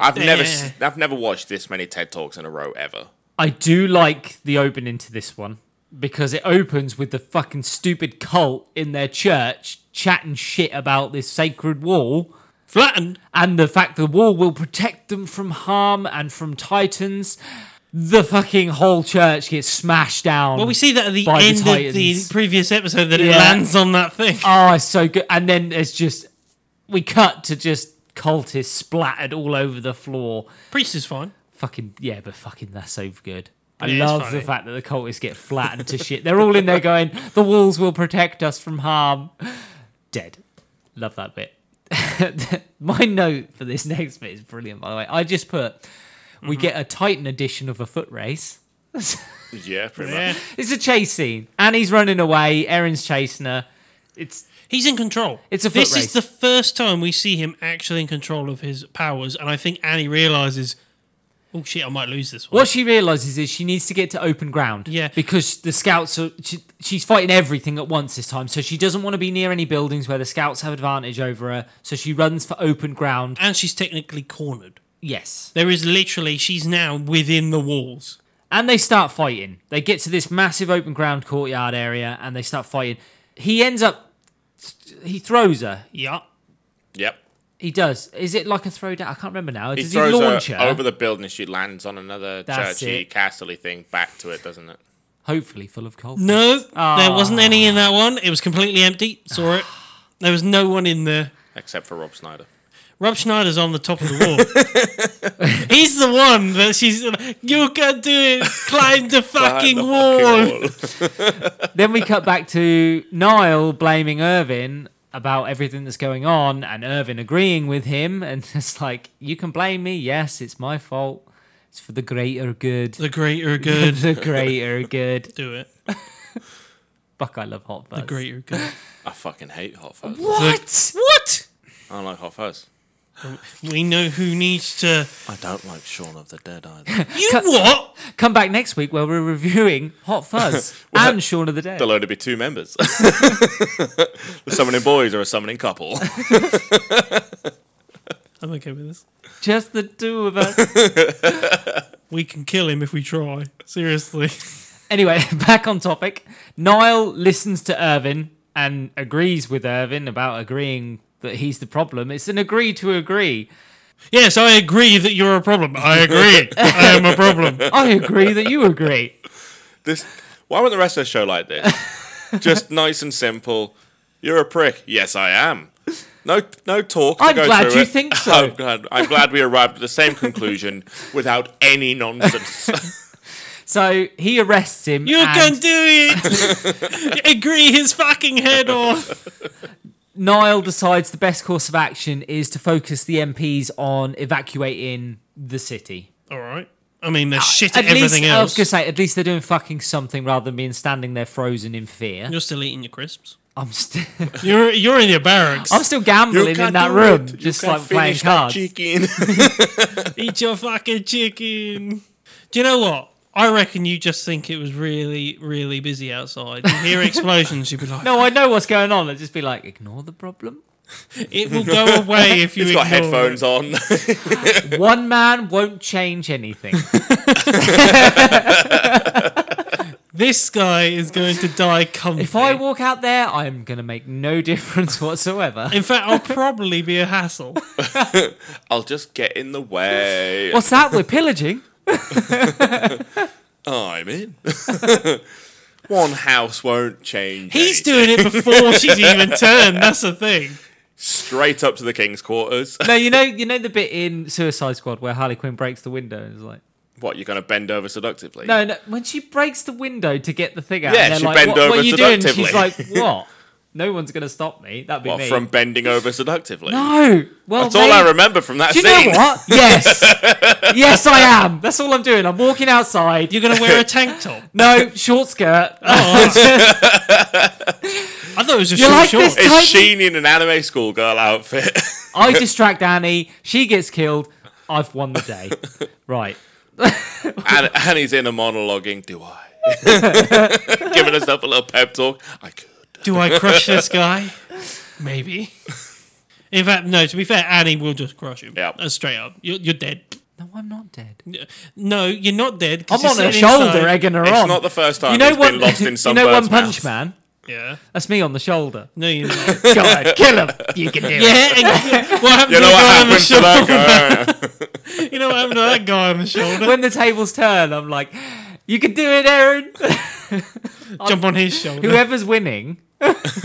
Speaker 2: I've
Speaker 3: never, s- I've never watched this many TED talks in a row ever.
Speaker 1: I do like the opening to this one because it opens with the fucking stupid cult in their church chatting shit about this sacred wall
Speaker 2: flattened.
Speaker 1: and the fact the wall will protect them from harm and from titans. The fucking whole church gets smashed down.
Speaker 2: Well, we see that at the
Speaker 1: by the
Speaker 2: end of the
Speaker 1: Titans.
Speaker 2: previous episode that it
Speaker 1: Yeah.
Speaker 2: lands on that thing.
Speaker 1: Oh, it's so good. And then it's just we cut to just cultists splattered all over the floor.
Speaker 2: Priest is fine.
Speaker 1: fucking yeah, but fucking that's so good. I
Speaker 2: Yeah, it's
Speaker 1: love the
Speaker 2: funny.
Speaker 1: fact that the cultists get flattened to shit. They're all in there going, "The walls will protect us from harm." Dead. Love that bit. <laughs> My note for this next bit is brilliant. By the way, I just put, "We
Speaker 2: Mm-hmm.
Speaker 1: get a Titan edition of a foot race."
Speaker 3: Yeah, pretty
Speaker 2: Yeah.
Speaker 3: much.
Speaker 1: It's a chase scene. Annie's running away. Erin's chasing her. It's
Speaker 2: He's in control.
Speaker 1: It's a foot
Speaker 2: This
Speaker 1: race.
Speaker 2: is the first time we see him actually in control of his powers, and I think Annie realizes, oh shit, I might lose this one.
Speaker 1: what she realizes is she needs to get to open ground.
Speaker 2: Yeah.
Speaker 1: Because the scouts are she, she's fighting everything at once this time, so she doesn't want to be near any buildings where the scouts have advantage over her. So she runs for open ground.
Speaker 2: And she's technically cornered.
Speaker 1: Yes.
Speaker 2: There is literally, she's now within the walls.
Speaker 1: And they start fighting. They get to this massive open ground courtyard area and they start fighting. He ends up he throws her.
Speaker 2: Yeah.
Speaker 3: Yep.
Speaker 1: He does. Is it like a throwdown? I can't remember now.
Speaker 3: He
Speaker 1: Does he,
Speaker 3: throws
Speaker 1: launch
Speaker 3: her
Speaker 1: her?
Speaker 3: over the building. She lands on another
Speaker 1: That's
Speaker 3: churchy,
Speaker 1: it.
Speaker 3: castle thing. Back to it, doesn't it?
Speaker 1: Hopefully full of cold.
Speaker 2: No, there
Speaker 1: Ah.
Speaker 2: wasn't any in that one. It was completely empty. Saw it. There was no one in there.
Speaker 3: Except for Rob Snyder.
Speaker 2: Rob Schneider's on the top of the wall. He's the one that she's. You can do it. Climb the fucking
Speaker 3: The
Speaker 2: wall.
Speaker 3: fucking wall.
Speaker 1: then we cut back to Niall blaming Irvin about everything that's going on and Irvin agreeing with him and <laughs> it's like you can blame me yes it's my fault it's for the greater good <laughs>
Speaker 2: The greater good.
Speaker 1: the greater good
Speaker 2: do it.
Speaker 1: fuck I love hot fuzz
Speaker 2: The greater good.
Speaker 3: I fucking hate hot fuzz.
Speaker 1: what
Speaker 2: What?
Speaker 3: I don't like hot fuzz.
Speaker 2: We know who needs to.
Speaker 3: I don't like Shaun of the Dead either.
Speaker 2: You what?
Speaker 1: come back next week where we're reviewing
Speaker 2: <laughs>
Speaker 1: hot fuzz and Shaun of the Dead
Speaker 3: <laughs> There'll only be two <laughs> members. the summoning boys or a summoning <laughs> couple.
Speaker 2: I'm okay with this.
Speaker 1: just the two of
Speaker 2: <laughs>
Speaker 1: us
Speaker 2: We can kill him if we try. Seriously. <laughs>
Speaker 1: anyway <laughs> back on topic Niall listens to Irvin and agrees with Irvin about agreeing that he's the problem it's an agree to agree
Speaker 2: Yes, I agree that you're a problem. I agree. I am a problem.
Speaker 1: <laughs> I agree that you agree.
Speaker 3: This. Why won't the rest of the show like this? Just nice and simple. You're a prick. Yes, I am. No, no talk. to
Speaker 1: I'm
Speaker 3: go
Speaker 1: glad
Speaker 3: through
Speaker 1: you
Speaker 3: it. <laughs>
Speaker 1: think so.
Speaker 3: I'm glad, I'm glad we arrived at the same conclusion without any nonsense.
Speaker 1: So he arrests him.
Speaker 2: You
Speaker 1: and
Speaker 2: can do it. Agree his fucking head off.
Speaker 1: Niall decides the best course of action is to focus the MPs on evacuating the city.
Speaker 2: All right. I mean, they're shit
Speaker 1: At
Speaker 2: at,
Speaker 1: least,
Speaker 2: everything
Speaker 1: I was
Speaker 2: else.
Speaker 1: gonna say, at least they're doing fucking something rather than being standing there frozen in fear.
Speaker 2: You're still eating your crisps.
Speaker 1: I'm still,
Speaker 2: You're you're in your
Speaker 1: <laughs>
Speaker 2: barracks.
Speaker 1: I'm still gambling in that room, just like playing cards. <laughs>
Speaker 3: Chicken.
Speaker 2: <laughs> Eat your fucking chicken. Do you know what? I reckon you just think it was really, really busy outside. You
Speaker 1: <laughs>
Speaker 2: hear explosions, you'd be like,
Speaker 1: No, I know what's going on. I'd just be like, ignore the problem.
Speaker 2: it will go away
Speaker 3: <laughs>
Speaker 2: if you
Speaker 3: He's
Speaker 2: ignore
Speaker 3: got headphones
Speaker 2: it."
Speaker 3: on. <laughs>
Speaker 1: One man won't change anything.
Speaker 2: This guy is going to die comfy.
Speaker 1: If
Speaker 2: <laughs>
Speaker 1: I walk out there, I'm gonna make no <laughs> difference whatsoever.
Speaker 2: In fact, I'll probably be
Speaker 1: <laughs>
Speaker 2: a hassle.
Speaker 3: I'll just get in the way.
Speaker 1: What's that? We're pillaging.
Speaker 3: I'm in. <laughs> One house won't change.
Speaker 2: He's
Speaker 3: anything.
Speaker 2: doing it before she's even turned. That's the thing.
Speaker 3: straight up to the king's quarters. <laughs>
Speaker 1: No, you know, you know the bit in Suicide Squad where Harley Quinn breaks the window and is like,
Speaker 3: what? You're gonna bend over seductively?
Speaker 1: no, no. When she breaks the window to get the thing out,
Speaker 3: Yeah,
Speaker 1: and they're
Speaker 3: she
Speaker 1: like,
Speaker 3: bent
Speaker 1: what, what
Speaker 3: over
Speaker 1: are you doing? She's like,
Speaker 3: <laughs> seductively.
Speaker 1: what? No one's gonna stop me. That'd be
Speaker 3: What
Speaker 1: me.
Speaker 3: from bending over seductively?
Speaker 1: no. Well,
Speaker 3: That's all
Speaker 1: maybe-
Speaker 3: I remember from that
Speaker 1: Do you
Speaker 3: scene.
Speaker 1: know what? Yes.
Speaker 3: <laughs>
Speaker 1: yes, I am. That's all I'm doing. I'm walking outside. You-
Speaker 2: You're going to wear a tank top.
Speaker 1: <laughs> no, short
Speaker 2: <laughs>
Speaker 1: skirt. <laughs>
Speaker 2: I thought it was a
Speaker 1: You
Speaker 2: short
Speaker 1: like
Speaker 2: short.
Speaker 1: this?
Speaker 3: It's
Speaker 1: Type-
Speaker 3: Sheen in an anime schoolgirl outfit. <laughs>
Speaker 1: I distract Annie. She gets killed. I've won the
Speaker 3: <laughs>
Speaker 1: day. Right.
Speaker 3: and, and he's in a monologuing. Do I? <laughs> Giving himself a little pep talk. I could.
Speaker 2: Do I crush this guy? Maybe.
Speaker 3: <laughs>
Speaker 2: In fact, no, to be fair, Annie will just crush him.
Speaker 3: Yeah.
Speaker 2: Uh, straight up. You're, you're dead.
Speaker 1: No, I'm not dead.
Speaker 2: No, you're not dead.
Speaker 1: I'm
Speaker 2: 'cause you're
Speaker 1: on her
Speaker 2: sitting
Speaker 1: shoulder,
Speaker 2: inside.
Speaker 1: egging her
Speaker 3: It's
Speaker 1: on.
Speaker 3: not the first time
Speaker 1: you know
Speaker 3: he's
Speaker 1: one,
Speaker 3: been lost
Speaker 1: <laughs>
Speaker 3: in
Speaker 1: you
Speaker 3: some
Speaker 1: know One
Speaker 3: bird's
Speaker 1: Punch
Speaker 3: mouth.
Speaker 1: Man.
Speaker 2: Yeah.
Speaker 1: That's me on the
Speaker 3: <laughs>
Speaker 1: shoulder.
Speaker 2: No, you're not.
Speaker 1: <laughs> God, kill him. You can do it.
Speaker 2: yeah. And what happened
Speaker 3: You
Speaker 2: to
Speaker 3: know
Speaker 2: the
Speaker 3: what
Speaker 2: guy on the
Speaker 3: happened to
Speaker 2: shoulder? <laughs>
Speaker 3: that guy?
Speaker 2: You know what happened to that guy on
Speaker 1: <laughs>
Speaker 2: the shoulder?
Speaker 1: When the tables turn, I'm like, you can do it, Aaron.
Speaker 2: Jump on his shoulder.
Speaker 1: Whoever's winning. <laughs>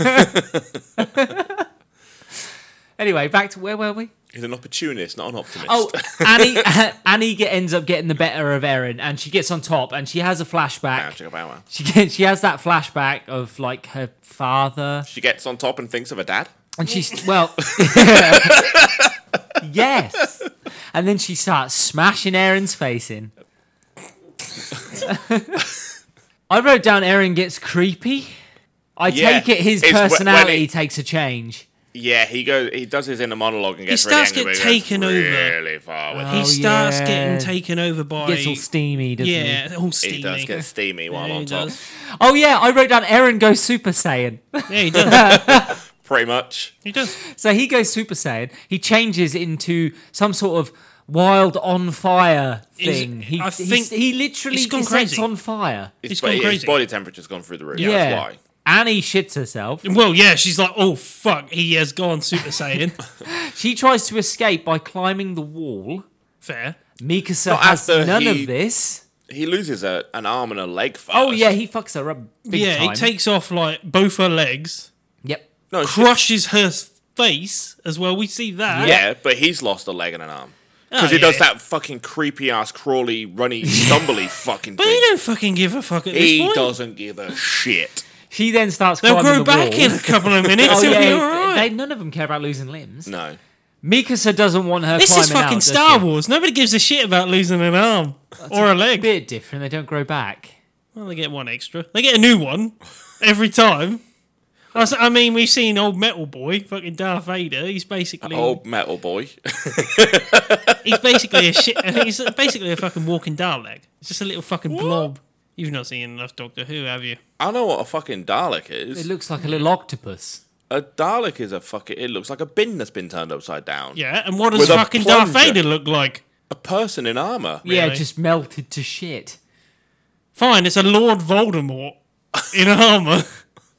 Speaker 1: anyway, back to where were we?
Speaker 3: He's an opportunist, not an optimist. <laughs>
Speaker 1: Oh, Annie <laughs> Annie get, ends up getting the better of Erin, and she gets on top, and she has a
Speaker 3: Bow,
Speaker 1: flashback.
Speaker 3: chicka, bow, wow.
Speaker 1: She gets, she has that flashback of like her father,
Speaker 3: She gets on top and thinks of her dad.
Speaker 1: and she's well, <laughs> yes, and then she starts smashing Erin's face in. <laughs> I wrote down Erin gets creepy. I
Speaker 3: Yeah,
Speaker 1: take it his
Speaker 3: it's wh- when
Speaker 1: personality
Speaker 3: he-
Speaker 1: takes a change.
Speaker 3: Yeah, he goes. He does his inner monologue and gets
Speaker 2: starts
Speaker 3: really angry.
Speaker 2: get
Speaker 3: but he goes
Speaker 2: taken
Speaker 3: really
Speaker 2: over.
Speaker 3: far with
Speaker 2: he
Speaker 1: Oh,
Speaker 2: starts
Speaker 1: yeah.
Speaker 2: getting taken over by.
Speaker 1: Gets all steamy, doesn't he?
Speaker 2: yeah, all
Speaker 3: it.
Speaker 2: steamy.
Speaker 3: He does get steamy while
Speaker 2: Yeah,
Speaker 3: on
Speaker 2: he
Speaker 3: top.
Speaker 2: does.
Speaker 1: Oh yeah, I wrote down Aaron goes Super Saiyan. <laughs>
Speaker 2: Yeah, he does.
Speaker 3: Pretty much.
Speaker 2: he does.
Speaker 1: so he goes Super Saiyan. He changes into some sort of wild on fire
Speaker 2: Is-
Speaker 1: thing. he,
Speaker 2: I
Speaker 1: he's-
Speaker 2: think
Speaker 1: he literally
Speaker 2: he's gone
Speaker 1: sets
Speaker 2: crazy.
Speaker 1: on fire.
Speaker 3: His,
Speaker 2: He's
Speaker 3: bo-
Speaker 2: gone
Speaker 3: his
Speaker 2: crazy.
Speaker 3: body temperature's gone through the roof.
Speaker 1: Yeah.
Speaker 3: That's why.
Speaker 1: Annie shits herself.
Speaker 2: Well, yeah, she's like, oh fuck, he has gone Super
Speaker 1: <laughs>
Speaker 2: Saiyan.
Speaker 1: She tries to escape by climbing the wall.
Speaker 2: Fair.
Speaker 1: Mikasa
Speaker 3: Not
Speaker 1: has
Speaker 3: after
Speaker 1: none
Speaker 3: he-
Speaker 1: of this.
Speaker 3: He loses a, an arm and a leg first.
Speaker 1: Oh yeah, he fucks her up big
Speaker 2: yeah,
Speaker 1: time.
Speaker 2: he takes off like both her legs,
Speaker 1: yep.
Speaker 3: No, she-
Speaker 2: crushes her face as well. We see that.
Speaker 3: Yeah, but he's lost a leg and an arm.
Speaker 2: Oh,
Speaker 3: Because he
Speaker 2: yeah.
Speaker 3: does that fucking creepy ass crawly,
Speaker 2: <laughs>
Speaker 3: runny, stumbly fucking
Speaker 2: But he
Speaker 3: thing.
Speaker 2: don't fucking give a fuck at this
Speaker 3: He
Speaker 2: point.
Speaker 3: doesn't give a shit.
Speaker 1: She then starts
Speaker 2: They'll
Speaker 1: climbing
Speaker 2: grow
Speaker 1: the
Speaker 2: back
Speaker 1: wall.
Speaker 2: in a couple of minutes.
Speaker 1: <laughs> Oh
Speaker 2: He'll be
Speaker 1: yeah, they,
Speaker 2: alright.
Speaker 1: none of them care about losing limbs.
Speaker 3: No.
Speaker 1: Mikasa doesn't want her
Speaker 2: This
Speaker 1: climbing
Speaker 2: is fucking
Speaker 1: out, does
Speaker 2: Star
Speaker 1: she?
Speaker 2: Wars. Nobody gives a shit about losing an arm or a leg.
Speaker 1: bit different. They don't grow back.
Speaker 2: Well, they get one extra. They get a new one every time. I s- I mean, we've seen old Metal Boy, fucking Darth Vader. He's basically
Speaker 3: Old metal boy.
Speaker 2: <laughs> he's basically a shit. <laughs> He's basically a fucking walking Dalek. It's just a little fucking blob. You've not seen enough Doctor Who, have you?
Speaker 3: I know what a fucking Dalek
Speaker 1: It
Speaker 3: is.
Speaker 1: looks like a little octopus.
Speaker 3: A Dalek is a fucking. It looks like a bin that's been turned upside down.
Speaker 2: Yeah. And what does
Speaker 3: With a
Speaker 2: fucking Darth
Speaker 3: plunger.
Speaker 2: Vader look like?
Speaker 3: A person in armor.
Speaker 1: Yeah,
Speaker 2: Really?
Speaker 1: just melted to shit.
Speaker 2: Fine, it's a Lord Voldemort in armor.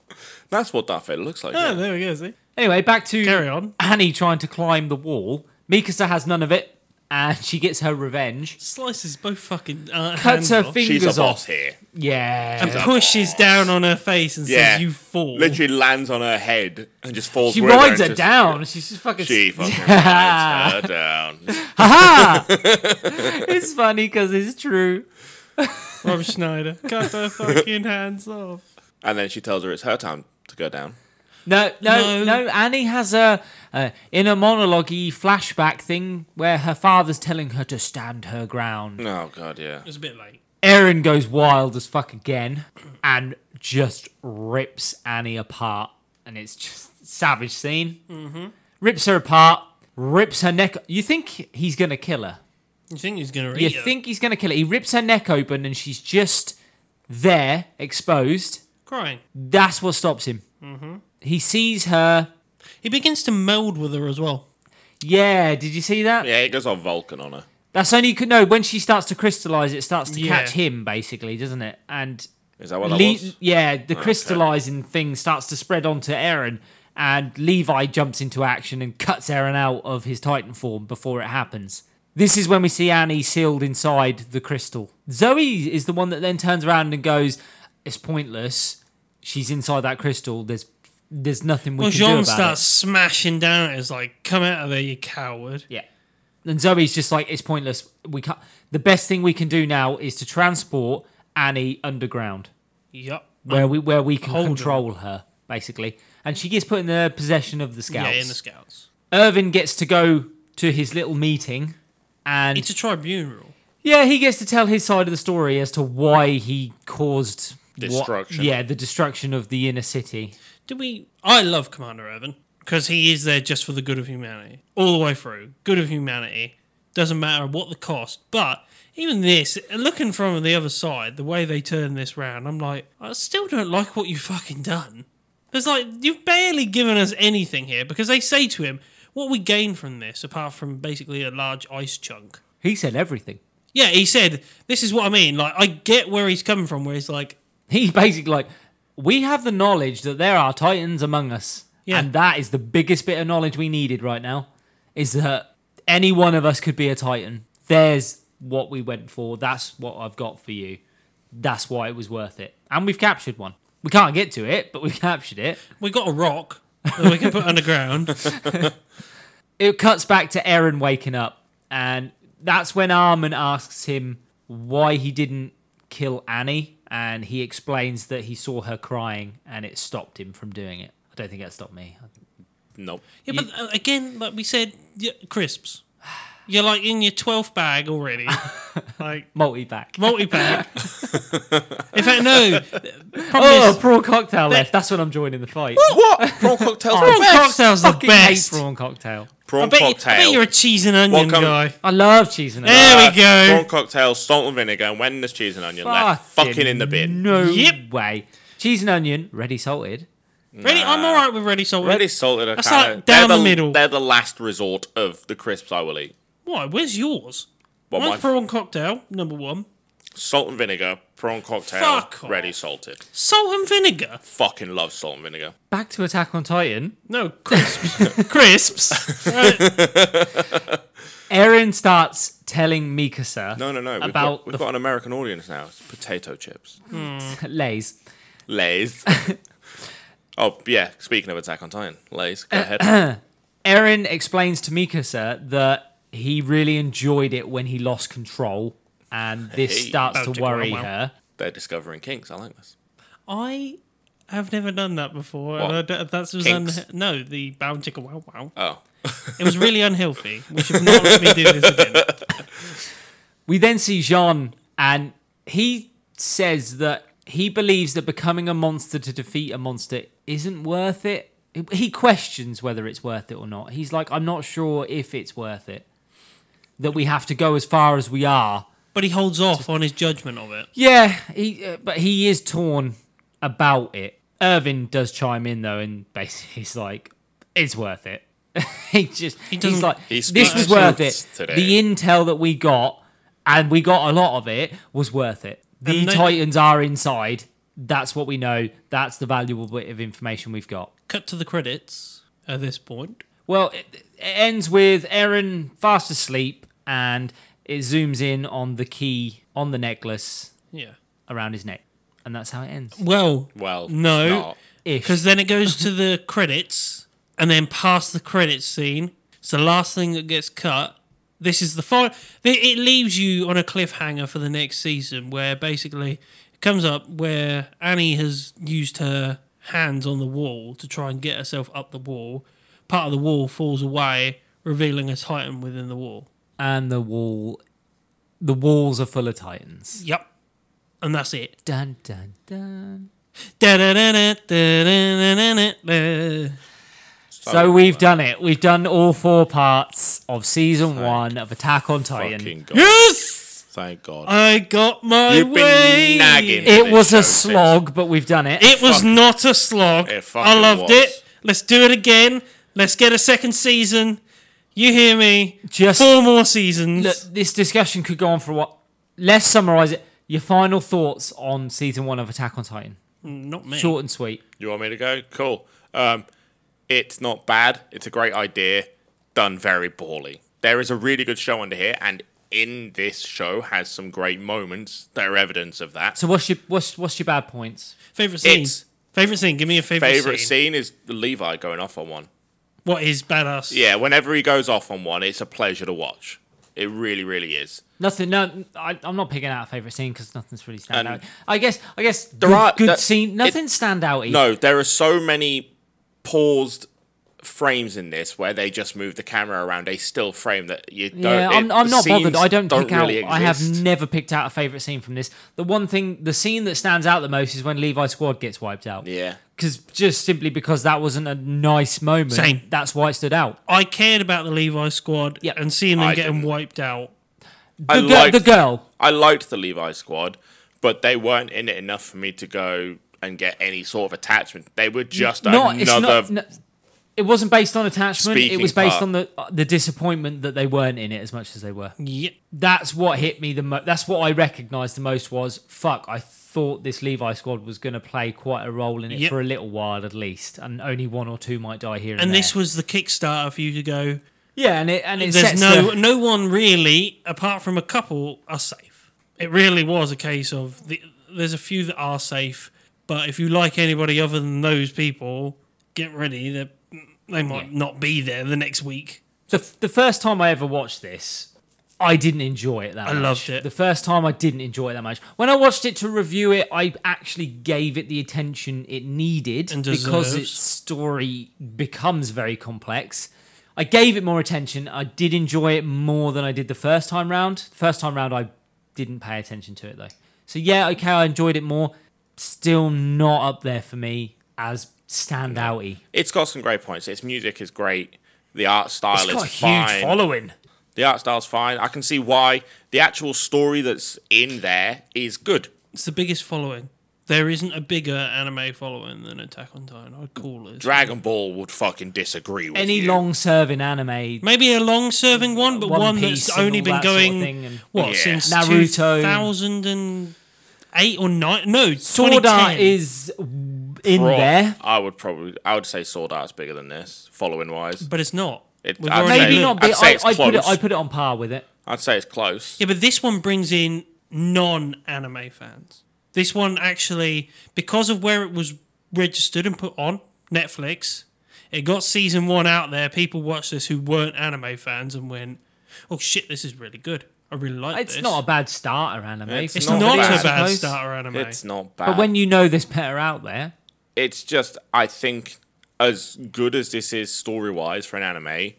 Speaker 2: <laughs>
Speaker 3: That's what Darth Vader looks like.
Speaker 2: oh,
Speaker 3: yeah.
Speaker 2: there we go. See,
Speaker 1: Anyway, back to
Speaker 2: Carry on.
Speaker 1: Annie trying to climb the wall. Mikasa has none of it, and she gets her revenge.
Speaker 2: slices both fucking uh,
Speaker 1: Cuts
Speaker 2: hands
Speaker 1: her
Speaker 2: off,
Speaker 1: fingers
Speaker 3: She's a boss
Speaker 1: off.
Speaker 3: here.
Speaker 1: Yeah.
Speaker 2: and pushes down on her face and
Speaker 3: Yeah.
Speaker 2: says, "You fall."
Speaker 3: Literally lands on her head and just falls.
Speaker 1: She
Speaker 3: with
Speaker 1: rides
Speaker 3: and
Speaker 1: her
Speaker 3: just-
Speaker 1: down. She's just fucking. <laughs>
Speaker 2: <laughs>
Speaker 3: She fucking rides her down.
Speaker 1: Ha ha! It's funny because it's true.
Speaker 2: Rob Schneider,
Speaker 1: <laughs>
Speaker 2: cut their fucking hands off.
Speaker 3: And then she tells her it's her time to go down.
Speaker 1: No, no,
Speaker 2: No.
Speaker 1: no. Annie has a uh, inner monologue flashback thing where her father's telling her to stand her ground.
Speaker 3: Oh god, yeah.
Speaker 2: It's a bit late.
Speaker 1: Erin goes wild as fuck again and just rips Annie apart. And it's just a savage scene. Mm-hmm. Rips her apart, rips her neck. You think he's going to kill her.
Speaker 2: You think he's gonna
Speaker 1: You
Speaker 2: read it?
Speaker 1: think he's going to kill her. He rips her neck open and she's just there, exposed.
Speaker 2: crying?
Speaker 1: That's what stops him. Mm-hmm. He sees her.
Speaker 2: He begins to mold with her as well.
Speaker 1: Yeah, did you see that?
Speaker 3: Yeah, it goes on Vulcan on her.
Speaker 1: That's only no. When she starts to crystallize, it starts to
Speaker 2: Yeah.
Speaker 1: catch him, basically, doesn't it? And
Speaker 3: Is that what that
Speaker 1: Le-
Speaker 3: was?
Speaker 1: yeah, the crystallizing thing starts to spread onto Aaron, and Levi jumps into action and cuts Aaron out of his Titan form before it happens. This is when we see Annie sealed inside the crystal. Zoe is the one that then turns around and goes, "It's pointless. She's inside that crystal. There's there's nothing we
Speaker 2: Well,
Speaker 1: can do
Speaker 2: Jean
Speaker 1: about
Speaker 2: starts
Speaker 1: it."
Speaker 2: smashing down at us like, "Come out of there, you coward!"
Speaker 1: Yeah. And Zoe's just like, it's pointless. We can't. The best thing we can do now is to transport Annie underground,
Speaker 2: Yup.
Speaker 1: where we where we can
Speaker 2: Hold her.
Speaker 1: control her, basically. And she gets put in the possession of the scouts.
Speaker 2: Yeah, in the scouts.
Speaker 1: Irvin gets to go to his little meeting, and
Speaker 2: It's a tribunal.
Speaker 1: yeah, he gets to tell his side of the story as to why he caused what-
Speaker 3: Destruction.
Speaker 1: yeah, the destruction of the inner city.
Speaker 2: Do we? I love Commander Irvin because he is there just for the good of humanity, all the way through. Good of humanity doesn't matter what the cost. But even this, looking from the other side, the way they turn this round, I'm like, I still don't like what you've fucking done. There's like you've barely given us anything here because they say to him, "What we gain from this, apart from basically a large ice chunk."
Speaker 1: He said everything.
Speaker 2: Yeah, he said, "This is what I mean." Like I get where he's coming from, where he's like,
Speaker 1: He's basically like, we have the knowledge that there are titans among us,
Speaker 2: Yeah.
Speaker 1: and that is the biggest bit of knowledge we needed right now. Is that any one of us could be a titan? There's what we went for. That's what I've got for you. That's why it was worth it, and we've captured one. We can't get to it, but we captured it.
Speaker 2: "We got a rock that we can put <laughs> underground."
Speaker 1: It cuts back to Aaron waking up, and that's when Armin asks him why he didn't kill Annie, and he explains that he saw her crying and it stopped him from doing it. I don't think that stopped me.
Speaker 3: Nope.
Speaker 2: Yeah, but uh, again, like we said, y crisps. You're like in your twelfth bag already, like
Speaker 1: Multi back.
Speaker 2: multi bag. in fact, no. Problem
Speaker 1: Oh,
Speaker 2: is,
Speaker 1: prawn cocktail left. That's when I'm joining the fight.
Speaker 3: What?
Speaker 2: <laughs>
Speaker 3: Prawn cocktails.
Speaker 2: prawn
Speaker 3: the best.
Speaker 2: cocktail's the
Speaker 1: Fucking hate
Speaker 2: best.
Speaker 1: prawn cocktail.
Speaker 2: Oh, I
Speaker 3: Prawn
Speaker 2: bet, you, I
Speaker 3: cocktail.
Speaker 2: bet you're a cheese and onion
Speaker 3: Welcome.
Speaker 2: guy.
Speaker 1: I love cheese and onion.
Speaker 2: There we
Speaker 3: Uh,
Speaker 2: go.
Speaker 3: Prawn cocktail, salt and vinegar, and when there's cheese and onion left, fucking in the bin.
Speaker 1: No
Speaker 2: Yep.
Speaker 1: way. Cheese and onion, ready salted.
Speaker 2: Ready? I'm all right with ready salted.
Speaker 3: Ready salted. I
Speaker 2: That's
Speaker 3: kinda-
Speaker 2: like down
Speaker 3: they're
Speaker 2: the middle.
Speaker 3: They're the last resort of the crisps I will eat.
Speaker 2: Why? Where's yours?
Speaker 3: Well,
Speaker 2: Mine's
Speaker 3: mine-
Speaker 2: prawn cocktail number one.
Speaker 3: Salt and vinegar, prawn cocktail,
Speaker 2: Fuck off.
Speaker 3: ready salted.
Speaker 2: Salt and vinegar.
Speaker 3: Fucking love salt and vinegar.
Speaker 1: Back to Attack on Titan.
Speaker 2: No crisps. <laughs> crisps. Uh, Right.
Speaker 1: Aaron starts telling Mikasa
Speaker 3: No, no, no. We've,
Speaker 1: About
Speaker 3: got, we've
Speaker 1: the-
Speaker 3: got an American audience now. It's potato chips.
Speaker 1: <laughs> Lays.
Speaker 2: <laughs>
Speaker 3: Lays. oh, yeah. Speaking of Attack on Titan, Lays. Go
Speaker 2: Uh,
Speaker 3: ahead.
Speaker 1: Aaron explains to Mikasa that he really enjoyed it when he lost control, and this
Speaker 3: Hey.
Speaker 1: starts
Speaker 2: Bow
Speaker 1: to
Speaker 2: chicka
Speaker 1: worry
Speaker 2: wow wow.
Speaker 1: her.
Speaker 3: They're discovering kinks. I like this.
Speaker 2: I have never done that before.
Speaker 3: What?
Speaker 2: And I don't- that's was
Speaker 3: Kinks?
Speaker 2: un- no the bound chicka wow wow.
Speaker 3: Oh,
Speaker 2: It was really unhealthy. We should not let me do this again.
Speaker 1: We then see Jean, and he says that he believes that becoming a monster to defeat a monster isn't worth it. He questions whether it's worth it or not. He's like, I'm not sure if it's worth it. That we have to go as far as we are.
Speaker 2: But he holds off on his judgment of it.
Speaker 1: Yeah, he, uh, but he is torn about it. Irvin does chime in though, and basically he's like, "It's worth it." <laughs> he just he's
Speaker 2: doesn't-
Speaker 1: like,
Speaker 3: He
Speaker 1: "This was
Speaker 3: speaks
Speaker 1: worth it."
Speaker 3: truths today.
Speaker 1: The intel that we got, and we got a lot of it, was worth it. The
Speaker 2: And they-
Speaker 1: Titans are inside. That's what we know. That's the valuable bit of information we've got.
Speaker 2: Cut to the credits at this point.
Speaker 1: Well, it, it ends with Aaron fast asleep, and it zooms in on the key on the necklace
Speaker 2: Yeah.
Speaker 1: around his neck, and that's how it ends.
Speaker 2: Well,
Speaker 3: well.
Speaker 2: No.
Speaker 3: it's not.
Speaker 1: Ish.
Speaker 2: because then it goes to
Speaker 3: <laughs>
Speaker 2: the credits, and then past the credits scene, it's the last thing that gets cut, this is the final. It leaves you on a cliffhanger for the next season, where basically it comes up where Annie has used her hands on the wall to try and get herself up the wall. Part of the wall falls away, revealing a titan within the wall.
Speaker 1: And the wall, the walls are full of titans.
Speaker 2: Yep, and that's it.
Speaker 1: Dun dun dun.
Speaker 2: Da-da-da-da, da-da-da-da-da.
Speaker 1: So we've done it. We've done all four parts of season one of Attack on Titan.
Speaker 3: Fucking God.
Speaker 2: Yes,
Speaker 3: Thank God.
Speaker 2: I got my
Speaker 3: You've been
Speaker 2: way.
Speaker 3: nagging.
Speaker 1: It was a
Speaker 3: This show, sis.
Speaker 1: slog, but we've done it.
Speaker 2: It was
Speaker 3: Fuck.
Speaker 2: not a slog.
Speaker 3: It fucking
Speaker 2: I loved
Speaker 3: was.
Speaker 2: it. Let's do it again. Let's get a second season. You hear me?
Speaker 1: Just-
Speaker 2: four more seasons.
Speaker 1: Look, this discussion could go on for a while. Let's summarize it. Your final thoughts on season one of Attack on Titan.
Speaker 2: not me.
Speaker 1: Short and sweet.
Speaker 3: You want me to go? Cool. Um, it's not bad. It's a great idea, done very poorly. There is a really good show under here, and in this show has some great moments that are evidence of that.
Speaker 1: So what's your what's what's your bad points?
Speaker 2: Favorite scene.
Speaker 3: It's-
Speaker 2: favorite scene. Give me a favorite,
Speaker 3: Favorite
Speaker 2: scene.
Speaker 3: scene is Levi going off on one.
Speaker 2: What is badass?
Speaker 3: Yeah, whenever he goes off on one, it's a pleasure to watch. It really, really is.
Speaker 1: Nothing. No, I, I'm not picking out a favorite scene because nothing's really stand out.
Speaker 3: And-
Speaker 1: I guess. I guess
Speaker 3: There
Speaker 1: good,
Speaker 3: are-
Speaker 1: good
Speaker 3: that-
Speaker 1: scene. Nothing stand out.
Speaker 3: No, there are so many paused frames in this where they just move the camera around a still frame that you don't.
Speaker 1: Yeah,
Speaker 3: it-
Speaker 1: I'm, I'm
Speaker 3: the
Speaker 1: not bothered.
Speaker 3: scenes
Speaker 1: I don't, pick
Speaker 3: really
Speaker 1: out. I have
Speaker 3: exist.
Speaker 1: never picked out a favorite scene from this. The one thing, the scene that stands out the most is when Levi's squad gets wiped out.
Speaker 3: Yeah.
Speaker 1: Because just simply because that wasn't a nice moment.
Speaker 2: Same.
Speaker 1: That's why it stood out.
Speaker 2: I cared about the Levi squad
Speaker 1: Yeah.
Speaker 2: and seeing them
Speaker 3: I
Speaker 2: getting
Speaker 3: didn't.
Speaker 2: wiped out.
Speaker 1: The,
Speaker 3: I
Speaker 1: gir-
Speaker 3: liked-
Speaker 1: the girl.
Speaker 3: I liked the Levi squad, but they weren't in it enough for me to go and get any sort of attachment. They were just
Speaker 1: Not. It's
Speaker 3: another.
Speaker 1: not. No, it wasn't based on attachment. it
Speaker 3: Speaking
Speaker 1: was based
Speaker 3: part.
Speaker 1: on the uh, the disappointment that they weren't in it as much as they were.
Speaker 2: Yep.
Speaker 1: that's what hit me the most. That's what I recognised the most was fuck. I thought this Levi squad was going to play quite a role in it
Speaker 2: Yep.
Speaker 1: for a little while at least, and only one or two might die here. And,
Speaker 2: And this
Speaker 1: there.
Speaker 2: was the Kickstarter for you to go.
Speaker 1: yeah, and it and it
Speaker 2: There's
Speaker 1: sets
Speaker 2: no
Speaker 1: the-
Speaker 2: no one really, apart from a couple, are safe. It really was a case of the, there's a few that are safe, but if you like anybody other than those people, get ready that they might not be there the next week.
Speaker 1: the the first time I ever watched this. I didn't enjoy it that
Speaker 2: I
Speaker 1: much.
Speaker 2: loved it.
Speaker 1: The first time I didn't enjoy it that much. When I watched it to review it, I actually gave it the attention it needed
Speaker 2: And
Speaker 1: because
Speaker 2: deserves.
Speaker 1: its story becomes very complex. I gave it more attention. I did enjoy it more than I did the first time round. First time round, I didn't pay attention to it though. So yeah, okay, I enjoyed it more. Still not up there for me as standouty.
Speaker 3: It's got some great points. Its music is great. The art style
Speaker 1: It's got a
Speaker 3: is
Speaker 1: huge
Speaker 3: fine.
Speaker 1: following.
Speaker 3: the art style's fine. I can see why the actual story that's in there is good.
Speaker 2: It's the biggest following. There isn't a bigger anime following than Attack on Titan. I'd call it.
Speaker 3: Dragon Ball would fucking disagree with
Speaker 1: Any
Speaker 3: you.
Speaker 1: long-serving anime
Speaker 2: Maybe a long-serving one, but
Speaker 1: One
Speaker 2: one
Speaker 1: Piece
Speaker 2: that's
Speaker 1: and
Speaker 2: only
Speaker 1: all
Speaker 2: been
Speaker 1: that sort of
Speaker 2: going
Speaker 1: thing and-
Speaker 2: what
Speaker 3: Yeah.
Speaker 2: since
Speaker 1: Naruto.
Speaker 2: 2008 or nine? No,
Speaker 1: Sword art
Speaker 2: 2010.
Speaker 1: is in
Speaker 3: Bro,
Speaker 1: there.
Speaker 3: I would probably, I would say Sword Art's bigger than this, following wise.
Speaker 2: but it's not.
Speaker 3: It-
Speaker 2: We've
Speaker 3: I'd
Speaker 2: already
Speaker 1: Maybe
Speaker 3: say-
Speaker 2: looked.
Speaker 1: not.
Speaker 3: I'd
Speaker 1: Big.
Speaker 3: say
Speaker 1: I,
Speaker 3: it's
Speaker 1: I put it. I
Speaker 3: close.
Speaker 1: put it on par with it.
Speaker 3: I'd say it's close.
Speaker 2: Yeah, but this one brings in non anime fans. This one actually, because of where it was registered and put on Netflix, it got season one out there. People watched this who weren't anime fans and went, oh shit, this is really good. I really like
Speaker 1: It's
Speaker 2: this.
Speaker 1: not a bad starter anime.
Speaker 3: It's
Speaker 2: it's
Speaker 3: not
Speaker 2: not,
Speaker 3: bad.
Speaker 2: a bad
Speaker 1: Suppose.
Speaker 2: starter anime.
Speaker 3: It's not bad.
Speaker 1: But when you know there's better out there,
Speaker 3: it's just I think as good as this is story wise for an anime,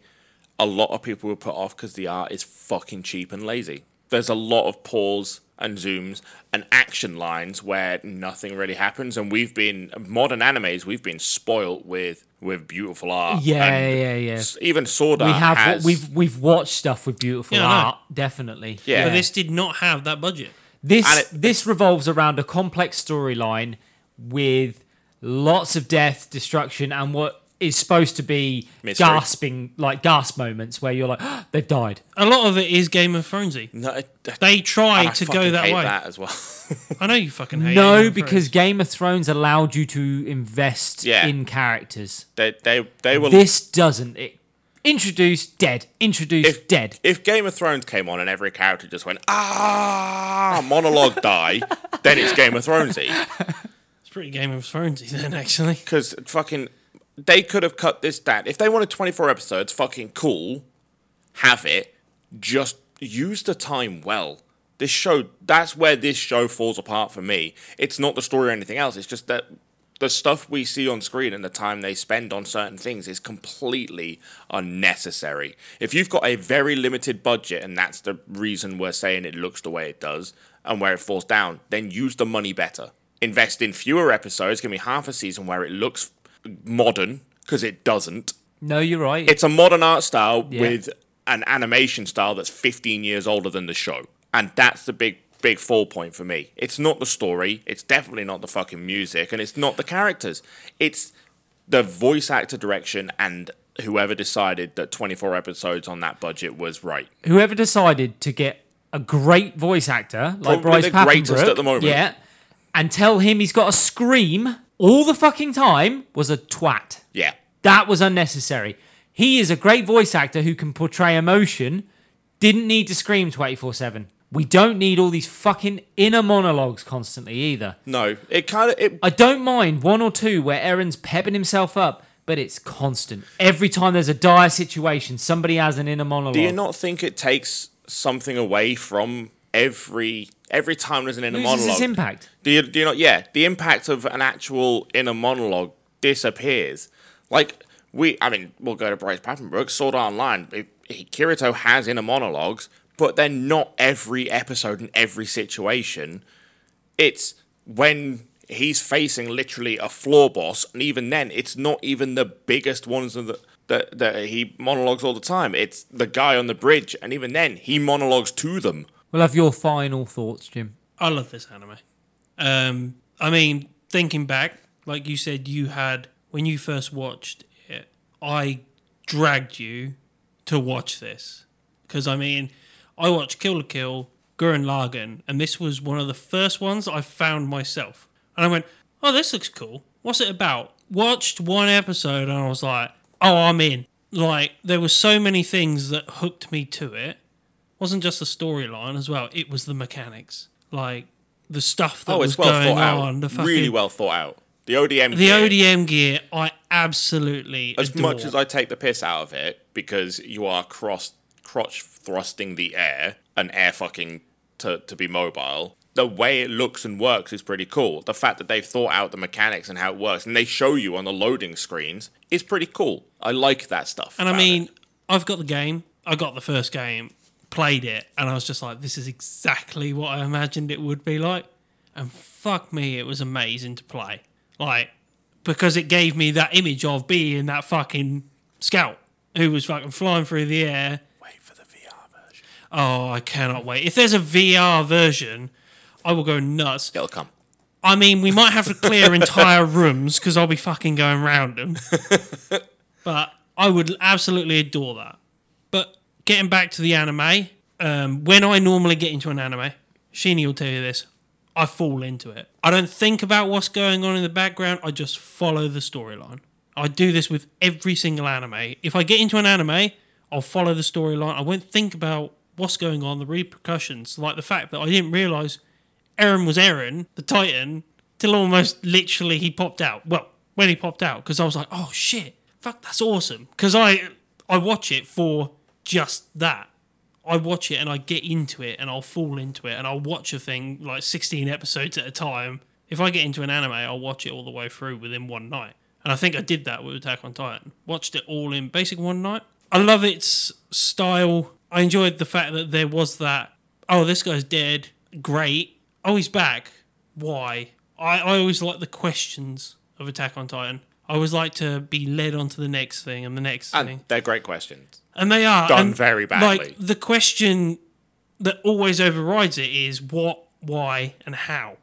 Speaker 3: a lot of people were put off because the art is fucking cheap and lazy. There's a lot of pause and zooms and action lines where nothing really happens, and we've been modern animes we've been spoilt with with beautiful art.
Speaker 1: yeah,
Speaker 3: and
Speaker 1: yeah, yeah.
Speaker 3: s- Even Sword Art
Speaker 1: we have
Speaker 3: has.
Speaker 1: we've we've watched stuff with beautiful
Speaker 2: Yeah, I know.
Speaker 1: art, definitely.
Speaker 3: Yeah.
Speaker 2: But this did not have that budget.
Speaker 1: This
Speaker 3: And it-
Speaker 1: this revolves around a complex storyline with lots of death, destruction, and what is supposed to be
Speaker 3: Mystery.
Speaker 1: gasping, like gasp moments where you're like, <gasps> they've died.
Speaker 2: A lot of it is Game of Thronesy.
Speaker 3: no, I-
Speaker 2: They
Speaker 3: and
Speaker 2: try
Speaker 3: I
Speaker 2: to
Speaker 3: fucking
Speaker 2: go that
Speaker 3: hate
Speaker 2: way.
Speaker 3: That as well.
Speaker 2: I know you fucking hate Game
Speaker 1: No,
Speaker 2: of
Speaker 1: because
Speaker 2: Thrones.
Speaker 1: Game of Thrones allowed you to invest
Speaker 3: Yeah.
Speaker 1: in characters.
Speaker 3: they they they were
Speaker 1: This doesn't. It introduced dead. Introduced
Speaker 3: If-
Speaker 1: dead.
Speaker 3: if Game of Thrones came on and every character just went ah monologue die, then it's Game of Thronesy
Speaker 2: it's pretty Game of Thronesy then actually.
Speaker 3: because fucking they could have cut this down if they wanted twenty four episodes. Fucking cool, have it. just use the time well. This show, that's where this show falls apart for me. It's not the story or anything else. It's just that the stuff we see on screen and the time they spend on certain things is completely unnecessary. If you've got a very limited budget and that's the reason we're saying it looks the way it does and where it falls down, then use the money better. Invest in fewer episodes, give me half a season where it looks modern because it doesn't.
Speaker 1: No, you're right.
Speaker 3: It's a modern art style
Speaker 1: Yeah.
Speaker 3: with an animation style that's 15 years older than the show. And that's the big big fall point for me. It's not the story, it's definitely not the fucking music, and it's not the characters. It's the voice actor direction and whoever decided that 24 episodes on that budget was right.
Speaker 1: Whoever decided to get a great voice actor like
Speaker 3: Probably
Speaker 1: Bryce
Speaker 3: the greatest
Speaker 1: Pappenbrook,
Speaker 3: at the moment.
Speaker 1: yeah, and tell him he's got to scream all the fucking time was a twat.
Speaker 3: Yeah.
Speaker 1: That was unnecessary. He is a great voice actor who can portray emotion. Didn't need to scream 24 7. We don't need all these fucking inner monologues constantly either.
Speaker 3: No, it kind of it
Speaker 1: I don't mind one or two where Aaron's pepping himself up, but it's constant. Every time there's a dire situation, somebody has an inner monologue.
Speaker 3: Do you not think it takes something away from every every time there's an inner
Speaker 1: Loses its
Speaker 3: monologue?
Speaker 1: impact.
Speaker 3: Do you do you not? Yeah, the impact of an actual inner monologue disappears. Like we, I mean, we'll go to Bryce Pappenbrook, Sword Art Online. It, he- Kirito has inner monologues, but they're not every episode and every situation. It's when he's facing literally a floor boss, and even then, it's not even the biggest ones of the. That, that he monologues all the time. It's the guy on the bridge, and even then, he monologues to them.
Speaker 1: We'll have your final thoughts, Jim.
Speaker 2: I love this anime. Um, I mean, thinking back, like you said, you had when you first watched it, I dragged you to watch this because I mean, I watched Kill la Kill, Gurren Lagann, and this was one of the first ones I found myself, and I went, "Oh, this looks cool. What's it about?" Watched one episode, and I was like, "Oh, I'm in." Like there were so many things that hooked me to it wasn't just the storyline as well; it was the mechanics, like the stuff that
Speaker 3: Oh,
Speaker 2: was
Speaker 3: it's well
Speaker 2: going
Speaker 3: thought out.
Speaker 2: on. The fucking,
Speaker 3: really well thought out. The ODM.
Speaker 2: The
Speaker 3: gear,
Speaker 2: ODM gear, I absolutely
Speaker 3: As
Speaker 2: adore.
Speaker 3: much as I take the piss out of it because you are cross crotch thrusting the air and air fucking to to be mobile. The way it looks and works is pretty cool. The fact that they've thought out the mechanics and how it works and they show you on the loading screens is pretty cool. I like that stuff.
Speaker 2: and I
Speaker 3: about it.
Speaker 2: mean, I've got the game. I got the first game, played it, and I was just like, "This is exactly what I imagined it would be like." And fuck me, it was amazing to play. Like because it gave me that image of being that fucking scout who was fucking flying through the air
Speaker 3: wait for the VR version.
Speaker 2: Oh, I cannot wait. If there's a VR version, I will go nuts.
Speaker 3: It'll come.
Speaker 2: I mean, we might have to clear entire rooms because I'll be fucking going round them. but I would absolutely adore that. But getting back to the anime, um, when I normally get into an anime, Sheenie will tell you this, I fall into it. I don't think about what's going on in the background, I just follow the storyline. I do this with every single anime. If I get into an anime, I'll follow the storyline. I won't think about what's going on, the repercussions, like the fact that I didn't realize Aaron was Aaron, the Titan, till almost literally he popped out. Well, when he popped out, because I was like, oh shit, fuck, that's awesome. Because I I watch it for just that. I watch it and I get into it and I'll fall into it and I'll watch a thing like 16 episodes at a time. If I get into an anime, I'll watch it all the way through within one night. And I think I did that with Attack on Titan. Watched it all in basic one night. I love its style. I enjoyed the fact that there was that, oh, this guy's dead. Great. Oh, he's back. Why? I, I always like the questions of Attack on Titan. I always like to be led on to the next thing and the next thing.
Speaker 3: And they're great questions.
Speaker 2: And they are
Speaker 3: Done
Speaker 2: and,
Speaker 3: very badly.
Speaker 2: Like the question that always overrides it is what, why, and how.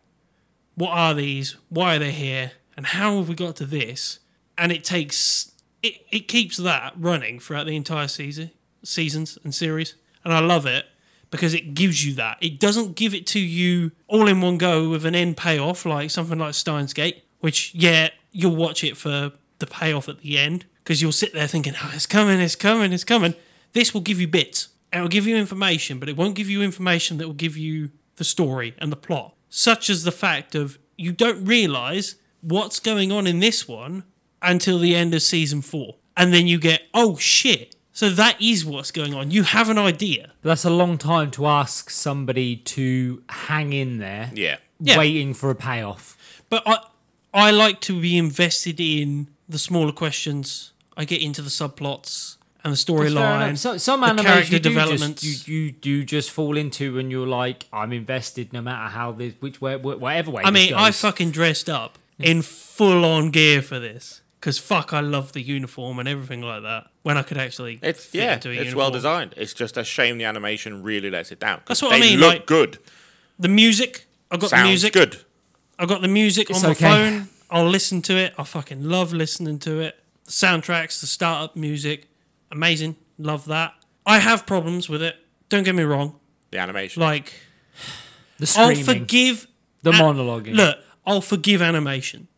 Speaker 2: What are these? Why are they here? And how have we got to this? And it takes it, it keeps that running throughout the entire season, seasons and series. And I love it because it gives you that. It doesn't give it to you all in one go with an end payoff like something like Steins Gate, which yeah, you'll watch it for the payoff at the end because you'll sit there thinking, "Oh, it's coming, it's coming, it's coming." This will give you bits. It will give you information, but it won't give you information that will give you the story and the plot, such as the fact of you don't realize what's going on in this one until the end of season four. And then you get, oh shit, So that is what's going on. You have an idea.
Speaker 1: But that's a long time to ask somebody to hang in there,
Speaker 3: Yeah.
Speaker 2: Yeah.
Speaker 1: waiting for a payoff.
Speaker 2: But I I like to be invested in the smaller questions. I get into the subplots and the
Speaker 1: That's fair enough.
Speaker 2: storyline.
Speaker 1: So, some
Speaker 2: the
Speaker 1: animes
Speaker 2: character
Speaker 1: you do, just,
Speaker 2: developments.
Speaker 1: you, you do just fall into, and you're like, I'm invested no matter how this, which way, wh- whatever way.
Speaker 2: I
Speaker 1: this
Speaker 2: mean, I
Speaker 1: goes.
Speaker 2: fucking dressed up in full on gear for this. Because fuck, I love the uniform and everything like that. When I could actually
Speaker 3: It's
Speaker 2: fit
Speaker 3: yeah, it's
Speaker 2: into a
Speaker 3: well
Speaker 2: uniform.
Speaker 3: designed. It's just a shame the animation really lets it down. 'cause
Speaker 2: That's what I
Speaker 3: they
Speaker 2: mean,
Speaker 3: Look
Speaker 2: like-
Speaker 3: good.
Speaker 2: The music, I got
Speaker 3: Sounds
Speaker 2: the music.
Speaker 3: good.
Speaker 2: I got the music
Speaker 1: It's
Speaker 2: on my
Speaker 1: okay.
Speaker 2: phone. I'll listen to it. I fucking love listening to it. The soundtracks, the startup music, amazing. Love that. I have problems with it. Don't get me wrong.
Speaker 3: The animation.
Speaker 2: Like
Speaker 1: the screaming,
Speaker 2: I'll forgive
Speaker 1: the
Speaker 2: an-
Speaker 1: monologuing.
Speaker 2: Look, I'll forgive animation.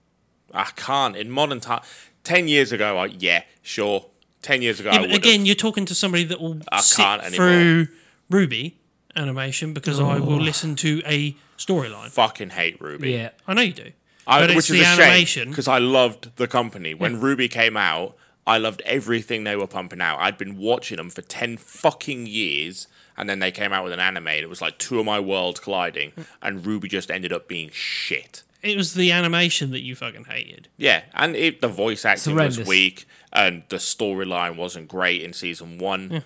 Speaker 3: I can't in modern time. Ten years ago, I, yeah, sure. Ten years ago, I
Speaker 2: Yeah, but
Speaker 3: would've.
Speaker 2: again, you're talking to somebody that will
Speaker 3: I
Speaker 2: sit
Speaker 3: can't anymore. Oh.
Speaker 2: through Ruby animation because I will listen to a storyline.
Speaker 3: fucking hate Ruby.
Speaker 1: yeah,
Speaker 2: I know you do.
Speaker 3: I,
Speaker 2: but it's
Speaker 3: which
Speaker 2: the
Speaker 3: is a
Speaker 2: animation.
Speaker 3: because I loved the company when Ruby came out. I loved everything they were pumping out. I'd been watching them for ten fucking years, and then they came out with an anime. And it was like two of my worlds colliding,
Speaker 2: Mm.
Speaker 3: and Ruby just ended up being shit.
Speaker 2: It was the animation that you fucking hated.
Speaker 3: Yeah, and it, the voice acting was
Speaker 1: Horrendous.
Speaker 3: weak, and the storyline wasn't great in season one.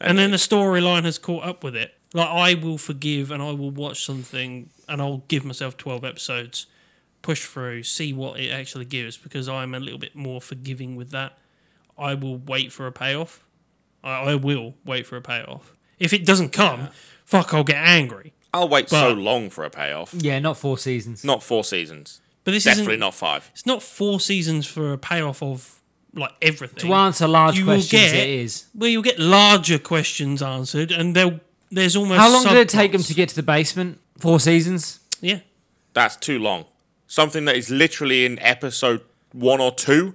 Speaker 2: and then the storyline has caught up with it. Like I will forgive and I will watch something and I'll give myself twelve episodes, push through, see what it actually gives because I'm a little bit more forgiving with that. I will wait for a payoff. I, I will wait for a payoff. If it doesn't come, fuck, I'll get angry.
Speaker 3: I'll wait so
Speaker 2: But-
Speaker 3: long for a payoff.
Speaker 1: yeah, not four seasons.
Speaker 3: Not four seasons.
Speaker 2: But this
Speaker 3: Definitely
Speaker 2: isn't.
Speaker 3: not five.
Speaker 2: It's not four seasons for a payoff of like everything.
Speaker 1: to answer large
Speaker 2: you will
Speaker 1: questions,
Speaker 2: get-
Speaker 1: it is.
Speaker 2: well, you'll get larger questions answered, and they'll there's almost
Speaker 1: How long did it take them
Speaker 2: subplots.
Speaker 1: to get to the basement? Four seasons.
Speaker 2: Yeah.
Speaker 3: That's too long. Something that is literally in episode one or two.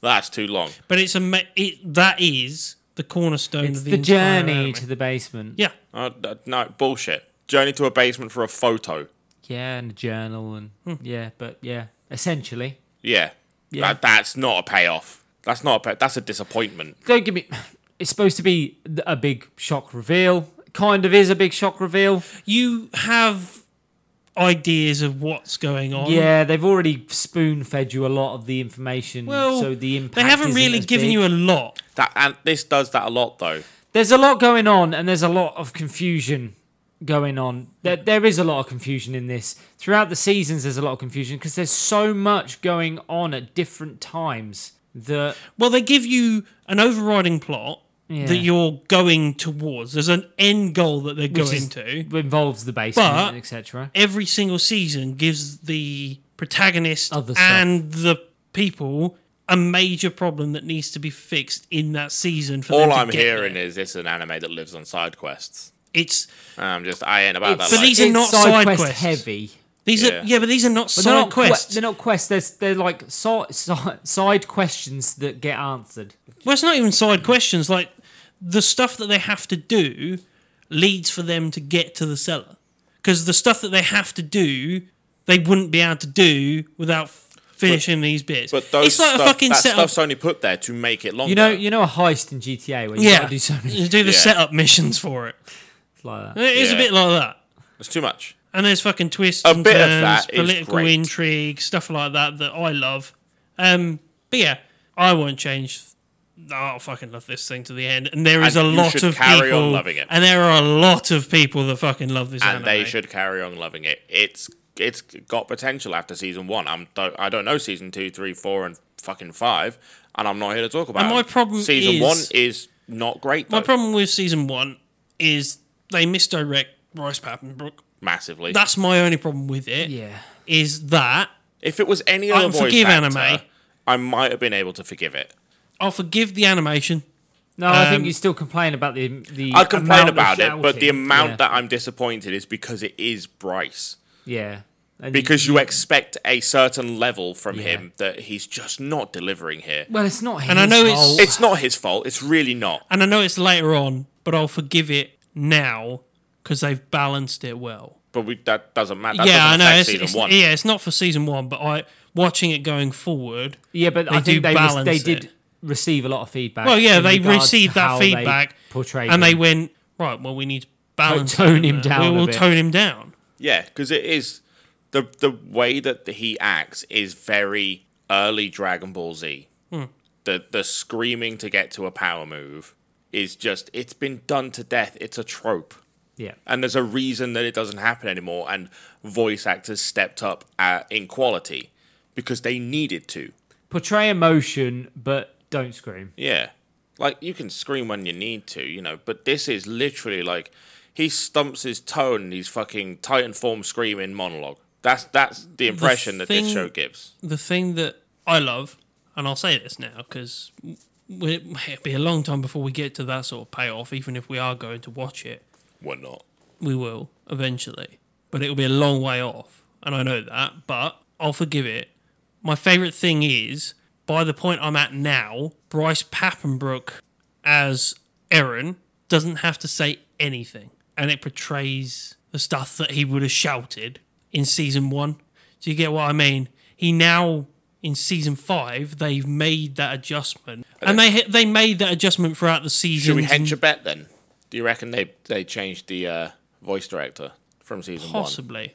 Speaker 3: That's too long.
Speaker 2: But it's a ma- it, that is the cornerstone
Speaker 1: It's
Speaker 2: of the,
Speaker 1: the
Speaker 2: entire
Speaker 1: journey
Speaker 2: anime.
Speaker 1: to the basement.
Speaker 2: yeah.
Speaker 3: Uh, th- no bullshit. Journey to a basement for a photo.
Speaker 1: Yeah, and a journal and
Speaker 2: Hmm.
Speaker 1: yeah, but yeah, essentially.
Speaker 3: Yeah,
Speaker 1: Yeah.
Speaker 3: That, that's not a payoff. That's not a pay- that's a disappointment.
Speaker 1: Don't give me. <sighs> It's supposed to be th- a big shock reveal. Kind of is a big shock reveal.
Speaker 2: You have ideas of what's going on.
Speaker 1: Yeah, they've already spoon fed you a lot of the information.
Speaker 2: Well,
Speaker 1: so the impact.
Speaker 2: they haven't really given you a lot.
Speaker 3: That and this does that a lot though.
Speaker 1: There's a lot going on, and there's a lot of confusion going on. There, there is a lot of confusion in this throughout the seasons. There's a lot of confusion because there's so much going on at different times that
Speaker 2: Well, they give you an overriding plot
Speaker 1: Yeah.
Speaker 2: that you're going towards. There's an end goal that they're
Speaker 1: which
Speaker 2: going
Speaker 1: is-
Speaker 2: to.
Speaker 1: involves the basement,
Speaker 2: But-
Speaker 1: etc.
Speaker 2: Every single season gives the protagonist
Speaker 1: Other stuff.
Speaker 2: and the people a major problem that needs to be fixed in that season. For them
Speaker 3: All
Speaker 2: to
Speaker 3: I'm
Speaker 2: get
Speaker 3: hearing
Speaker 2: there.
Speaker 3: is this is an anime that lives on side quests.
Speaker 2: it's
Speaker 3: And I'm just I ain't about
Speaker 2: It's-
Speaker 3: that.
Speaker 2: but
Speaker 3: life.
Speaker 2: these are not
Speaker 1: side,
Speaker 2: side
Speaker 1: quest
Speaker 2: quests.
Speaker 1: heavy.
Speaker 2: These
Speaker 3: Yeah.
Speaker 2: are yeah, but these are not
Speaker 1: But
Speaker 2: side
Speaker 1: they're not que-
Speaker 2: quests.
Speaker 1: they're not quests. They're, they're like so, so, side questions that get answered.
Speaker 2: well, it's not even side questions. Like the stuff that they have to do leads for them to get to the cellar because the stuff that they have to do they wouldn't be able to do without f- finishing these bits.
Speaker 3: but those
Speaker 2: it's like
Speaker 3: stuff,
Speaker 2: a fucking
Speaker 3: that
Speaker 2: setup.
Speaker 3: stuff's only put there to make it longer.
Speaker 1: You know, you know a heist in GTA where you
Speaker 2: yeah,
Speaker 1: gotta do so many
Speaker 2: you do the
Speaker 3: Yeah.
Speaker 2: setup missions for it.
Speaker 1: shit like that.
Speaker 2: It's
Speaker 3: Yeah.
Speaker 2: a bit like that.
Speaker 3: it's too much.
Speaker 2: And there's fucking twists
Speaker 3: A
Speaker 2: and
Speaker 3: bit of
Speaker 2: turns,
Speaker 3: that is
Speaker 2: political
Speaker 3: great.
Speaker 2: intrigue, stuff like that that I love. Um, but yeah, I won't change. I fucking love this thing to the end, and there is
Speaker 3: And
Speaker 2: a
Speaker 3: you
Speaker 2: lot
Speaker 3: should
Speaker 2: of
Speaker 3: carry on
Speaker 2: people
Speaker 3: loving it.
Speaker 2: and there are a lot of people that fucking love this
Speaker 3: And
Speaker 2: anime.
Speaker 3: they should carry on loving it. It's it's got potential after season one. I'm don't, I don't know season two, three, four, and fucking five. And I'm not here to talk about.
Speaker 2: And my
Speaker 3: them.
Speaker 2: problem
Speaker 3: season
Speaker 2: is-
Speaker 3: one is not great. Though,
Speaker 2: My problem with season one is they misdirect Royce Papenbrook.
Speaker 3: massively.
Speaker 2: That's my only problem with it. Is
Speaker 1: Yeah.
Speaker 2: that
Speaker 3: If it was any
Speaker 2: I
Speaker 3: other
Speaker 2: can
Speaker 3: voice
Speaker 2: forgive
Speaker 3: actor,
Speaker 2: anime.
Speaker 3: I might have been able to forgive it.
Speaker 2: I'll forgive the animation.
Speaker 1: No, I think
Speaker 2: Um,
Speaker 1: you still complain about the the.
Speaker 3: I'd
Speaker 1: amount
Speaker 3: complain
Speaker 1: of
Speaker 3: about it, but the
Speaker 1: shouting.
Speaker 3: amount
Speaker 1: yeah.
Speaker 3: that I'm disappointed is because it is Bryce.
Speaker 1: yeah, And
Speaker 3: Because you expect a certain level from
Speaker 1: Yeah.
Speaker 3: him that he's just not delivering here.
Speaker 1: well, it's not his
Speaker 2: I know it's-
Speaker 1: fault.
Speaker 3: It's not his fault. It's really not.
Speaker 2: And I know it's later on, but I'll forgive it now because they've balanced it well.
Speaker 3: But we, that doesn't matter. That
Speaker 2: yeah, I
Speaker 3: doesn't
Speaker 2: know.
Speaker 3: affect
Speaker 2: It's,
Speaker 3: season
Speaker 2: it's-
Speaker 3: one.
Speaker 2: yeah, it's not for season one, but I watching it going forward.
Speaker 1: yeah, but I
Speaker 2: do
Speaker 1: think they was, they
Speaker 2: balance
Speaker 1: did
Speaker 2: it.
Speaker 1: receive a lot of feedback.
Speaker 2: Well, yeah,
Speaker 1: in
Speaker 2: they
Speaker 1: regards to
Speaker 2: received that
Speaker 1: how they
Speaker 2: feedback,
Speaker 1: portrayed
Speaker 2: and they
Speaker 1: him.
Speaker 2: went right. Well, we need to balance.
Speaker 1: Tone
Speaker 2: it.
Speaker 1: him down a
Speaker 2: We will
Speaker 1: bit.
Speaker 2: tone him down.
Speaker 3: Yeah, because it is the the way that he acts is very early Dragon Ball Z. The the screaming to get to a power move is just it's been done to death. It's a trope.
Speaker 1: yeah.
Speaker 3: And there's a reason that it doesn't happen anymore. And voice actors stepped up uh in quality because they needed to.
Speaker 1: portray emotion but don't scream.
Speaker 3: Yeah. Like you can scream when you need to, you know, but this is literally like he stumps his toe and he's fucking Titan form screaming monologue. That's that's the impression that this
Speaker 2: thing-
Speaker 3: show gives.
Speaker 2: the thing that I love, and I'll say this now because it'll be a long time before we get to that sort of payoff, even if we are going to watch it.
Speaker 3: We're not.
Speaker 2: We will eventually, but it'll be a long way off, and I know that, but I'll forgive it. My favourite thing is by the point I'm at now, Bryce Pappenbrook as Aaron doesn't have to say anything, and it portrays the stuff that he would have shouted in season one. Do you get what I mean? He now in season five they've made that adjustment, and they they made that adjustment throughout the season.
Speaker 3: Should we hedge a bet then? Do you reckon they they changed the uh, voice director from season one?
Speaker 2: Possibly.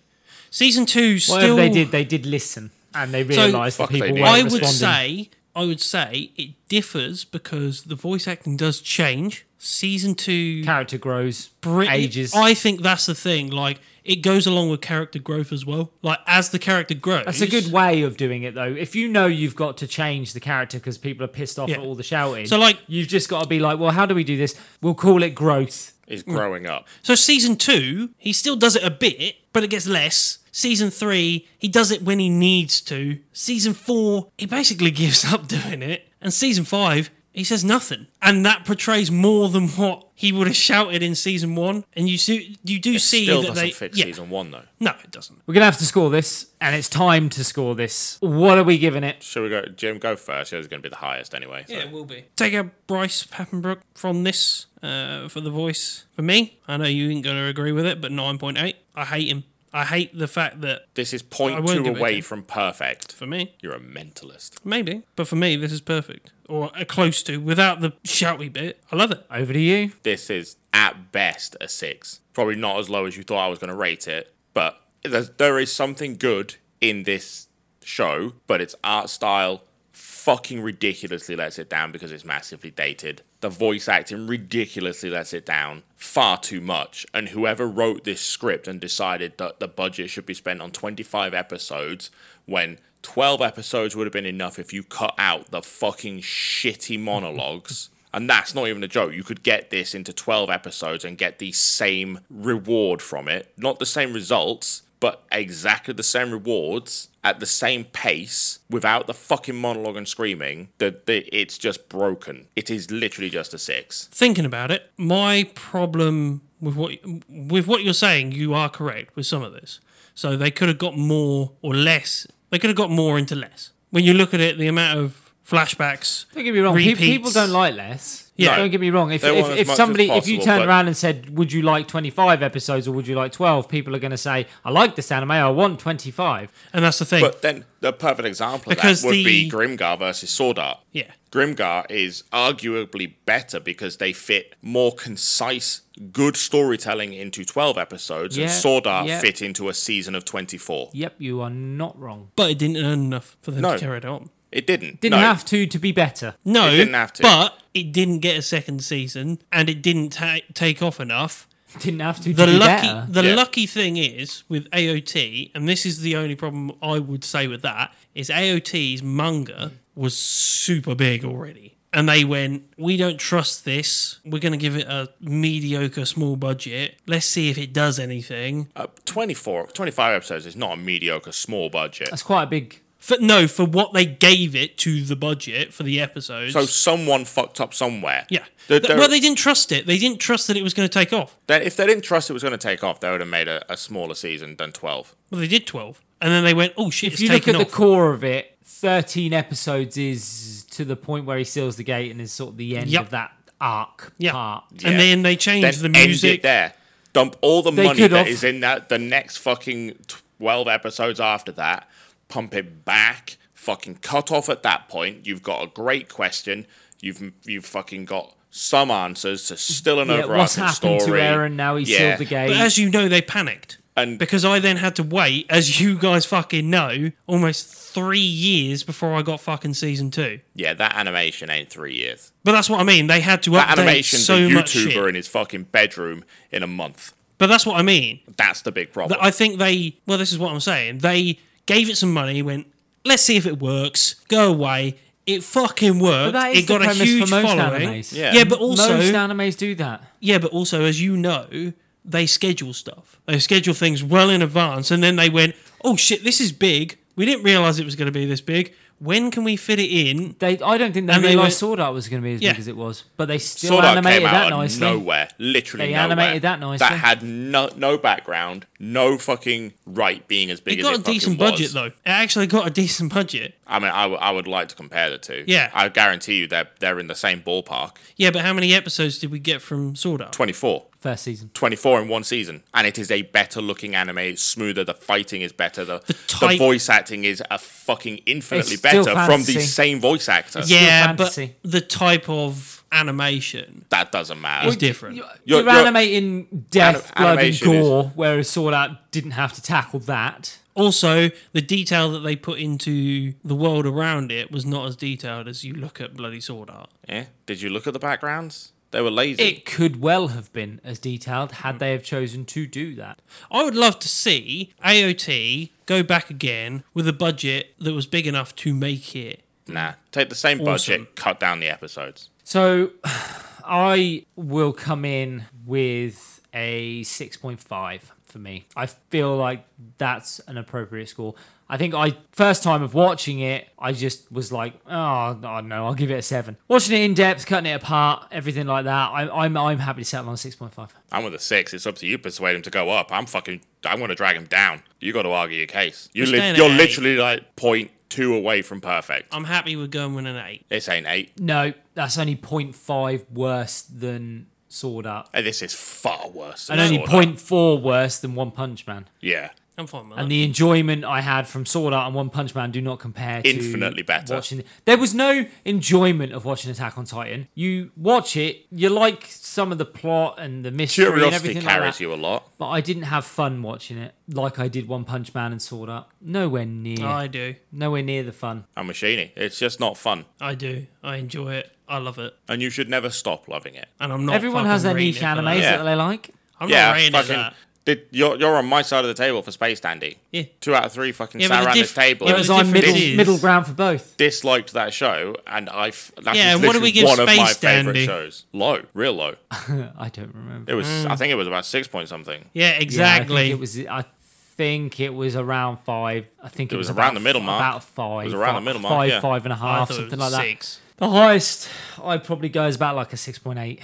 Speaker 2: Season two still.
Speaker 1: Whatever they did, they did listen and they realised
Speaker 2: fuck
Speaker 1: that people
Speaker 3: they
Speaker 1: weren't
Speaker 3: did.
Speaker 2: I
Speaker 1: responding.
Speaker 2: would say, I would say it differs because the voice acting does change. Season two,
Speaker 1: character grows,
Speaker 2: Brit-
Speaker 1: ages.
Speaker 2: I think that's the thing. Like it goes along with character growth as well. Like as the character grows,
Speaker 1: That's a good way of doing it, though. If you know you've got to change the character because people are pissed off
Speaker 2: Yeah.
Speaker 1: at all the shouting,
Speaker 2: So, like-
Speaker 1: you've just got to be like, well, how do we do this? We'll call it growth.
Speaker 3: Is growing up.
Speaker 2: So season two, he still does it a bit, but it gets less. Season three, he does it when he needs to. Season four, he basically <laughs> gives up doing it. And season five, he says nothing. And that portrays more than what he would have shouted in season one. And you see, you do see
Speaker 3: Still
Speaker 2: that
Speaker 3: doesn't
Speaker 2: they
Speaker 3: fix
Speaker 2: yeah,
Speaker 3: season one though.
Speaker 2: No, it doesn't.
Speaker 1: We're gonna have to score this, and it's time to score this. What are we giving it?
Speaker 3: Should we go? Jim, go first. Yours is going to be the highest anyway. So.
Speaker 2: will be. Take out Bryce Pappenbrook from this uh, for the voice. For me, I know you ain't going to agree with it, but 9.8. I hate him. I hate the fact that,
Speaker 3: This is
Speaker 2: I
Speaker 3: point
Speaker 2: won't
Speaker 3: two
Speaker 2: give it
Speaker 3: away
Speaker 2: then.
Speaker 3: from perfect.
Speaker 2: for me,
Speaker 3: You're a mentalist.
Speaker 2: Maybe, but for me, this is perfect or uh, close to without the shouty bit. I love it.
Speaker 1: Over to you.
Speaker 3: This is at best a six. Probably not as low as you thought I was going to rate it, but there's, there is something good in this show, but its art style fucking ridiculously lets it down because it's massively dated. The voice acting ridiculously lets it down far too much. And whoever wrote this script and decided that the budget should be spent on 25 episodes when 12 episodes would have been enough if you cut out the fucking shitty monologues. And that's not even a joke. You could get this into 12 episodes and get the same reward from it. Not the same results, but exactly the same rewards at the same pace without the fucking monologue and screaming. That the, it's just broken. It is literally just a six.
Speaker 2: Thinking about it, my problem with what with what you're saying, you are correct with some of this. So they could have got more or less. They could have got more into less. When you look at it, the amount of flashbacks.
Speaker 1: Don't get me wrong. pe-
Speaker 2: repeats,
Speaker 1: People don't like less.
Speaker 2: Yeah.
Speaker 1: Don't get me wrong. If
Speaker 3: They
Speaker 1: if,
Speaker 3: want as
Speaker 1: if
Speaker 3: much as
Speaker 1: somebody if you
Speaker 3: possible,
Speaker 1: turned
Speaker 3: but-
Speaker 1: around and said, "Would you like 25 episodes or would you like 12?" People are going to say, "I like this anime. I want 25."
Speaker 2: and that's the thing.
Speaker 3: But then the perfect example of
Speaker 2: Because
Speaker 3: that would
Speaker 2: the-
Speaker 3: be Grimgar versus Sword Art.
Speaker 2: yeah,
Speaker 3: Grimgar is arguably better because they fit more concise, good storytelling into 12 episodes, and
Speaker 1: Yeah,
Speaker 3: Sword Art
Speaker 1: yeah.
Speaker 3: fit into a season of 24.
Speaker 1: Yep, you are not wrong.
Speaker 2: but it didn't earn enough for them
Speaker 3: No.
Speaker 2: to carry it on.
Speaker 3: It didn't.
Speaker 1: Didn't
Speaker 3: no,
Speaker 1: have to to be better. <laughs>
Speaker 2: No,
Speaker 3: It didn't have to.
Speaker 2: But it didn't get a second season, and it didn't ta- take off enough.
Speaker 1: Didn't have to.
Speaker 2: the
Speaker 1: to be
Speaker 2: lucky
Speaker 1: better.
Speaker 2: the
Speaker 3: Yeah.
Speaker 2: lucky thing is with AOT, and this is the only problem I would say with that is AOT's manga was super big already, and they went, we don't trust this. We're going to give it a mediocre small budget. Let's see if it does anything.
Speaker 3: Uh, 24, 25 episodes is not a mediocre small budget.
Speaker 1: That's quite a big.
Speaker 2: For no, for what they gave it to the budget for the episodes.
Speaker 3: So someone fucked up somewhere.
Speaker 2: yeah.
Speaker 3: The-
Speaker 2: Th-
Speaker 3: the-
Speaker 2: well, they didn't trust it. They didn't trust that it was going to take off.
Speaker 3: they- if they didn't trust it was going to take off, they would have made a, a smaller season than 12.
Speaker 2: Well, they did 12. And then they went, oh shit,
Speaker 1: If
Speaker 2: it's
Speaker 1: you look
Speaker 2: taken
Speaker 1: at
Speaker 2: off.
Speaker 1: the core of it, 13 episodes is to the point where he seals the gate and is sort of the end
Speaker 2: Yep.
Speaker 1: of that arc
Speaker 2: yeah.
Speaker 1: part.
Speaker 3: Yeah.
Speaker 2: And then they
Speaker 3: Then
Speaker 2: changed the
Speaker 3: end
Speaker 2: music.
Speaker 3: it there. Dump all the
Speaker 1: They
Speaker 3: money
Speaker 1: could
Speaker 3: that
Speaker 1: have.
Speaker 3: is in that the next fucking 12 episodes after that, pump it back, fucking cut off at that point. You've got a great question. You've you've fucking got some answers to still an
Speaker 1: Yeah,
Speaker 3: overarching
Speaker 1: what's happened
Speaker 3: story.
Speaker 1: to Aaron now? He's
Speaker 3: Yeah.
Speaker 1: sealed the gate.
Speaker 2: But as you know, they panicked.
Speaker 3: And-
Speaker 2: because I then had to wait, as you guys fucking know, almost three years before I got fucking season two.
Speaker 3: Yeah, that animation ain't three years.
Speaker 2: But that's what I mean. They had to
Speaker 3: That
Speaker 2: update
Speaker 3: animation's
Speaker 2: so
Speaker 3: a
Speaker 2: much shit.
Speaker 3: YouTuber in his fucking bedroom in a month.
Speaker 2: but that's what I mean.
Speaker 3: That's the big problem.
Speaker 2: Th- I think they. Well, this is what I'm saying. They gave it some money. Went, let's see if it works. Go away. It fucking worked.
Speaker 1: that is
Speaker 2: it got
Speaker 1: the
Speaker 2: a
Speaker 1: premise
Speaker 2: huge
Speaker 1: for most
Speaker 2: following.
Speaker 1: animes.
Speaker 3: Yeah.
Speaker 2: yeah, but also
Speaker 1: Most animes do that.
Speaker 2: Yeah, but also, as you know, they schedule stuff. They schedule things well in advance, and then they went, "Oh shit, this is big. We didn't realize it was going to be this big. When can we fit it in?"
Speaker 1: They, I don't think they
Speaker 2: And they
Speaker 1: realised
Speaker 2: went-
Speaker 1: Sword Art was going to be as
Speaker 2: Yeah.
Speaker 1: big as it was, but they still
Speaker 3: Sword Art
Speaker 1: animated
Speaker 3: came out
Speaker 1: that
Speaker 3: of
Speaker 1: nicely.
Speaker 3: nowhere, literally
Speaker 1: They
Speaker 3: nowhere.
Speaker 1: animated that nicely.
Speaker 3: That had no no background, no fucking right being as
Speaker 2: It
Speaker 3: big as
Speaker 2: got
Speaker 3: it
Speaker 2: a decent
Speaker 3: fucking
Speaker 2: budget
Speaker 3: was.
Speaker 2: though. It actually got a <laughs> decent budget.
Speaker 3: I mean, I, w- I would like to compare the two.
Speaker 2: Yeah.
Speaker 3: I guarantee you they're they're in the same ballpark.
Speaker 2: Yeah, but how many episodes did we get from Sword Art?
Speaker 3: 24.
Speaker 1: First season.
Speaker 3: 24 in one season, and it is a better looking anime. It's smoother. The fighting is better. The, the,
Speaker 2: tight-
Speaker 3: voice acting is a fucking infinitely
Speaker 1: It's still
Speaker 3: better from the
Speaker 1: fantasy.
Speaker 3: same voice actor.
Speaker 2: Yeah,
Speaker 1: Still
Speaker 2: but
Speaker 1: fantasy.
Speaker 2: the type of animation
Speaker 3: that doesn't matter.
Speaker 2: is different.
Speaker 1: You're,
Speaker 3: You're- you're-
Speaker 1: animating death,
Speaker 3: Ani-
Speaker 1: blood, and
Speaker 3: animation is-
Speaker 1: gore, whereas Sword Art didn't have to tackle that.
Speaker 2: Also, the detail that they put into the world around it was not as detailed as you look at bloody Sword Art.
Speaker 3: Yeah. Did you look at the backgrounds? They were lazy.
Speaker 1: It could well have been as detailed had they have chosen to do that.
Speaker 2: I would love to see AOT go back again with a budget that was big enough to make it.
Speaker 3: nah. Take the same budget, cut down the episodes.
Speaker 1: So <sighs> I will come in with a 6.5 for me. I feel like that's an appropriate score. I think I first time of watching it, I just was like, oh, no, no, I'll give it a seven. Watching it in depth, cutting it apart, everything like that, I'm I'm, I'm happy to settle on a 6.5.
Speaker 3: I'm with a six. It's up to you to persuade him to go up. I'm fucking. I'm going to drag him down. You got to argue your case. You
Speaker 2: We're
Speaker 3: li-
Speaker 2: staying at
Speaker 3: you're
Speaker 2: eight.
Speaker 3: literally like point two away from perfect.
Speaker 2: I'm happy with going with an eight.
Speaker 3: This ain't eight.
Speaker 1: No, that's only 0.5 worse than Sword Art,
Speaker 3: And Uh, this is far worse. than
Speaker 1: and only
Speaker 3: Sword Art.
Speaker 1: 0.4 worse than One Punch Man.
Speaker 3: Yeah.
Speaker 2: I'm fine with
Speaker 1: and
Speaker 2: that.
Speaker 1: the enjoyment I had from Sword Art and One Punch Man do not compare to
Speaker 3: Infinitely better.
Speaker 1: Watching there was no enjoyment of watching Attack on Titan. You watch it, you like some of the plot and the mystery and
Speaker 3: Curiosity
Speaker 1: everything
Speaker 3: carries
Speaker 1: like that,
Speaker 3: you a lot.
Speaker 1: but I didn't have fun watching it like I did One Punch Man and Sword Art. Nowhere near,
Speaker 2: I do.
Speaker 1: nowhere near the fun.
Speaker 3: I'm a machine. It's just not fun.
Speaker 2: I do. I enjoy it. I love it.
Speaker 3: And you should never stop loving it.
Speaker 2: And I'm not.
Speaker 1: Everyone has
Speaker 2: fucking
Speaker 1: their
Speaker 2: rating
Speaker 1: niche
Speaker 2: it for
Speaker 1: animes
Speaker 2: that.
Speaker 3: Yeah.
Speaker 1: that they like.
Speaker 2: I'm
Speaker 3: yeah,
Speaker 2: not rating it
Speaker 3: fucking.
Speaker 2: that.
Speaker 3: Did, you're, you're on my side of the table for Space Dandy.
Speaker 2: Yeah.
Speaker 3: Two out of three fucking
Speaker 2: Yeah, but
Speaker 3: sat
Speaker 2: the
Speaker 3: around
Speaker 2: diff-
Speaker 3: this table.
Speaker 2: yeah,
Speaker 3: and
Speaker 1: Because
Speaker 2: but the
Speaker 1: I'm middle
Speaker 2: difference is-
Speaker 1: middle ground for both. <laughs>
Speaker 3: disliked that show, and I. F- that
Speaker 2: Yeah,
Speaker 3: is
Speaker 2: what do we
Speaker 3: literally
Speaker 2: give
Speaker 3: one of my
Speaker 2: Space
Speaker 3: favorite
Speaker 2: Dandy?
Speaker 3: shows. Low, real low.
Speaker 1: I don't remember.
Speaker 3: It was. I think it was about six point something.
Speaker 2: Yeah,
Speaker 1: Yeah, I
Speaker 2: exactly.
Speaker 1: think it was. I think it was around five. I think it,
Speaker 3: was
Speaker 1: about-
Speaker 3: around the middle mark.
Speaker 1: About five.
Speaker 3: It was around the
Speaker 1: fi-
Speaker 3: middle mark,
Speaker 1: Five,
Speaker 3: yeah.
Speaker 1: five and a
Speaker 2: I
Speaker 1: half,
Speaker 2: thought it
Speaker 1: something
Speaker 2: was
Speaker 1: like
Speaker 2: six.
Speaker 1: that. The highest I'd probably go is about like a six point eight.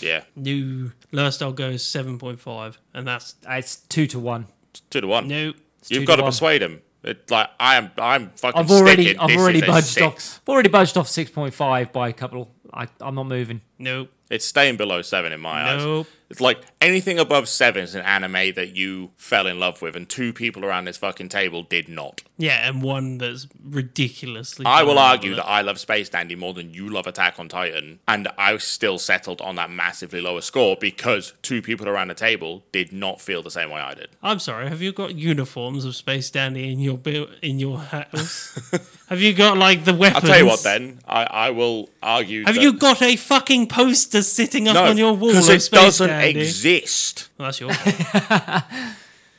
Speaker 3: Yeah,
Speaker 2: No, last I'll go is seven point five, and that's
Speaker 1: It's two to one.
Speaker 3: two to one.
Speaker 2: no.
Speaker 1: two
Speaker 3: You've got
Speaker 1: to
Speaker 3: to
Speaker 1: one.
Speaker 3: persuade him. It, like I am. I'm fucking.
Speaker 1: I've already,
Speaker 3: sticking.
Speaker 1: I've
Speaker 3: This
Speaker 1: already
Speaker 3: is a
Speaker 1: budged
Speaker 3: six.
Speaker 1: off. I've already budged off six point five by a couple. I, I'm not moving.
Speaker 2: Nope.
Speaker 3: It's staying below seven in my
Speaker 2: Nope.
Speaker 3: eyes. It's like anything above seven is an anime that you fell in love with, and two people around this fucking table did not.
Speaker 2: Yeah, and one that's ridiculously.
Speaker 3: I will
Speaker 2: high on
Speaker 3: argue
Speaker 2: it.
Speaker 3: that I love Space Dandy more than you love Attack on Titan, and I still settled on that massively lower score because two people around the table did not feel the same way I did.
Speaker 2: I'm sorry. Have you got uniforms of Space Dandy in your bu- in your
Speaker 3: <laughs>
Speaker 2: house? have you got like the
Speaker 3: I'll
Speaker 2: weapons?
Speaker 3: tell you what, then I, I will argue.
Speaker 2: Have
Speaker 3: that-
Speaker 2: you got a fucking poster sitting up
Speaker 3: no,
Speaker 2: on your wall of
Speaker 3: because it
Speaker 2: Space eh?
Speaker 3: doesn't
Speaker 2: Dandy?
Speaker 3: exist.
Speaker 2: Well,
Speaker 3: <laughs>
Speaker 2: that's your. fault.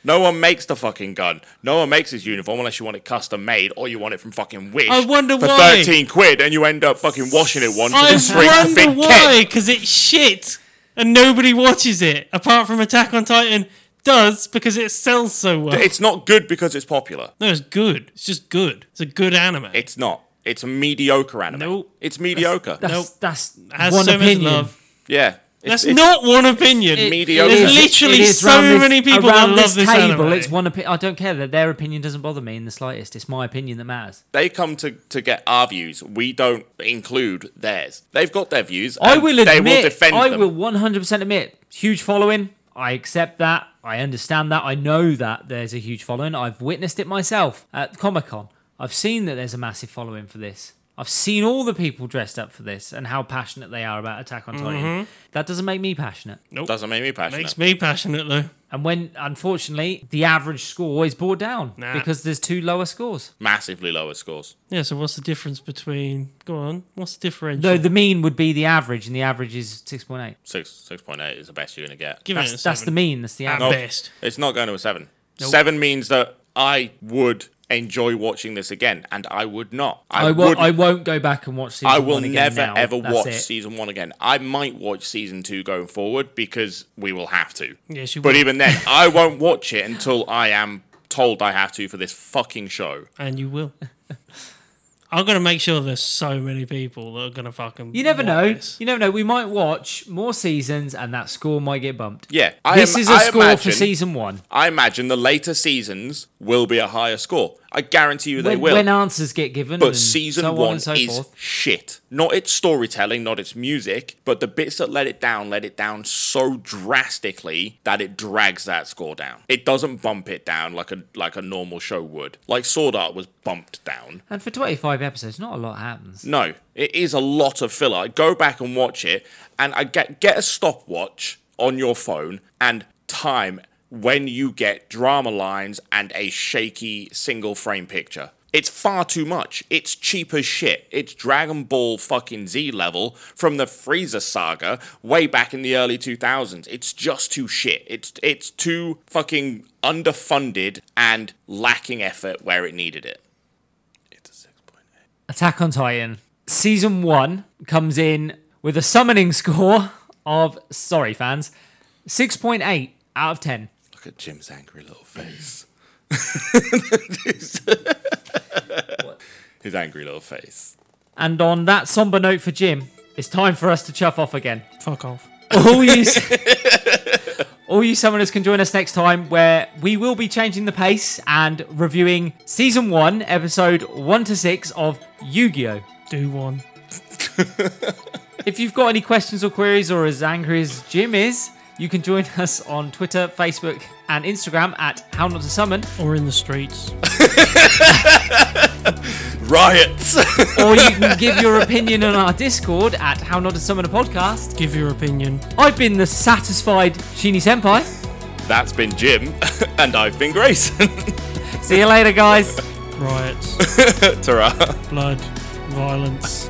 Speaker 3: No one makes the fucking gun. No one makes his uniform unless you want it custom made or you want it from fucking Wish.
Speaker 2: I wonder
Speaker 3: for
Speaker 2: why.
Speaker 3: thirteen quid, and you end up fucking washing it once. and it
Speaker 2: I
Speaker 3: shrinks a
Speaker 2: wonder
Speaker 3: big keg.
Speaker 2: why, because it's shit and nobody watches it apart from Attack on Titan. Does because it sells so well.
Speaker 3: It's not good because it's popular.
Speaker 2: no, it's good. It's just good. It's a good anime.
Speaker 3: It's not. It's a mediocre anime.
Speaker 2: Nope.
Speaker 3: It's mediocre.
Speaker 1: That's
Speaker 2: Nope.
Speaker 1: that's
Speaker 2: Has
Speaker 1: one
Speaker 2: so much
Speaker 1: opinion.
Speaker 2: love.
Speaker 3: yeah. It's-
Speaker 2: That's
Speaker 3: it's-
Speaker 2: not one opinion.
Speaker 1: It-
Speaker 3: Mediocre.
Speaker 1: it
Speaker 2: There's
Speaker 1: is-
Speaker 2: literally
Speaker 1: it is
Speaker 2: so
Speaker 1: round this-
Speaker 2: many people that
Speaker 1: around
Speaker 2: love
Speaker 1: this
Speaker 2: this
Speaker 1: table.
Speaker 2: anime.
Speaker 1: It's one opinion. I don't care that their opinion doesn't bother me in the slightest. It's my opinion that matters.
Speaker 3: They come to, to get our views. We don't include theirs. They've got their views.
Speaker 1: I
Speaker 3: and
Speaker 1: will
Speaker 3: They
Speaker 1: admit,
Speaker 3: will defend
Speaker 1: I
Speaker 3: them.
Speaker 1: will 100% admit, huge following. I accept that. I understand that. I know that there's a huge following. I've witnessed it myself at Comic Con. I've seen that there's a massive following for this. I've seen all the people dressed up for this and how passionate they are about Attack on Titan. That doesn't make me passionate.
Speaker 3: Doesn't make me passionate.
Speaker 2: Makes me passionate though.
Speaker 1: And when, unfortunately, the average score is brought down
Speaker 2: Nah.
Speaker 1: because there's two lower scores.
Speaker 3: Massively lower scores.
Speaker 2: Yeah. So what's the difference between? Go on. What's the differential?
Speaker 1: No, the mean would be the average, and the average is 6.8.
Speaker 3: Six six point eight is the best you're gonna get.
Speaker 2: Give it a
Speaker 1: That's, that's the
Speaker 2: seven.
Speaker 1: mean. That's the
Speaker 2: At
Speaker 1: average.
Speaker 3: No.
Speaker 2: best.
Speaker 3: It's not going to a seven. Seven means that I would enjoy watching this again, and I would not. I,
Speaker 1: I, won't,
Speaker 3: wouldn't.
Speaker 1: I won't go back and watch season
Speaker 3: I will
Speaker 1: one again
Speaker 3: never
Speaker 1: now.
Speaker 3: ever
Speaker 1: That's
Speaker 3: watch
Speaker 1: it.
Speaker 3: season one again. I might watch season two going forward because we will have to.
Speaker 2: Yes, you
Speaker 3: But
Speaker 2: will.
Speaker 3: even then, I won't watch it until I am told I have to for this fucking show.
Speaker 2: And you will. <laughs> I'm gonna make sure there's so many people that are gonna fucking.
Speaker 1: You never
Speaker 2: want
Speaker 1: know.
Speaker 2: this.
Speaker 1: You never know. We might watch more seasons, and that score might get bumped.
Speaker 3: Yeah, I
Speaker 1: This
Speaker 3: am-
Speaker 1: is a
Speaker 3: I
Speaker 1: score for
Speaker 3: imagine-
Speaker 1: season one.
Speaker 3: I imagine the later seasons will be a higher score. I guarantee you they
Speaker 1: When,
Speaker 3: will.
Speaker 1: when answers get given,
Speaker 3: But
Speaker 1: and
Speaker 3: season
Speaker 1: so on
Speaker 3: one
Speaker 1: and so
Speaker 3: is
Speaker 1: forth.
Speaker 3: shit. Not its storytelling, not its music, but the bits that let it down let it down so drastically that it drags that score down. It doesn't bump it down like a like a normal show would. Like Sword Art was bumped down.
Speaker 1: And for 25 episodes, not a lot happens.
Speaker 3: No, it is a lot of filler. Go back and watch it, and I get get a stopwatch on your phone and time when you get drama lines and a shaky single frame picture. It's far too much. It's cheap as shit. It's Dragon Ball fucking Z level from the Frieza saga way back in the early 2000s. It's just too shit. It's it's too fucking underfunded and lacking effort where it needed it. It's a six point eight.
Speaker 1: Attack on Titan season one comes in with a summoning <laughs> score of sorry fans, 6.8 out of 10.
Speaker 3: Look at Jim's angry little face. His angry little face.
Speaker 1: And on that somber note for Jim, it's time for us to chuff off again.
Speaker 2: Fuck off.
Speaker 1: All you, <laughs> all you summoners can join us next time, where we will be changing the pace and reviewing season one, episode one to six of Yu-Gi-Oh.
Speaker 2: Do one.
Speaker 1: If you've got any questions or queries or as angry as Jim is, you can join <laughs> us on Twitter, Facebook, and Instagram at How Not to Summon,
Speaker 2: Or in the streets.
Speaker 3: Riots! <laughs>
Speaker 1: or you can give your opinion on our Discord at How Not to Summon a Podcast.
Speaker 2: Give your opinion.
Speaker 1: I've been the satisfied Shini Senpai.
Speaker 3: That's been Jim, <laughs> and I've been Grayson. <laughs>
Speaker 1: See you later, guys. <laughs>
Speaker 2: Riots.
Speaker 3: Ta-ra.
Speaker 2: blood. Violence.